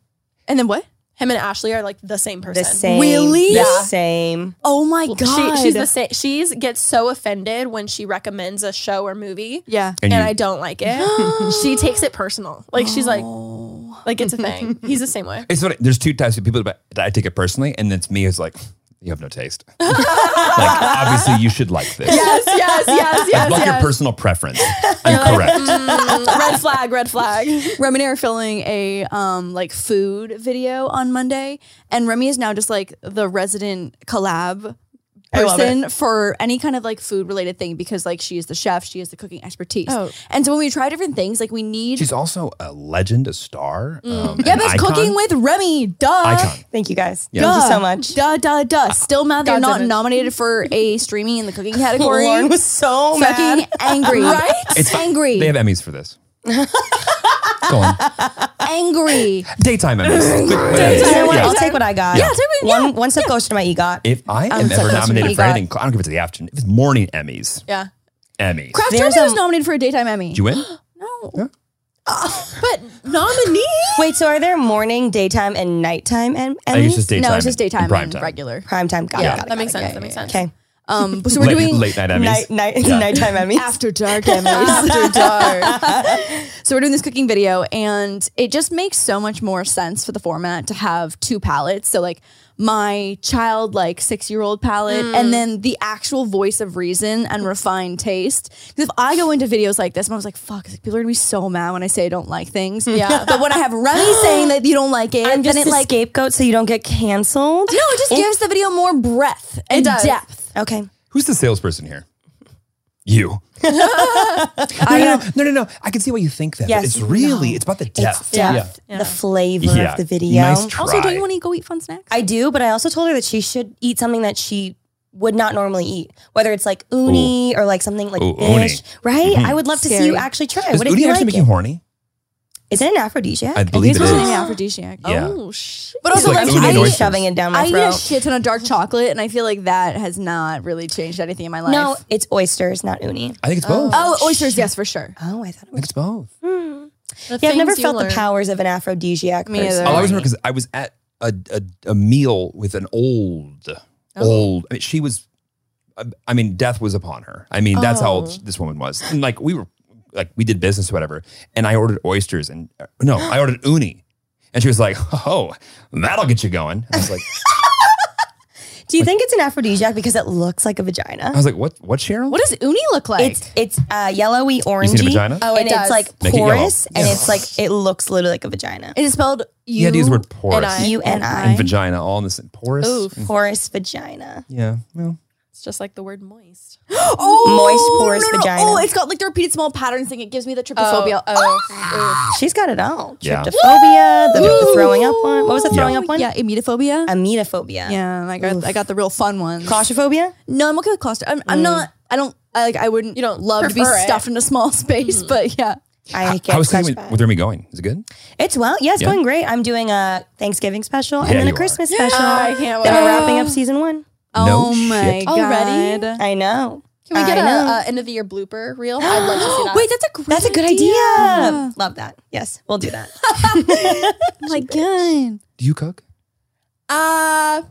Speaker 6: And then what?
Speaker 5: Him and Ashley are like the same
Speaker 4: The
Speaker 5: person.
Speaker 4: same.
Speaker 6: Really?
Speaker 4: The
Speaker 6: Yeah.
Speaker 4: same.
Speaker 6: Oh my god.
Speaker 5: She, she's the same. She's gets so offended when she recommends a show or movie,
Speaker 6: Yeah.
Speaker 2: And
Speaker 5: and,
Speaker 2: you-
Speaker 5: I don't like it. she takes it personal. Like she's like, like it's a thing. He's the same way.
Speaker 2: It's what there's two types of people that I take it personally, and it's me who's like, you have no taste. like obviously you should like this.
Speaker 5: Yes, yes, yes,
Speaker 2: Like,
Speaker 5: yes,
Speaker 2: block your
Speaker 5: yes.
Speaker 2: personal preference. I'm correct.
Speaker 5: Mm, red flag, red flag.
Speaker 6: Remy and I are filming a um like food video on Monday, and Remy is now just like the resident collab
Speaker 4: love
Speaker 6: person for any kind of like food related thing because like she is the chef, she is the cooking expertise.
Speaker 5: Oh.
Speaker 6: And so when we try different things, like we need
Speaker 2: She's also a legend, a star. Um,
Speaker 6: Yeah,
Speaker 2: an
Speaker 6: but it's
Speaker 2: icon.
Speaker 6: cooking with Remy. Duh.
Speaker 2: icon.
Speaker 4: Thank you guys.
Speaker 2: Yeah.
Speaker 4: Thank you so
Speaker 6: Duh.
Speaker 4: much.
Speaker 6: Duh, duh, duh. Still mad they're
Speaker 5: God's
Speaker 6: not
Speaker 5: image.
Speaker 6: nominated for a streaming in the cooking category.
Speaker 4: Lauren was so mad.
Speaker 6: fucking angry. right?
Speaker 2: It's fine.
Speaker 6: angry.
Speaker 2: They have Emmys for this. Go on.
Speaker 6: angry.
Speaker 2: Daytime Emmys. Quick, quick.
Speaker 4: You know what?
Speaker 2: Yeah.
Speaker 4: I'll take what I got.
Speaker 2: Yeah,
Speaker 4: One, one step goes to my EGOT.
Speaker 2: If I am
Speaker 4: Um, so
Speaker 2: ever
Speaker 4: that's
Speaker 2: nominated
Speaker 4: what
Speaker 2: for
Speaker 4: we
Speaker 2: anything, I don't give it to the afternoon. If it's morning Emmys,
Speaker 5: Yeah,
Speaker 2: Emmys.
Speaker 6: Craft
Speaker 4: There's
Speaker 6: Germany was
Speaker 4: a-
Speaker 6: nominated for a daytime Emmy.
Speaker 2: Did you win?
Speaker 6: no.
Speaker 2: Yeah.
Speaker 5: but nominee.
Speaker 4: Wait, so are there morning, daytime, and nighttime and
Speaker 2: I think it's just daytime.
Speaker 6: No, it's just
Speaker 2: and-
Speaker 6: daytime
Speaker 2: prime
Speaker 6: and
Speaker 2: time.
Speaker 6: regular.
Speaker 4: prime time? Got
Speaker 6: Yeah.
Speaker 4: it. Got it.
Speaker 5: That makes
Speaker 6: got it,
Speaker 5: sense.
Speaker 6: yeah,
Speaker 5: That makes
Speaker 6: yeah,
Speaker 5: sense.
Speaker 4: Okay.
Speaker 6: Um, so we're
Speaker 2: Late,
Speaker 6: doing
Speaker 2: late night Emmys.
Speaker 4: Night, night,
Speaker 2: Yeah.
Speaker 4: nighttime Emmys.
Speaker 6: after dark Emmys. after dark. so we're doing this cooking video, and it just makes so much more sense for the format to have two palettes. So like my child, like six year old palette,
Speaker 2: Mm.
Speaker 6: and then the actual voice of reason and refined taste. 'Cause if I go into videos like this, and I was like, "Fuck," people are gonna be so mad when I say I don't like things.
Speaker 5: Yeah.
Speaker 6: but when I have Remy saying that you don't like it,
Speaker 4: I'm just
Speaker 6: then
Speaker 4: a
Speaker 6: it like
Speaker 4: scapegoat so you don't get canceled.
Speaker 6: no, it just
Speaker 2: Oh.
Speaker 6: gives the video more breadth and
Speaker 5: does.
Speaker 6: depth.
Speaker 4: Okay.
Speaker 2: Who's the salesperson here? You.
Speaker 6: I am
Speaker 2: No, no, no. I can see why you think that. but
Speaker 4: Yes.
Speaker 2: It's really, it's about the depth.
Speaker 4: It's depth, the flavor
Speaker 2: Yeah.
Speaker 4: of the video.
Speaker 2: Nice try.
Speaker 6: Also, don't you want to go eat fun snacks?
Speaker 4: I do, but I also told her that she should eat something that she would not normally eat, whether it's like uni or like something like
Speaker 2: Ooh, uni.
Speaker 4: fish, right? I would love to see you
Speaker 6: Scary.
Speaker 4: actually try. it.
Speaker 2: Does
Speaker 4: What if
Speaker 2: Udi
Speaker 4: you
Speaker 2: actually
Speaker 4: like
Speaker 2: make
Speaker 4: it?
Speaker 2: you horny?
Speaker 4: Is it an aphrodisiac?
Speaker 2: I believe it
Speaker 6: It's an
Speaker 2: is.
Speaker 6: aphrodisiac.
Speaker 2: Yeah.
Speaker 5: Oh shit.
Speaker 6: But also,
Speaker 2: like
Speaker 6: like,
Speaker 2: Uni
Speaker 6: I,
Speaker 4: I'm
Speaker 2: oysters.
Speaker 4: shoving it down my
Speaker 6: I eat a
Speaker 4: throat.
Speaker 6: shit ton of dark chocolate, and I feel like that has not really changed anything in my life.
Speaker 4: No, it's oysters, not uni.
Speaker 2: I think it's both. I
Speaker 6: Oh, oysters, yes, for sure.
Speaker 4: Oh, I thought it was.
Speaker 2: think it's both.
Speaker 4: Yeah, I've never felt the powers of an aphrodisiac.
Speaker 6: Me
Speaker 4: person.
Speaker 6: either.
Speaker 2: I'll always remember because I was at a, a, a meal with an old, old. I mean, she was, I- I mean, death was upon her. I mean, that's how old this woman was. And like, we were, like, we did business or whatever. And I ordered oysters and, uh, no, I ordered uni. And she was like, oh, that'll get you going. And I was like,
Speaker 4: Do you think it's an aphrodisiac because it looks like a vagina?
Speaker 2: I was like, what, what, Cheryl?
Speaker 6: What does uni look like?
Speaker 4: It's it's uh, yellowy orangey.
Speaker 2: seen a vagina?
Speaker 4: Oh,
Speaker 5: it
Speaker 4: and
Speaker 5: does.
Speaker 4: it's like
Speaker 2: Make it yellow.
Speaker 4: porous, and
Speaker 2: Yeah.
Speaker 4: it's like it looks literally like a vagina.
Speaker 6: it is spelled
Speaker 2: You
Speaker 6: you.
Speaker 2: had to use the word porous
Speaker 5: I.
Speaker 2: and,
Speaker 4: U N I.
Speaker 6: Fine.
Speaker 2: vagina all in the same. Porous?
Speaker 4: Porous vagina.
Speaker 2: Mm. Yeah. Well,
Speaker 5: It's just like the word moist.
Speaker 6: oh,
Speaker 4: moist, porous vagina.
Speaker 6: Oh, it's got like the repeated small patterns thing. It gives me the trypophobia.
Speaker 5: Oh, oh,
Speaker 4: She's got it all.
Speaker 2: Yeah.
Speaker 4: Tryptophobia, the, the throwing up one. What was the
Speaker 2: Yeah.
Speaker 4: throwing up one?
Speaker 6: yeah, emetophobia.
Speaker 4: Emetophobia.
Speaker 6: yeah, and I got I got the real fun ones.
Speaker 4: Claustrophobia?
Speaker 6: No, I'm okay with claustro. I'm, I'm not. I don't. I like. I wouldn't. You don't love to be
Speaker 5: Mm. prefer it. Mm-hmm.
Speaker 6: stuffed in a small space, but yeah.
Speaker 4: I get
Speaker 2: How is
Speaker 4: such
Speaker 2: with,
Speaker 4: bad-
Speaker 2: with Remy going? Is it good?
Speaker 4: It's well, yeah, it's
Speaker 2: Yeah.
Speaker 4: going great. I'm doing a Thanksgiving special and then
Speaker 2: you
Speaker 4: a
Speaker 2: are.
Speaker 4: Christmas special.
Speaker 5: I can't
Speaker 4: Then we're
Speaker 5: wait.
Speaker 4: wrapping up season one.
Speaker 2: No
Speaker 6: oh my
Speaker 2: shit.
Speaker 6: god.
Speaker 5: Already?
Speaker 4: I know.
Speaker 5: Can we
Speaker 4: I
Speaker 5: get a,
Speaker 4: know.
Speaker 5: uh end of the year blooper reel? I'd love to see that.
Speaker 6: Wait, that's a great
Speaker 4: That's a good idea. Love that. Yes, we'll do that.
Speaker 6: Oh my god.
Speaker 2: Do you cook?
Speaker 5: uh,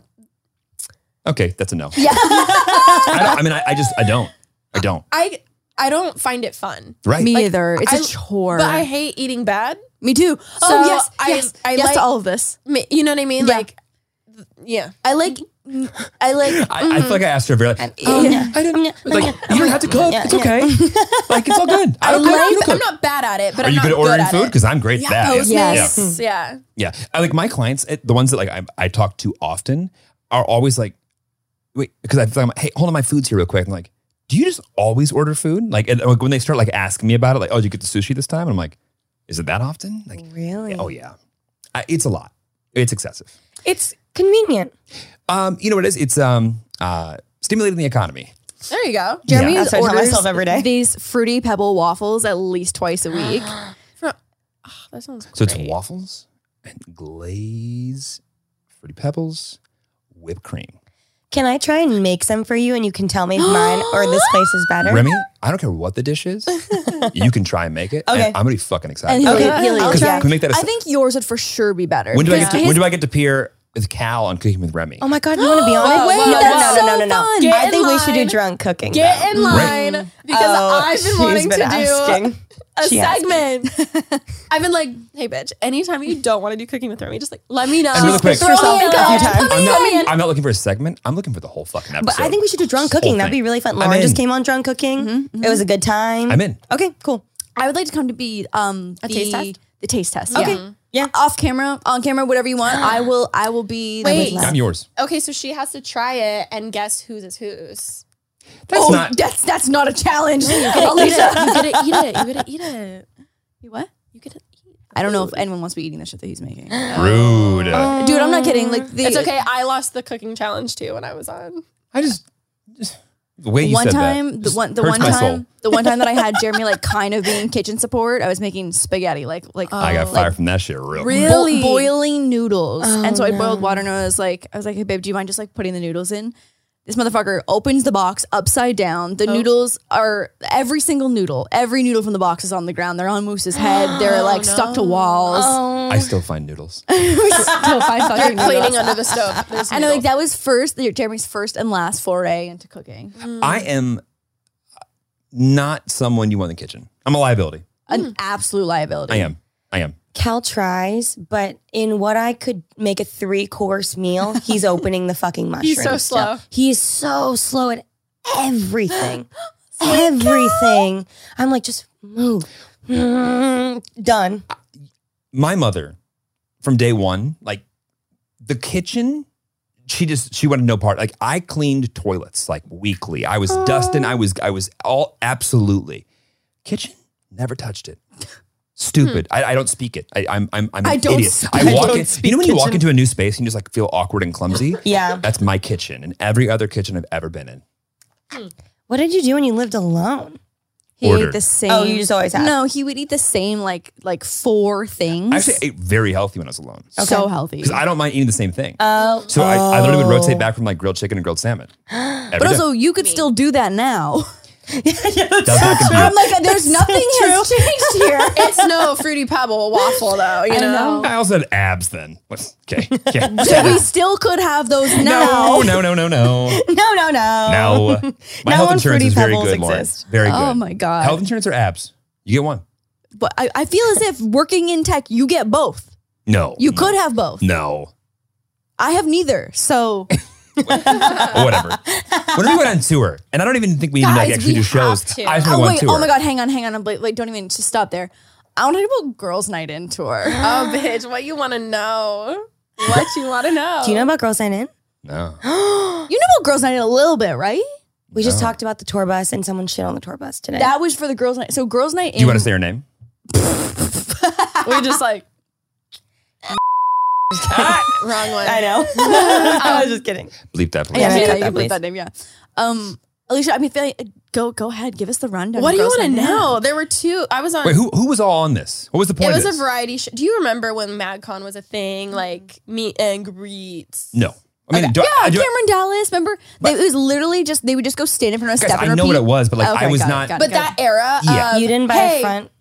Speaker 2: Okay, that's a no. Yeah. I, don't, I mean, I, I just, I don't. I don't.
Speaker 5: I I don't find it fun,
Speaker 2: Right.
Speaker 6: Me
Speaker 5: Like,
Speaker 6: either. It's
Speaker 5: I-
Speaker 6: a chore.
Speaker 5: but I hate eating bad.
Speaker 6: Me too.
Speaker 5: So
Speaker 6: oh yes,
Speaker 5: I-
Speaker 6: yes,
Speaker 5: I
Speaker 6: yes
Speaker 5: like-
Speaker 6: to all of this.
Speaker 5: Ma- You know what I mean?
Speaker 6: Yeah.
Speaker 5: Like, th- yeah. Mm.
Speaker 6: I like. I like.
Speaker 2: I, I feel like I asked her very like, oh,
Speaker 4: yeah.
Speaker 2: I didn't
Speaker 4: Yeah.
Speaker 2: like you don't have to cook.
Speaker 4: Yeah.
Speaker 2: it's okay. like it's all good. I
Speaker 5: I
Speaker 2: don't like you
Speaker 5: like,
Speaker 2: cook.
Speaker 5: I'm not bad at it, but
Speaker 2: Are
Speaker 5: I'm
Speaker 2: you
Speaker 5: not
Speaker 2: good at ordering
Speaker 5: at
Speaker 2: food?
Speaker 5: it.
Speaker 2: Because I'm great at that.
Speaker 5: Postmates.
Speaker 2: Yeah.
Speaker 6: Yes. Mm.
Speaker 2: Yeah.
Speaker 5: Yeah.
Speaker 2: Yeah. I like my clients, eh, the ones that like I, I talk to often are always like, wait, because I am like, hey, hold on, my food's here real quick. I'm like, do you just always order food? Like, and like, when they start like asking me about it, like, oh, did you get the sushi this time? And I'm like, is it that often? Like,
Speaker 4: Really?
Speaker 2: oh yeah, I, it's a lot. It's excessive.
Speaker 4: It's convenient.
Speaker 2: Um, you know what it is? It's um uh stimulating the economy.
Speaker 5: There you go.
Speaker 6: Jeremy
Speaker 4: That's what I tell
Speaker 6: orders
Speaker 4: myself every day.
Speaker 6: these fruity pebble waffles at least twice a week.
Speaker 5: That sounds
Speaker 2: So it's
Speaker 5: great.
Speaker 2: waffles and glaze, fruity pebbles, whipped cream.
Speaker 4: Can I try and make some for you and you can tell me if mine or this place is better?
Speaker 2: Remy, I don't care what the dish is. you can try and make it. and
Speaker 4: Okay.
Speaker 2: I'm gonna be fucking excited.
Speaker 6: And he'll-
Speaker 4: Okay, he'll eat
Speaker 6: I'll
Speaker 4: it.
Speaker 2: 'Cause
Speaker 4: Yeah.
Speaker 6: try.
Speaker 2: Can we make that? A,
Speaker 6: I think yours would for sure be better.
Speaker 2: when do I
Speaker 6: Yeah.
Speaker 2: get to,
Speaker 6: His-
Speaker 2: when do I get to peer with Cal on Cooking with Remy?
Speaker 4: Oh my God, you want to be on it?
Speaker 5: Oh, wait,
Speaker 4: no, no,
Speaker 5: that's
Speaker 4: no, no,
Speaker 6: so
Speaker 4: no, no,
Speaker 6: fun.
Speaker 4: no.
Speaker 6: Get
Speaker 4: I
Speaker 5: in
Speaker 4: think we should do
Speaker 5: line.
Speaker 4: drunk cooking. though.
Speaker 5: Get in line because
Speaker 4: Oh,
Speaker 5: I've been
Speaker 4: she's
Speaker 5: wanting
Speaker 4: been
Speaker 5: to
Speaker 4: asking.
Speaker 5: do a
Speaker 4: She has
Speaker 5: segment. I've been like, hey, bitch, anytime you don't want to do cooking with Remy, just like let me know.
Speaker 2: And really quick-
Speaker 5: Throw me
Speaker 4: herself
Speaker 5: in.
Speaker 4: a few times.
Speaker 5: Put me
Speaker 2: I'm
Speaker 5: in.
Speaker 2: not, I'm not looking for a segment. I'm looking for the whole fucking episode.
Speaker 4: But I think we should do drunk
Speaker 2: Whole
Speaker 4: cooking. That'd
Speaker 2: thing.
Speaker 4: be really fun.
Speaker 2: I'm
Speaker 4: Lauren just
Speaker 2: in.
Speaker 4: came on drunk cooking. It was a good time.
Speaker 2: I'm in.
Speaker 4: Okay, cool.
Speaker 6: I would like to come to be um the,
Speaker 5: taste test?
Speaker 6: the taste test.
Speaker 4: Okay.
Speaker 6: Yeah.
Speaker 4: Yeah.
Speaker 6: Off camera, on camera, whatever you want. I will I will be
Speaker 5: Wait.
Speaker 2: I'm yours.
Speaker 5: Okay, so she has to try it and guess whose is whose.
Speaker 2: That's
Speaker 6: Oh,
Speaker 2: not.
Speaker 6: that's that's not a challenge.
Speaker 5: You gotta eat it. You gotta eat it.
Speaker 6: You what?
Speaker 5: You gotta eat.
Speaker 6: I don't know if anyone wants to be eating the shit that he's making.
Speaker 2: Rude.
Speaker 4: Oh.
Speaker 6: Dude, I'm not kidding. Like the
Speaker 5: It's okay. I lost the cooking challenge too when I was on.
Speaker 2: I just, just the way you
Speaker 6: one
Speaker 2: said
Speaker 6: time,
Speaker 2: that
Speaker 6: the
Speaker 2: just
Speaker 6: one the
Speaker 2: hurts
Speaker 6: one
Speaker 2: my
Speaker 6: time
Speaker 2: soul.
Speaker 6: the one time that I had Jeremy like kind of being kitchen support, I was making spaghetti like like um,
Speaker 2: I got
Speaker 4: Oh,
Speaker 6: like,
Speaker 2: fired from that shit real. quick.
Speaker 6: bo-
Speaker 5: Really?
Speaker 6: boiling noodles. and
Speaker 5: Oh,
Speaker 6: so I boiled water and I was like, I was like, hey babe, do you mind just like putting the noodles in? This motherfucker opens the box upside down.
Speaker 5: Oh.
Speaker 6: The noodles are every single noodle, every noodle from the box is on the ground. They're on Moose's head. They're
Speaker 5: Oh,
Speaker 6: like stuck to walls.
Speaker 2: I still find noodles.
Speaker 6: Still five fucking
Speaker 5: Cleaning
Speaker 6: noodles.
Speaker 5: under the stove. There's
Speaker 6: I know, like
Speaker 5: noodles.
Speaker 6: that was first Jeremy's first and last foray into cooking.
Speaker 5: Mm.
Speaker 2: I
Speaker 6: Mm.
Speaker 2: am not someone you want in the kitchen. I'm a liability.
Speaker 6: An absolute liability.
Speaker 2: I am. I am.
Speaker 4: Cal tries, but in what I could make a three course meal, he's opening the fucking mushroom.
Speaker 5: He's so slow.
Speaker 4: He is so slow at everything. everything. I'm like, just move. Mm, Done.
Speaker 2: my mother from day one, like the kitchen, she just she wanted no part. Like I cleaned toilets like weekly. I was dusting. I was I was all absolutely kitchen. Never touched it. Stupid. I, I don't speak it. I, I'm I'm I'm an
Speaker 6: Hmm. I don't
Speaker 2: idiot.
Speaker 6: speak-
Speaker 2: I
Speaker 6: I
Speaker 2: walk
Speaker 6: don't
Speaker 2: in. You
Speaker 6: speak
Speaker 2: know when you walk
Speaker 6: kitchen.
Speaker 2: into a new space and you just like feel awkward and clumsy.
Speaker 4: Yeah.
Speaker 2: That's my kitchen and every other kitchen I've ever been in.
Speaker 4: What did you do when you lived alone?
Speaker 6: He
Speaker 2: Ordered.
Speaker 6: ate the same.
Speaker 4: Oh, you just always have.
Speaker 6: No, he would eat the same like like four things.
Speaker 2: I actually ate very healthy when I was alone
Speaker 6: so healthy.
Speaker 2: because I don't mind eating the same thing.
Speaker 6: Uh,
Speaker 4: Oh,
Speaker 2: so I, I literally would rotate back from like grilled chicken and grilled salmon. Every
Speaker 6: but
Speaker 2: day.
Speaker 6: also, you could still do that now.
Speaker 2: Doesn't have to be-
Speaker 6: I'm like, there's nothing has changed here.
Speaker 5: It's no fruity pebble waffle though. You
Speaker 6: I
Speaker 5: know.
Speaker 6: know.
Speaker 2: I also had abs then. What's- Okay. Yeah.
Speaker 6: we still could have those now.
Speaker 2: no, no, no, no, no.
Speaker 4: no, no, no.
Speaker 2: No. My
Speaker 4: Now
Speaker 2: health
Speaker 4: on
Speaker 2: insurance
Speaker 4: Fruity
Speaker 2: is very
Speaker 4: Pebbles
Speaker 2: good, Lauren.
Speaker 4: exist.
Speaker 2: Very good.
Speaker 6: Oh my god.
Speaker 2: Health insurance or abs? You get one.
Speaker 6: But I, I feel as if working in tech, you get both.
Speaker 2: No.
Speaker 6: You
Speaker 2: No.
Speaker 6: could have both.
Speaker 2: No.
Speaker 6: I have neither. So
Speaker 2: Whatever. Whenever we went on tour, and I don't even think we even like
Speaker 5: Guys,
Speaker 2: actually
Speaker 5: we
Speaker 2: do shows.
Speaker 5: have to.
Speaker 2: I just
Speaker 6: oh
Speaker 2: went on
Speaker 6: wait,
Speaker 2: tour.
Speaker 6: oh my god, hang on, hang on. Wait, wait, don't even just stop there. I want to talk about girls' night in tour.
Speaker 5: Oh, bitch, what you want to know? What you want to know?
Speaker 4: Do you know about Girls Sign In?
Speaker 2: No.
Speaker 6: you know about girls' night in a little bit, right?
Speaker 4: We just talked about the tour bus and someone shit on the tour bus today.
Speaker 6: That was for the girls' night. So girls' night
Speaker 2: Do
Speaker 6: in.
Speaker 2: you want to say her name?
Speaker 5: We're just like wrong one.
Speaker 4: I know. I was just kidding.
Speaker 2: Bleep that, please.
Speaker 6: Yeah,
Speaker 4: Yeah,
Speaker 6: yeah,
Speaker 4: cut
Speaker 6: yeah,
Speaker 4: that,
Speaker 6: you can put
Speaker 4: please.
Speaker 6: that name. Yeah. Um, Alicia, I mean, feel like- go go ahead, give us the rundown.
Speaker 5: What
Speaker 6: of
Speaker 5: do you
Speaker 6: Girls'
Speaker 5: want to
Speaker 6: Night In.
Speaker 5: know? There were two. I was on.
Speaker 2: Wait, who who was all on this? What was the
Speaker 5: it
Speaker 2: point?
Speaker 5: was
Speaker 2: of
Speaker 5: a
Speaker 2: this?
Speaker 5: variety show. Do you remember when MadCon was a thing? Like meet and greets.
Speaker 2: No. I mean, do I-
Speaker 6: Yeah, Oh,
Speaker 2: I, do I-
Speaker 6: Cameron Dallas. Remember, they, it was literally just they would just go stand in front of a
Speaker 2: Guys,
Speaker 6: step
Speaker 2: I
Speaker 6: and
Speaker 2: know what
Speaker 6: repeat.
Speaker 2: it was, but, like,
Speaker 6: Oh,
Speaker 2: I was
Speaker 6: got it,
Speaker 2: not-
Speaker 6: got it,
Speaker 5: But
Speaker 6: got it.
Speaker 5: that era.
Speaker 2: Yeah.
Speaker 5: Of,
Speaker 4: You didn't buy
Speaker 5: Um, hey,
Speaker 4: a front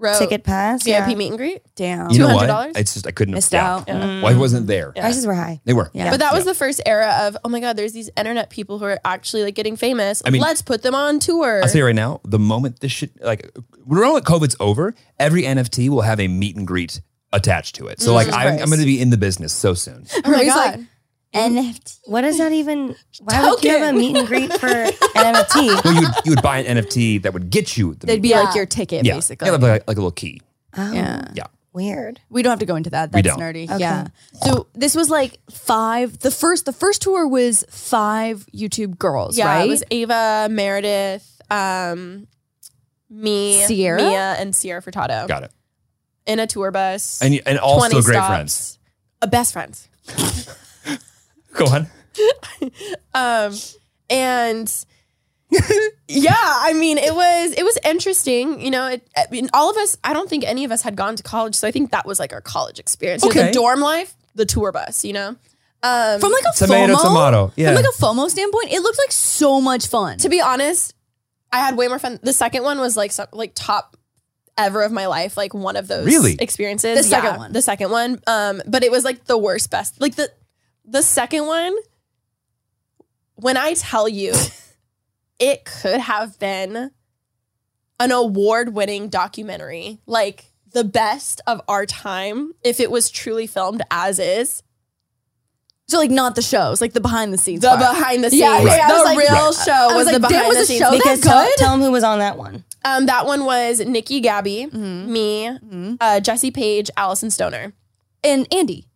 Speaker 5: row,
Speaker 4: ticket pass?
Speaker 5: VIP
Speaker 4: Yeah.
Speaker 5: meet and greet.
Speaker 6: damn.
Speaker 2: you know
Speaker 5: $200?
Speaker 2: what? It's just I couldn't
Speaker 6: Missed
Speaker 2: yeah.
Speaker 6: out.
Speaker 2: Well, I wasn't there.
Speaker 4: Mm. Prices were high.
Speaker 2: They were.
Speaker 6: Yeah.
Speaker 5: But that was the first era of oh my god, there's these internet people who are actually like getting famous.
Speaker 2: I mean-
Speaker 5: let's put them on tour.
Speaker 2: I'll tell you right now, the moment this shit, like, the moment COVID's over, every NFT will have a meet and greet attached to it. So, like, I'm, I'm going to be in the business so soon.
Speaker 5: oh my
Speaker 6: Mary's
Speaker 5: god,
Speaker 6: like, NFT.
Speaker 4: What is that even? Why would you have
Speaker 5: Token.
Speaker 4: a meet and greet for an NFT?
Speaker 2: Well, you would, you would buy an NFT that would get you the
Speaker 6: They'd be
Speaker 2: meet-
Speaker 6: like your ticket,
Speaker 2: yeah.
Speaker 6: basically.
Speaker 2: Yeah, like, like a little key.
Speaker 4: Oh,
Speaker 6: Yeah.
Speaker 2: Yeah.
Speaker 4: weird.
Speaker 6: We don't have to go into that. That's
Speaker 2: We don't.
Speaker 6: nerdy. Yeah. So this was like five. The first, the first tour was five YouTube girls,
Speaker 5: yeah,
Speaker 6: right?
Speaker 5: it was Ava, Meredith, um, me,
Speaker 6: Sierra?
Speaker 5: Mia, and Sierra Furtado
Speaker 2: Got it.
Speaker 5: in a tour bus.
Speaker 2: And, and all
Speaker 5: 20
Speaker 2: still great
Speaker 5: stops.
Speaker 2: friends.
Speaker 5: Uh, best friends.
Speaker 2: Go on.
Speaker 5: Um, and yeah, I mean, it was it was interesting. You know, it, I mean, all of us. I don't think any of us had gone to college, so I think that was like our college experience. You know,
Speaker 2: Okay.
Speaker 5: the dorm life, the tour bus. You know, Um,
Speaker 6: From like a
Speaker 2: Tomato,
Speaker 6: FOMO,
Speaker 2: tomato. Yeah.
Speaker 6: From like a FOMO standpoint, it looked like so much fun.
Speaker 5: to be honest, I had way more fun. The second one was like some, like top ever of my life, like one of those
Speaker 2: Really?
Speaker 5: experiences.
Speaker 6: The second
Speaker 5: Yeah,
Speaker 6: one.
Speaker 5: the second one. Um, but it was like the worst best. Like the the second one. When I tell you, it could have been an award winning documentary, like the best of our time, if it was truly filmed as is.
Speaker 6: so like not the shows, like the behind the scenes.
Speaker 5: The
Speaker 6: part.
Speaker 5: behind the scenes,
Speaker 6: Yeah, yeah, I
Speaker 5: the
Speaker 6: was like-
Speaker 5: real
Speaker 6: Right.
Speaker 5: show
Speaker 6: I was
Speaker 5: was,
Speaker 6: like,
Speaker 5: the
Speaker 6: there
Speaker 5: behind
Speaker 6: was
Speaker 5: the
Speaker 6: a
Speaker 5: scenes.
Speaker 6: show that
Speaker 4: Because tell, tell them who was on that one.
Speaker 5: Um, that one was Nikki Gabby,
Speaker 6: Mm-hmm.
Speaker 5: me, uh, Jesse Page, Allison Stoner.
Speaker 6: and Andy.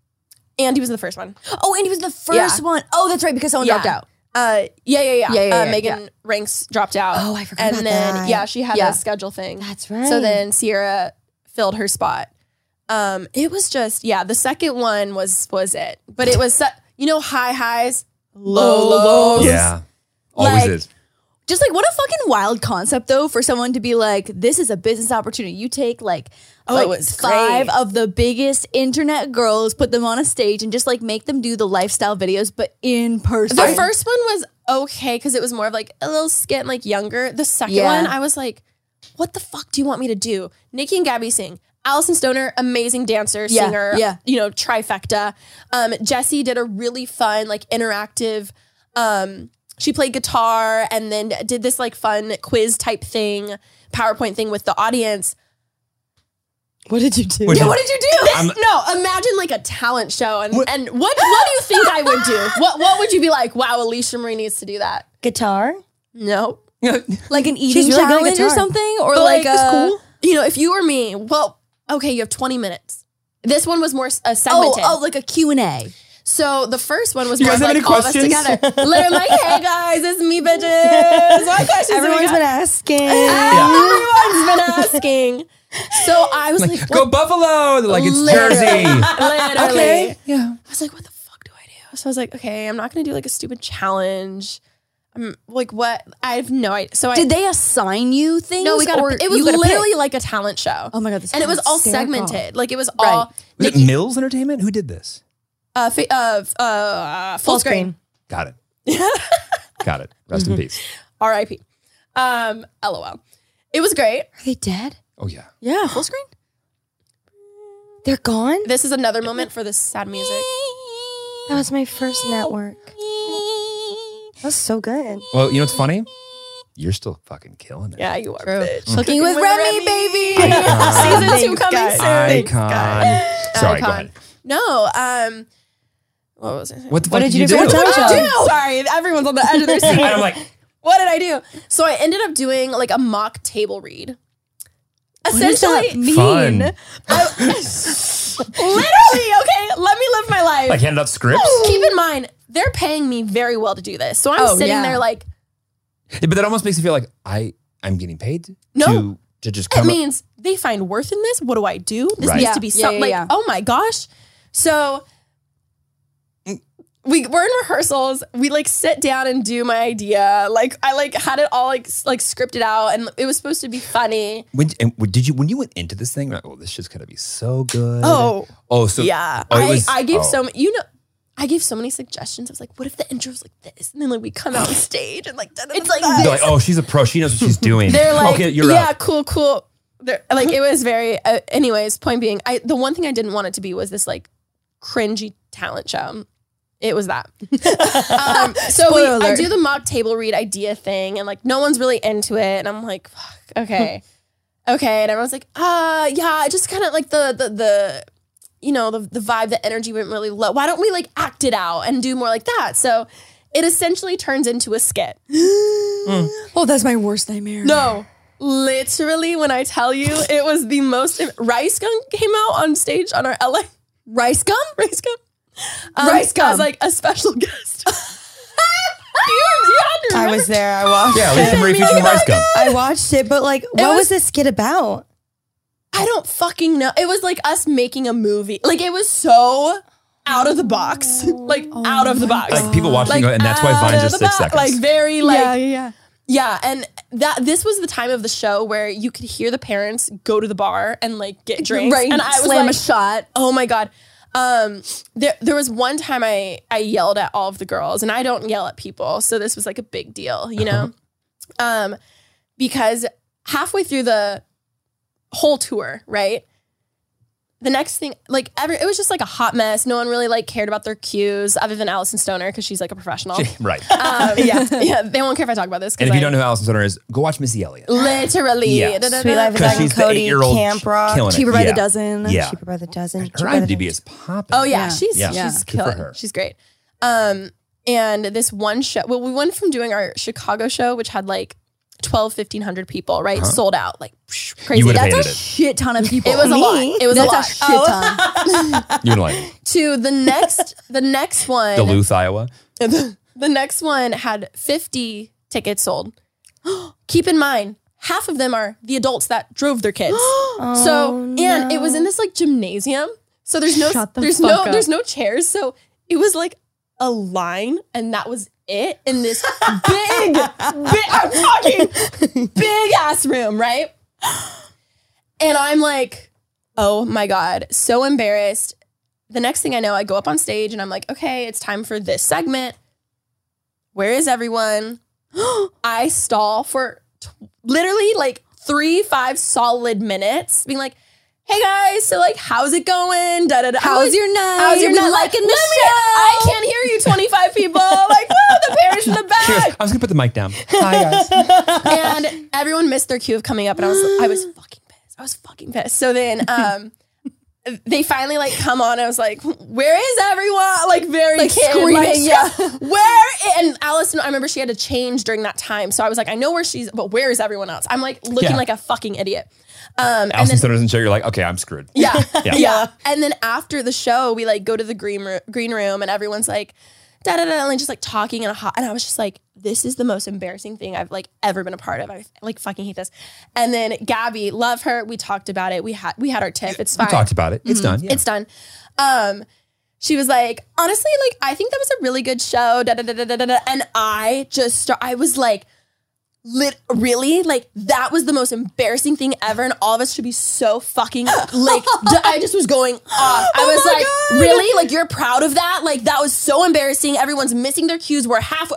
Speaker 5: Andy was the first one.
Speaker 6: Oh, Andy was the first
Speaker 5: Yeah.
Speaker 6: one. Oh, that's right, because someone
Speaker 5: Yeah.
Speaker 6: dropped out.
Speaker 5: Uh, yeah, yeah, yeah.
Speaker 6: Yeah, yeah,
Speaker 5: uh,
Speaker 6: yeah,
Speaker 5: Megan
Speaker 6: yeah.
Speaker 5: Ranks dropped out.
Speaker 4: Oh, I forgot
Speaker 5: And
Speaker 4: about
Speaker 5: then
Speaker 4: that.
Speaker 5: yeah, she had
Speaker 6: Yeah.
Speaker 5: a schedule thing.
Speaker 4: That's right.
Speaker 5: So then Sierra filled her spot. Um, it was just yeah. The second one was was it, but it was su- you know high highs, low lows.
Speaker 2: yeah. Always
Speaker 6: Like-
Speaker 2: is.
Speaker 6: Just like what a fucking wild concept though for someone to be like, this is a business opportunity. You take like,
Speaker 5: Oh,
Speaker 6: like
Speaker 5: it was
Speaker 6: five
Speaker 5: great.
Speaker 6: of the biggest internet girls, put them on a stage and just like make them do the lifestyle videos, but in person.
Speaker 5: The first one was okay because it was more of like a little skit, and, like younger. The second
Speaker 6: Yeah.
Speaker 5: one, I was like, what the fuck do you want me to do? Nikki and Gabby sing. Allison Stoner, amazing dancer,
Speaker 6: Yeah,
Speaker 5: singer,
Speaker 6: yeah.
Speaker 5: you know, trifecta. Um, Jesse did a really fun, like interactive. Um, she played guitar and then did this like fun quiz type thing, PowerPoint thing with the audience.
Speaker 4: What did you do?
Speaker 2: Which-
Speaker 5: Yeah, what did you do?
Speaker 2: I'm-
Speaker 5: no, imagine like a talent show and what? and what what do you think I would do? What what would you be like? Wow, Alicia Marie needs to do that.
Speaker 4: Guitar?
Speaker 5: No,
Speaker 6: like an eating
Speaker 4: She's really good at
Speaker 6: challenge or
Speaker 4: guitar.
Speaker 6: something, or
Speaker 5: but
Speaker 6: like,
Speaker 5: like,
Speaker 6: a,
Speaker 5: You know, if you were me, well, okay, you have twenty minutes. This one was more s- uh,
Speaker 6: Oh,
Speaker 5: segmented.
Speaker 6: oh, like a Q and A.
Speaker 5: so the first one was
Speaker 2: You
Speaker 5: more
Speaker 2: guys
Speaker 5: of,
Speaker 2: have any
Speaker 5: like all of us
Speaker 2: questions?
Speaker 5: together. Literally, like, hey guys, it's me, bitches. What questions? have we
Speaker 4: Everyone's
Speaker 5: got?
Speaker 4: been asking.
Speaker 5: Everyone's been asking. So I was like,
Speaker 2: Go
Speaker 5: what-
Speaker 2: Buffalo. They're like it's Jersey.
Speaker 5: Literally.
Speaker 2: Yeah.
Speaker 5: I was like, what the fuck do I do? So I was like, okay, I'm not gonna do like a stupid challenge. I'm like, what? I have no idea. So I
Speaker 6: Did they assign you things?
Speaker 5: No, we got.
Speaker 6: or
Speaker 5: It was
Speaker 6: you gotta pick?
Speaker 5: literally like a talent show.
Speaker 6: Oh my God, this
Speaker 5: and it
Speaker 6: sounds
Speaker 5: was all
Speaker 6: hysterical.
Speaker 5: segmented. Like it was
Speaker 6: Right.
Speaker 5: all
Speaker 2: Was it Mills Entertainment? Who did this?
Speaker 5: uh, fa- uh, f- uh, uh, full, screen.
Speaker 2: Got it. Got it. Rest
Speaker 5: Mm-hmm.
Speaker 2: in peace.
Speaker 5: R.I.P. Um, LOL. It was great.
Speaker 4: Are they dead?
Speaker 2: Oh yeah.
Speaker 6: yeah, full screen.
Speaker 4: They're gone?
Speaker 5: This is another moment for this sad music.
Speaker 4: That was my first network. That was so good.
Speaker 2: Well, you know what's funny? You're still fucking killing it.
Speaker 5: Yeah, you are. Bitch.
Speaker 4: Cooking with Remy,
Speaker 5: baby.
Speaker 2: Icon.
Speaker 5: Season two
Speaker 4: Thanks,
Speaker 5: coming
Speaker 4: guys.
Speaker 5: soon.
Speaker 2: Icon. Sorry, go
Speaker 5: Icon.
Speaker 2: ahead.
Speaker 5: No. Um, what was it?
Speaker 2: What the fuck
Speaker 4: What did you do
Speaker 2: do?
Speaker 4: for your
Speaker 5: What
Speaker 4: talent
Speaker 5: did
Speaker 4: show?
Speaker 5: I do? Sorry, everyone's on the edge of their
Speaker 2: And
Speaker 5: seat.
Speaker 2: I'm like,
Speaker 5: what did I do? So I ended up doing like a mock table read.
Speaker 6: does that
Speaker 5: Essentially,
Speaker 2: fun.
Speaker 5: I- literally, okay, let me live my life.
Speaker 2: Like handed out scripts.
Speaker 5: Keep in mind, they're paying me very well to do this. So I'm
Speaker 6: Oh,
Speaker 5: sitting
Speaker 6: yeah.
Speaker 5: there like,
Speaker 2: Yeah, but that almost makes me feel like I I'm getting paid
Speaker 5: No.
Speaker 2: to to just
Speaker 5: it
Speaker 2: come. up-
Speaker 5: means they find worth in this. What do I do? This
Speaker 2: Right.
Speaker 5: needs
Speaker 6: Yeah,
Speaker 5: to be
Speaker 6: yeah,
Speaker 5: something
Speaker 6: yeah,
Speaker 5: like,
Speaker 6: yeah.
Speaker 5: oh my gosh. So we we're in rehearsals. We like sit down and do my idea. Like I like had it all like s- like scripted out and it was supposed to be funny.
Speaker 2: When and when- did you when you went into this thing? Like, oh, this shit's gonna be so good.
Speaker 5: Oh.
Speaker 2: oh, so
Speaker 5: yeah.
Speaker 2: oh, it
Speaker 5: I,
Speaker 2: was-
Speaker 5: I gave
Speaker 2: oh.
Speaker 5: so many, you know, I gave so many suggestions. I was like, what if the intro was like this? And then like we come out on stage and like, it's like,
Speaker 2: They're like, oh, she's a pro. She knows what she's doing.
Speaker 5: They're like,
Speaker 2: okay, you're
Speaker 5: yeah,
Speaker 2: up.
Speaker 5: cool, cool. They're, like it was very. Uh, anyways, point being, I the one thing I didn't want it to be was this like cringy talent show. It was that. um, so we,
Speaker 6: Spoiler
Speaker 5: I
Speaker 6: alert.
Speaker 5: do the mock table read idea thing, and like no one's really into it, and I'm like, fuck, okay, okay, and everyone's like, uh, yeah, I just kind of like the the the. You know, the, the vibe, the energy went really low. Why don't we like act it out and do more like that? So it essentially turns into a skit.
Speaker 6: Oh, that's my worst nightmare.
Speaker 5: No, literally, when I tell you, it was the most. Rice Gum came out on stage on our LA.
Speaker 6: rice gum.
Speaker 5: Rice Gum? Um,
Speaker 6: Rice Gum.
Speaker 5: As like a special guest. you, you had to
Speaker 4: I
Speaker 5: remember-
Speaker 4: was there. I watched
Speaker 2: Yeah, Lisa Marie featuring Rice Gum.
Speaker 4: I watched it, but like, what was,
Speaker 5: was-
Speaker 4: this skit about?
Speaker 5: I don't fucking know. It was like us making a movie. Like it was so out of the box. Like
Speaker 6: Oh
Speaker 5: out of the box.
Speaker 2: Like people watching go, and that's why
Speaker 5: out
Speaker 2: Vines
Speaker 5: of
Speaker 2: are
Speaker 5: the
Speaker 2: six
Speaker 5: box.
Speaker 2: seconds.
Speaker 5: Like very like
Speaker 6: yeah, yeah, yeah.
Speaker 5: Yeah, and that this was the time of the show where you could hear the parents go to the bar and like get drinks,
Speaker 6: Right,
Speaker 5: and I was
Speaker 6: slam
Speaker 5: like,
Speaker 6: a shot.
Speaker 5: "Oh my god!" Um, there, there was one time I, I yelled at all of the girls, and I don't yell at people, so this was like a big deal, you know,
Speaker 2: Uh-huh.
Speaker 5: um, because halfway through the whole tour, right, the next thing, like every, it was just like a hot mess. No one really like cared about their cues, other than Allison Stoner because she's like a professional.
Speaker 2: right.
Speaker 5: um, yeah, yeah, they won't care if I talk about this. 'cause
Speaker 2: and if you
Speaker 5: I-
Speaker 2: don't know who Allison Stoner is, go watch Missy Elliott.
Speaker 5: literally,
Speaker 2: Yeah.
Speaker 5: da- da-
Speaker 4: Sweet
Speaker 5: da-
Speaker 4: Life of
Speaker 2: Because
Speaker 4: Zack and
Speaker 2: she's the
Speaker 4: Cody,
Speaker 2: eight-year-old
Speaker 4: Camp Rock,
Speaker 2: killing it.
Speaker 6: cheaper by
Speaker 2: Yeah.
Speaker 6: the dozen.
Speaker 2: Yeah.
Speaker 4: Cheaper by the Dozen. Cheaper
Speaker 2: Her
Speaker 4: by the
Speaker 2: IMDb is popping.
Speaker 5: Oh yeah,
Speaker 6: Yeah.
Speaker 5: she's
Speaker 2: Yeah. Good
Speaker 5: she's
Speaker 2: for
Speaker 5: killing.
Speaker 2: her.
Speaker 5: it. She's great. Um, and this one show. Well, we went from doing our Chicago show, which had like 1,200, 1,500 people, right? Sold out, like psh, crazy.
Speaker 2: Uh-huh. would've
Speaker 5: That's
Speaker 2: hated
Speaker 5: a
Speaker 2: it.
Speaker 6: Shit ton of people.
Speaker 5: It was a lot. It was
Speaker 6: That's
Speaker 5: a lot. Oh.
Speaker 6: a shit ton.
Speaker 2: You're like
Speaker 5: to the next, the next one,
Speaker 2: Duluth, Iowa.
Speaker 5: the next one had fifty tickets sold. Keep in mind, half of them are the adults that drove their kids.
Speaker 6: Oh,
Speaker 5: so, and it was in this like gymnasium. So there's no
Speaker 6: Shut the
Speaker 5: there's
Speaker 6: fuck
Speaker 5: no
Speaker 6: up.
Speaker 5: there's no chairs. So it was like a line, and that was it in this big, big I'm talking big ass room, right? And I'm like, oh my god, so embarrassed. The next thing I know, I go up on stage and I'm like, okay, it's time for this segment. Where is everyone? I stall for t- literally like three, five solid minutes, being like, "Hey guys, so like, how's it going? Da da da.
Speaker 6: How's
Speaker 5: Like,
Speaker 6: your night?
Speaker 5: How's your
Speaker 6: Been
Speaker 5: night?
Speaker 6: liking the
Speaker 5: "Let me-
Speaker 6: show?"
Speaker 5: I can't hear you. Twenty five people. I'm like, whoa, the parents in the
Speaker 2: She goes,
Speaker 5: back,
Speaker 2: I was gonna put the mic down. Hi guys.
Speaker 5: and everyone missed their cue of coming up, and I was, I was fucking pissed. I was fucking pissed. So then, um. They finally like come on. I was like, "Where is everyone?" Like very
Speaker 6: Like,
Speaker 5: kid,
Speaker 6: screaming,
Speaker 5: like,
Speaker 6: yeah.
Speaker 5: where i- and Allison, I remember she had to change during that time. So I was like, I know where she's, but where is everyone else? I'm like looking
Speaker 2: Yeah.
Speaker 5: like a fucking idiot. Um, and
Speaker 2: Allison
Speaker 5: then,
Speaker 2: Stoner doesn't show. You're like, okay, I'm screwed.
Speaker 5: yeah,
Speaker 2: Yeah.
Speaker 5: yeah, And then after the show, we like go to the green room, green room, and everyone's like, da da da, and just like talking and a hot. And I was just like, this is the most embarrassing thing I've like ever been a part of. I like fucking hate this. And then Gabby, love her. We talked about it. We had we had our tiff. It's
Speaker 2: We
Speaker 5: fine. Mm-hmm.
Speaker 2: talked about it. It's done. Yeah.
Speaker 5: It's done. Um, she was like, honestly, like I think that was a really good show. Da da da da da da. da. And I just, start, I was like, lit, really, like that was the most embarrassing thing ever, and all of us should be so fucking like. d- I just was going off. I was like, really, like you're proud of that? Like that was so embarrassing. Everyone's missing their cues. We're half.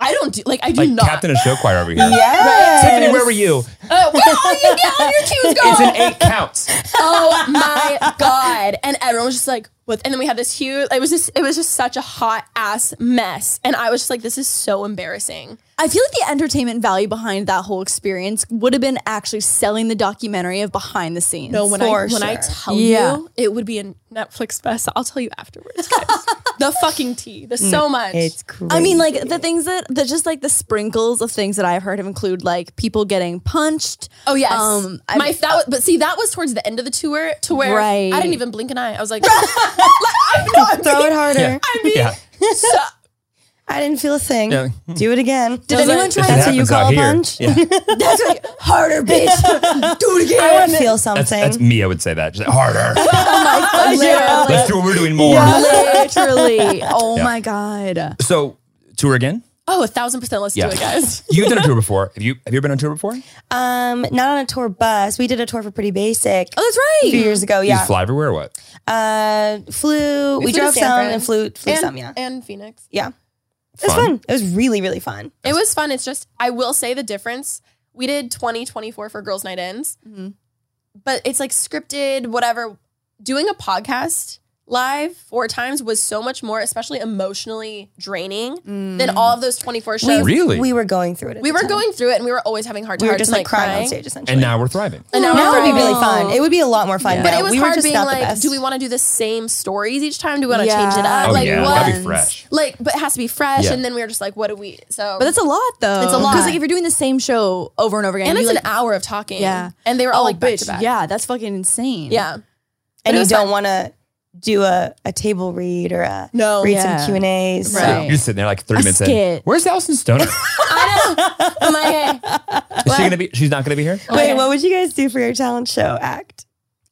Speaker 5: I don't do like I do
Speaker 2: like
Speaker 5: not.
Speaker 2: Captain of Show Choir over here.
Speaker 4: Yes.
Speaker 2: Tiffany, where were you?
Speaker 5: Uh, where are you getting your cues, girl?
Speaker 2: It's an eight counts.
Speaker 5: oh my god and everyone was just like what and then we had this huge it was just it was just such a hot ass mess and i was just like this is so embarrassing
Speaker 6: I feel like the entertainment value behind that whole experience would have been actually selling the documentary of behind the scenes.
Speaker 5: no when i
Speaker 4: For
Speaker 5: when i
Speaker 4: sure.
Speaker 5: tell
Speaker 6: Yeah.
Speaker 5: you it would be a netflix best i'll tell you afterwards guys. the fucking tea there's
Speaker 6: Mm,
Speaker 5: so much
Speaker 4: It's crazy.
Speaker 6: I mean, like the things that that just like the sprinkles of things that I've heard of include like people getting punched.
Speaker 5: Oh yes,
Speaker 6: Um, I-
Speaker 5: my that was, but see that was towards the end of the tour to where
Speaker 6: Right.
Speaker 5: I didn't even blink an eye. I was like, I know I'm
Speaker 4: throw it harder.
Speaker 2: Yeah.
Speaker 5: I mean,
Speaker 2: Yeah.
Speaker 5: so-
Speaker 4: I didn't feel a thing.
Speaker 2: Yeah.
Speaker 4: Do it again. Did
Speaker 5: anyone
Speaker 4: try
Speaker 2: It
Speaker 4: That's what you
Speaker 2: happens
Speaker 4: call
Speaker 2: out
Speaker 4: a
Speaker 2: here.
Speaker 4: punch?
Speaker 2: Yeah.
Speaker 4: That's what you- harder, bitch. Do it again. I want to feel something.
Speaker 2: That's, that's me. I would say that. Just like, harder.
Speaker 6: literally,
Speaker 2: Let's do what we're doing more.
Speaker 6: literally. Oh
Speaker 2: Yeah.
Speaker 6: my god.
Speaker 2: So tour again.
Speaker 5: oh, a thousand percent. Let's
Speaker 2: Yeah.
Speaker 5: do it, guys.
Speaker 2: You've done a tour before. Have you? Have you ever been on tour before? You
Speaker 4: um, not on a tour bus. We did a tour for Pretty Basic.
Speaker 6: Oh, that's
Speaker 4: a few
Speaker 6: right.
Speaker 4: years ago.
Speaker 2: just
Speaker 4: Yeah.
Speaker 2: fly everywhere. or What?
Speaker 4: Uh, flew. We,
Speaker 5: flew to
Speaker 4: drove
Speaker 5: San
Speaker 4: some
Speaker 5: Fran.
Speaker 4: and flew flew
Speaker 5: and,
Speaker 4: some. Yeah.
Speaker 5: and Phoenix.
Speaker 4: yeah. It was
Speaker 2: Fun.
Speaker 4: fun. It was really really fun.
Speaker 5: It was fun. It's just I will say the difference. We did 2024 for girls' night ins,
Speaker 4: Mm-hmm.
Speaker 6: Mhm.
Speaker 5: but it's like scripted, whatever. Doing a podcast live four times was so much more, especially emotionally draining than all of those 24 shows. We,
Speaker 2: Really?
Speaker 4: Mm. We were going through it. at the
Speaker 5: were
Speaker 4: time.
Speaker 5: going through it and we were always having hard
Speaker 4: We
Speaker 5: times.
Speaker 4: were just
Speaker 5: and,
Speaker 4: like crying, on stage essentially.
Speaker 2: and now we're thriving.
Speaker 5: And now
Speaker 4: Now
Speaker 5: we're
Speaker 4: it would be really
Speaker 5: crying.
Speaker 4: fun. It would be a lot more fun.
Speaker 6: But
Speaker 5: But
Speaker 4: now.
Speaker 5: it was
Speaker 4: we were
Speaker 5: hard
Speaker 4: just
Speaker 5: being
Speaker 4: not the
Speaker 5: like,
Speaker 4: best.
Speaker 5: do we want to do the same stories each time? Do we want to
Speaker 6: Yeah.
Speaker 5: change it up?
Speaker 6: Oh,
Speaker 5: like
Speaker 2: yeah,
Speaker 5: what?
Speaker 2: that'd be fresh.
Speaker 5: Like, but it has to be fresh.
Speaker 2: Yeah.
Speaker 5: And then we were just like, what do we? So,
Speaker 6: But that's a lot though.
Speaker 5: It's a lot.
Speaker 6: Because like if you're doing the same show over and over again,
Speaker 5: and
Speaker 6: you,
Speaker 5: it's
Speaker 6: like,
Speaker 5: an hour of talking.
Speaker 6: Yeah.
Speaker 5: and they were all
Speaker 6: Oh,
Speaker 5: like back to
Speaker 6: bitch.
Speaker 5: back.
Speaker 6: Yeah, that's fucking insane.
Speaker 5: yeah. It
Speaker 4: and you
Speaker 5: was
Speaker 4: don't
Speaker 5: fun.
Speaker 4: want to do a, a table read or a
Speaker 5: No.
Speaker 4: read
Speaker 6: Yeah.
Speaker 4: some Q and A's.
Speaker 6: Right.
Speaker 2: You're just sitting there like 30
Speaker 6: A
Speaker 2: minutes in.
Speaker 6: skit.
Speaker 2: Where's Allison Stoner? Is
Speaker 5: I'm like, hey,
Speaker 2: she gonna be? She's not gonna be here.
Speaker 4: Wait, what would you guys do for your talent show act?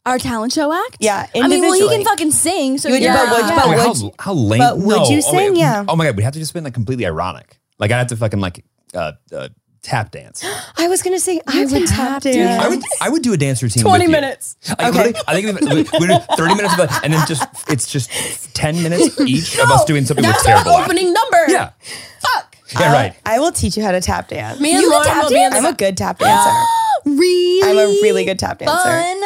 Speaker 6: Our talent show act.
Speaker 4: Yeah,
Speaker 6: I mean, well, he
Speaker 4: individually.
Speaker 6: can fucking sing. So
Speaker 4: You would-
Speaker 6: yeah.
Speaker 4: but would-
Speaker 6: yeah.
Speaker 4: but
Speaker 2: Oh, wait,
Speaker 4: would
Speaker 2: how,
Speaker 4: you-
Speaker 2: how lame.
Speaker 4: but would
Speaker 2: no.
Speaker 4: you
Speaker 2: Oh, wait.
Speaker 4: sing? Yeah.
Speaker 2: Oh my god, we'd have to just been like completely ironic. Like I'd have to fucking like uh, uh, tap dance.
Speaker 4: I was gonna say I would tap dance.
Speaker 2: I would I would do a dance routine.
Speaker 5: 20
Speaker 2: with you.
Speaker 5: minutes.
Speaker 2: I, okay. I think we we do thirty minutes of that, and then just it's just ten minutes each of us doing something
Speaker 5: That's
Speaker 2: that's terrible.
Speaker 5: our opening number.
Speaker 2: Yeah.
Speaker 5: Fuck.
Speaker 2: Yeah. Right.
Speaker 4: I will teach you how to tap dance.
Speaker 5: Me and
Speaker 4: you
Speaker 5: Lauren will be in
Speaker 4: I'm
Speaker 5: the-
Speaker 4: a good tap dancer.
Speaker 6: Really?
Speaker 4: I'm a really good tap dancer.
Speaker 6: fun.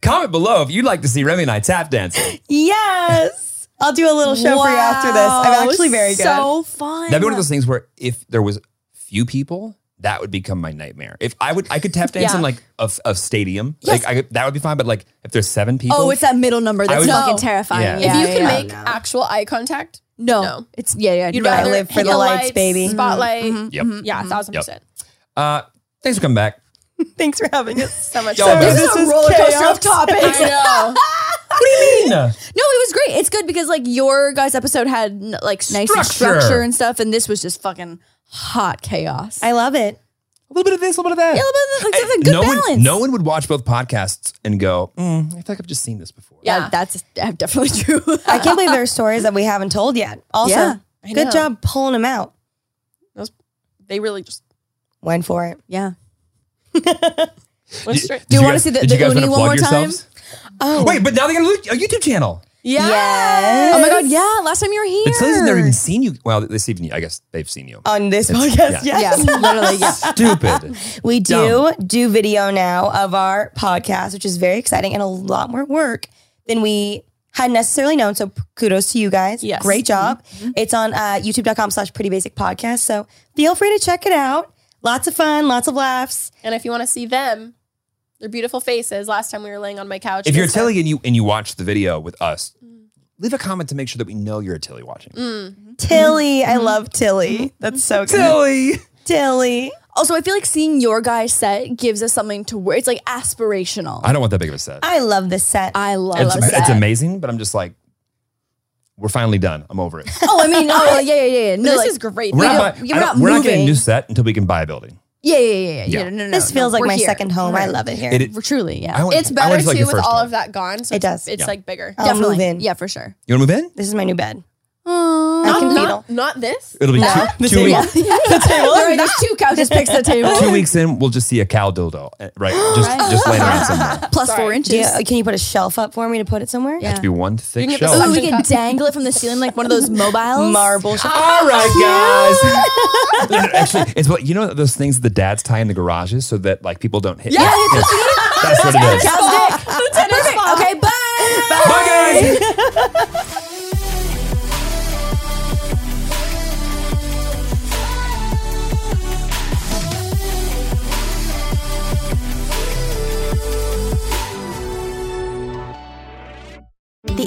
Speaker 2: Comment below if you'd like to see Remy and I tap dancing.
Speaker 4: Yes. I'll do a little show for you after this. I'm actually very good.
Speaker 6: So fun.
Speaker 2: That'd be one of those things where if there was few people, that would become my nightmare. If I would, I could tap dance in
Speaker 5: Yeah.
Speaker 2: like a, a stadium. Like I could, that would be fine. But like if there's seven people,
Speaker 6: Oh, it's that middle number
Speaker 2: I
Speaker 6: that's
Speaker 2: would-
Speaker 6: fucking
Speaker 5: No.
Speaker 6: terrifying.
Speaker 2: Yeah. If
Speaker 5: if you can
Speaker 6: yeah.
Speaker 5: make actual eye contact,
Speaker 6: no,
Speaker 5: No.
Speaker 6: it's yeah, yeah.
Speaker 5: you'd
Speaker 6: no.
Speaker 5: rather
Speaker 4: live for
Speaker 5: hit
Speaker 4: the lights, baby.
Speaker 6: Mm-hmm.
Speaker 5: Spotlight. Mm-hmm.
Speaker 2: yep.
Speaker 5: Yeah, a thousand
Speaker 2: Yep.
Speaker 5: percent.
Speaker 2: Uh, thanks for coming back.
Speaker 4: Thanks for having us.
Speaker 5: So much.
Speaker 2: Y'all
Speaker 5: fun.
Speaker 2: are best.
Speaker 4: This is chaos.
Speaker 5: I know.
Speaker 6: No, it was great. It's good because like your guys' episode had n- like nice
Speaker 2: Structure.
Speaker 6: structure and stuff, and this was just fucking hot chaos.
Speaker 4: I love it.
Speaker 2: A little bit of this, a little bit of that.
Speaker 6: Yeah, but, like, something good
Speaker 2: no
Speaker 6: balance.
Speaker 2: one, no one would watch both podcasts and go, mm, I feel like I've just seen this before.
Speaker 6: yeah, that's uh, definitely true.
Speaker 4: I can't believe there are stories that we haven't told yet. Also,
Speaker 6: Yeah,
Speaker 5: I
Speaker 4: good
Speaker 5: know.
Speaker 4: job pulling them out.
Speaker 5: They really just
Speaker 4: Went for it.
Speaker 6: yeah.
Speaker 5: went
Speaker 2: Did-
Speaker 5: straight.
Speaker 2: did
Speaker 6: you
Speaker 2: guys-
Speaker 6: wanna see the-
Speaker 2: did
Speaker 6: the
Speaker 2: you guys
Speaker 6: uni
Speaker 2: wanna
Speaker 6: one
Speaker 2: plug
Speaker 6: more time?
Speaker 2: yourselves?
Speaker 4: Oh,
Speaker 2: Wait, but now they got a YouTube channel.
Speaker 5: Yeah.
Speaker 4: Yes.
Speaker 6: Oh my god. Yeah. Last time you were here.
Speaker 2: It's something they've even seen you. Well, they've seen you. I guess they've seen you.
Speaker 4: on this
Speaker 2: It's-
Speaker 4: podcast,
Speaker 2: yeah.
Speaker 6: Yeah.
Speaker 4: yes.
Speaker 6: Literally. Yeah.
Speaker 2: Stupid.
Speaker 4: We do
Speaker 2: Dumb.
Speaker 4: do video now of our podcast, which is very exciting and a lot more work than we had necessarily known. So p- kudos to you guys.
Speaker 5: Yes.
Speaker 4: Great job. It's on uh, youtube.com slash pretty basic podcast. So feel free to check it out. Lots of fun, lots of laughs.
Speaker 5: And if you want to see them, their beautiful faces. Last time we were laying on my couch.
Speaker 2: if you're a
Speaker 5: this time-
Speaker 2: Tilly and you and you watch the video with us, leave a comment to make sure that we know you're a Tilly watching.
Speaker 4: Tilly. I love Tilly. That's so good.
Speaker 2: Mm-hmm. Tilly.
Speaker 4: Tilly.
Speaker 6: Also, I feel like seeing your guys set gives us something to wear. It's like aspirational.
Speaker 2: I don't want that big of a set.
Speaker 4: I love this set.
Speaker 6: I love
Speaker 2: it's,
Speaker 6: that.
Speaker 2: it's amazing, but I'm just like, we're finally done. I'm over it.
Speaker 6: Oh, I mean, oh yeah, yeah, yeah. yeah. No,
Speaker 5: this
Speaker 6: like,
Speaker 5: is great.
Speaker 2: We're,
Speaker 5: We
Speaker 2: not,
Speaker 6: don't-
Speaker 2: buy-
Speaker 6: you're
Speaker 2: I don't-
Speaker 6: not
Speaker 2: we're not getting a new
Speaker 6: moving.
Speaker 2: set until we can buy a building.
Speaker 6: yeah, yeah, yeah, yeah, yeah.
Speaker 2: Yeah.
Speaker 6: No, no, no.
Speaker 4: this
Speaker 6: no,
Speaker 4: feels like
Speaker 6: we're
Speaker 4: my
Speaker 6: here.
Speaker 4: second home. I love it here.
Speaker 2: It-
Speaker 6: We're truly, yeah.
Speaker 2: I want-
Speaker 5: it's
Speaker 2: I wanted
Speaker 5: better
Speaker 2: to like
Speaker 5: too
Speaker 2: your
Speaker 5: with
Speaker 2: first
Speaker 5: all
Speaker 2: one.
Speaker 5: of that gone. So
Speaker 4: It
Speaker 5: it's-
Speaker 4: does.
Speaker 5: It's
Speaker 2: Yeah.
Speaker 5: like bigger.
Speaker 4: I'll
Speaker 6: Definitely.
Speaker 4: move in.
Speaker 6: Yeah, for sure.
Speaker 2: You want to move in?
Speaker 4: This is my new bed.
Speaker 6: Aww.
Speaker 4: I can fetal.
Speaker 5: Not, not this.
Speaker 2: It'll be two, two, weeks,
Speaker 6: the table. there's two couches picks the table.
Speaker 2: two weeks in. We'll just see a cow dildo, eh, right? Just just laying around somewhere.
Speaker 6: Plus four inches.
Speaker 4: Do you- can you put a shelf up for me to put it somewhere?
Speaker 6: Yeah.
Speaker 2: Be one thick
Speaker 5: can get the
Speaker 2: shell.
Speaker 6: Ooh, we
Speaker 5: Suction
Speaker 6: can
Speaker 5: cup.
Speaker 6: dangle it from the ceiling like one of those mobiles.
Speaker 4: Marble shelf.
Speaker 2: All right, guys. No, no, actually, it's what you know those things that the dads tie in the garages so that like people don't hit. Yeah, that's what it is.
Speaker 5: Oh,
Speaker 6: Perfect. Okay, bye.
Speaker 2: Bye, guys.
Speaker 8: The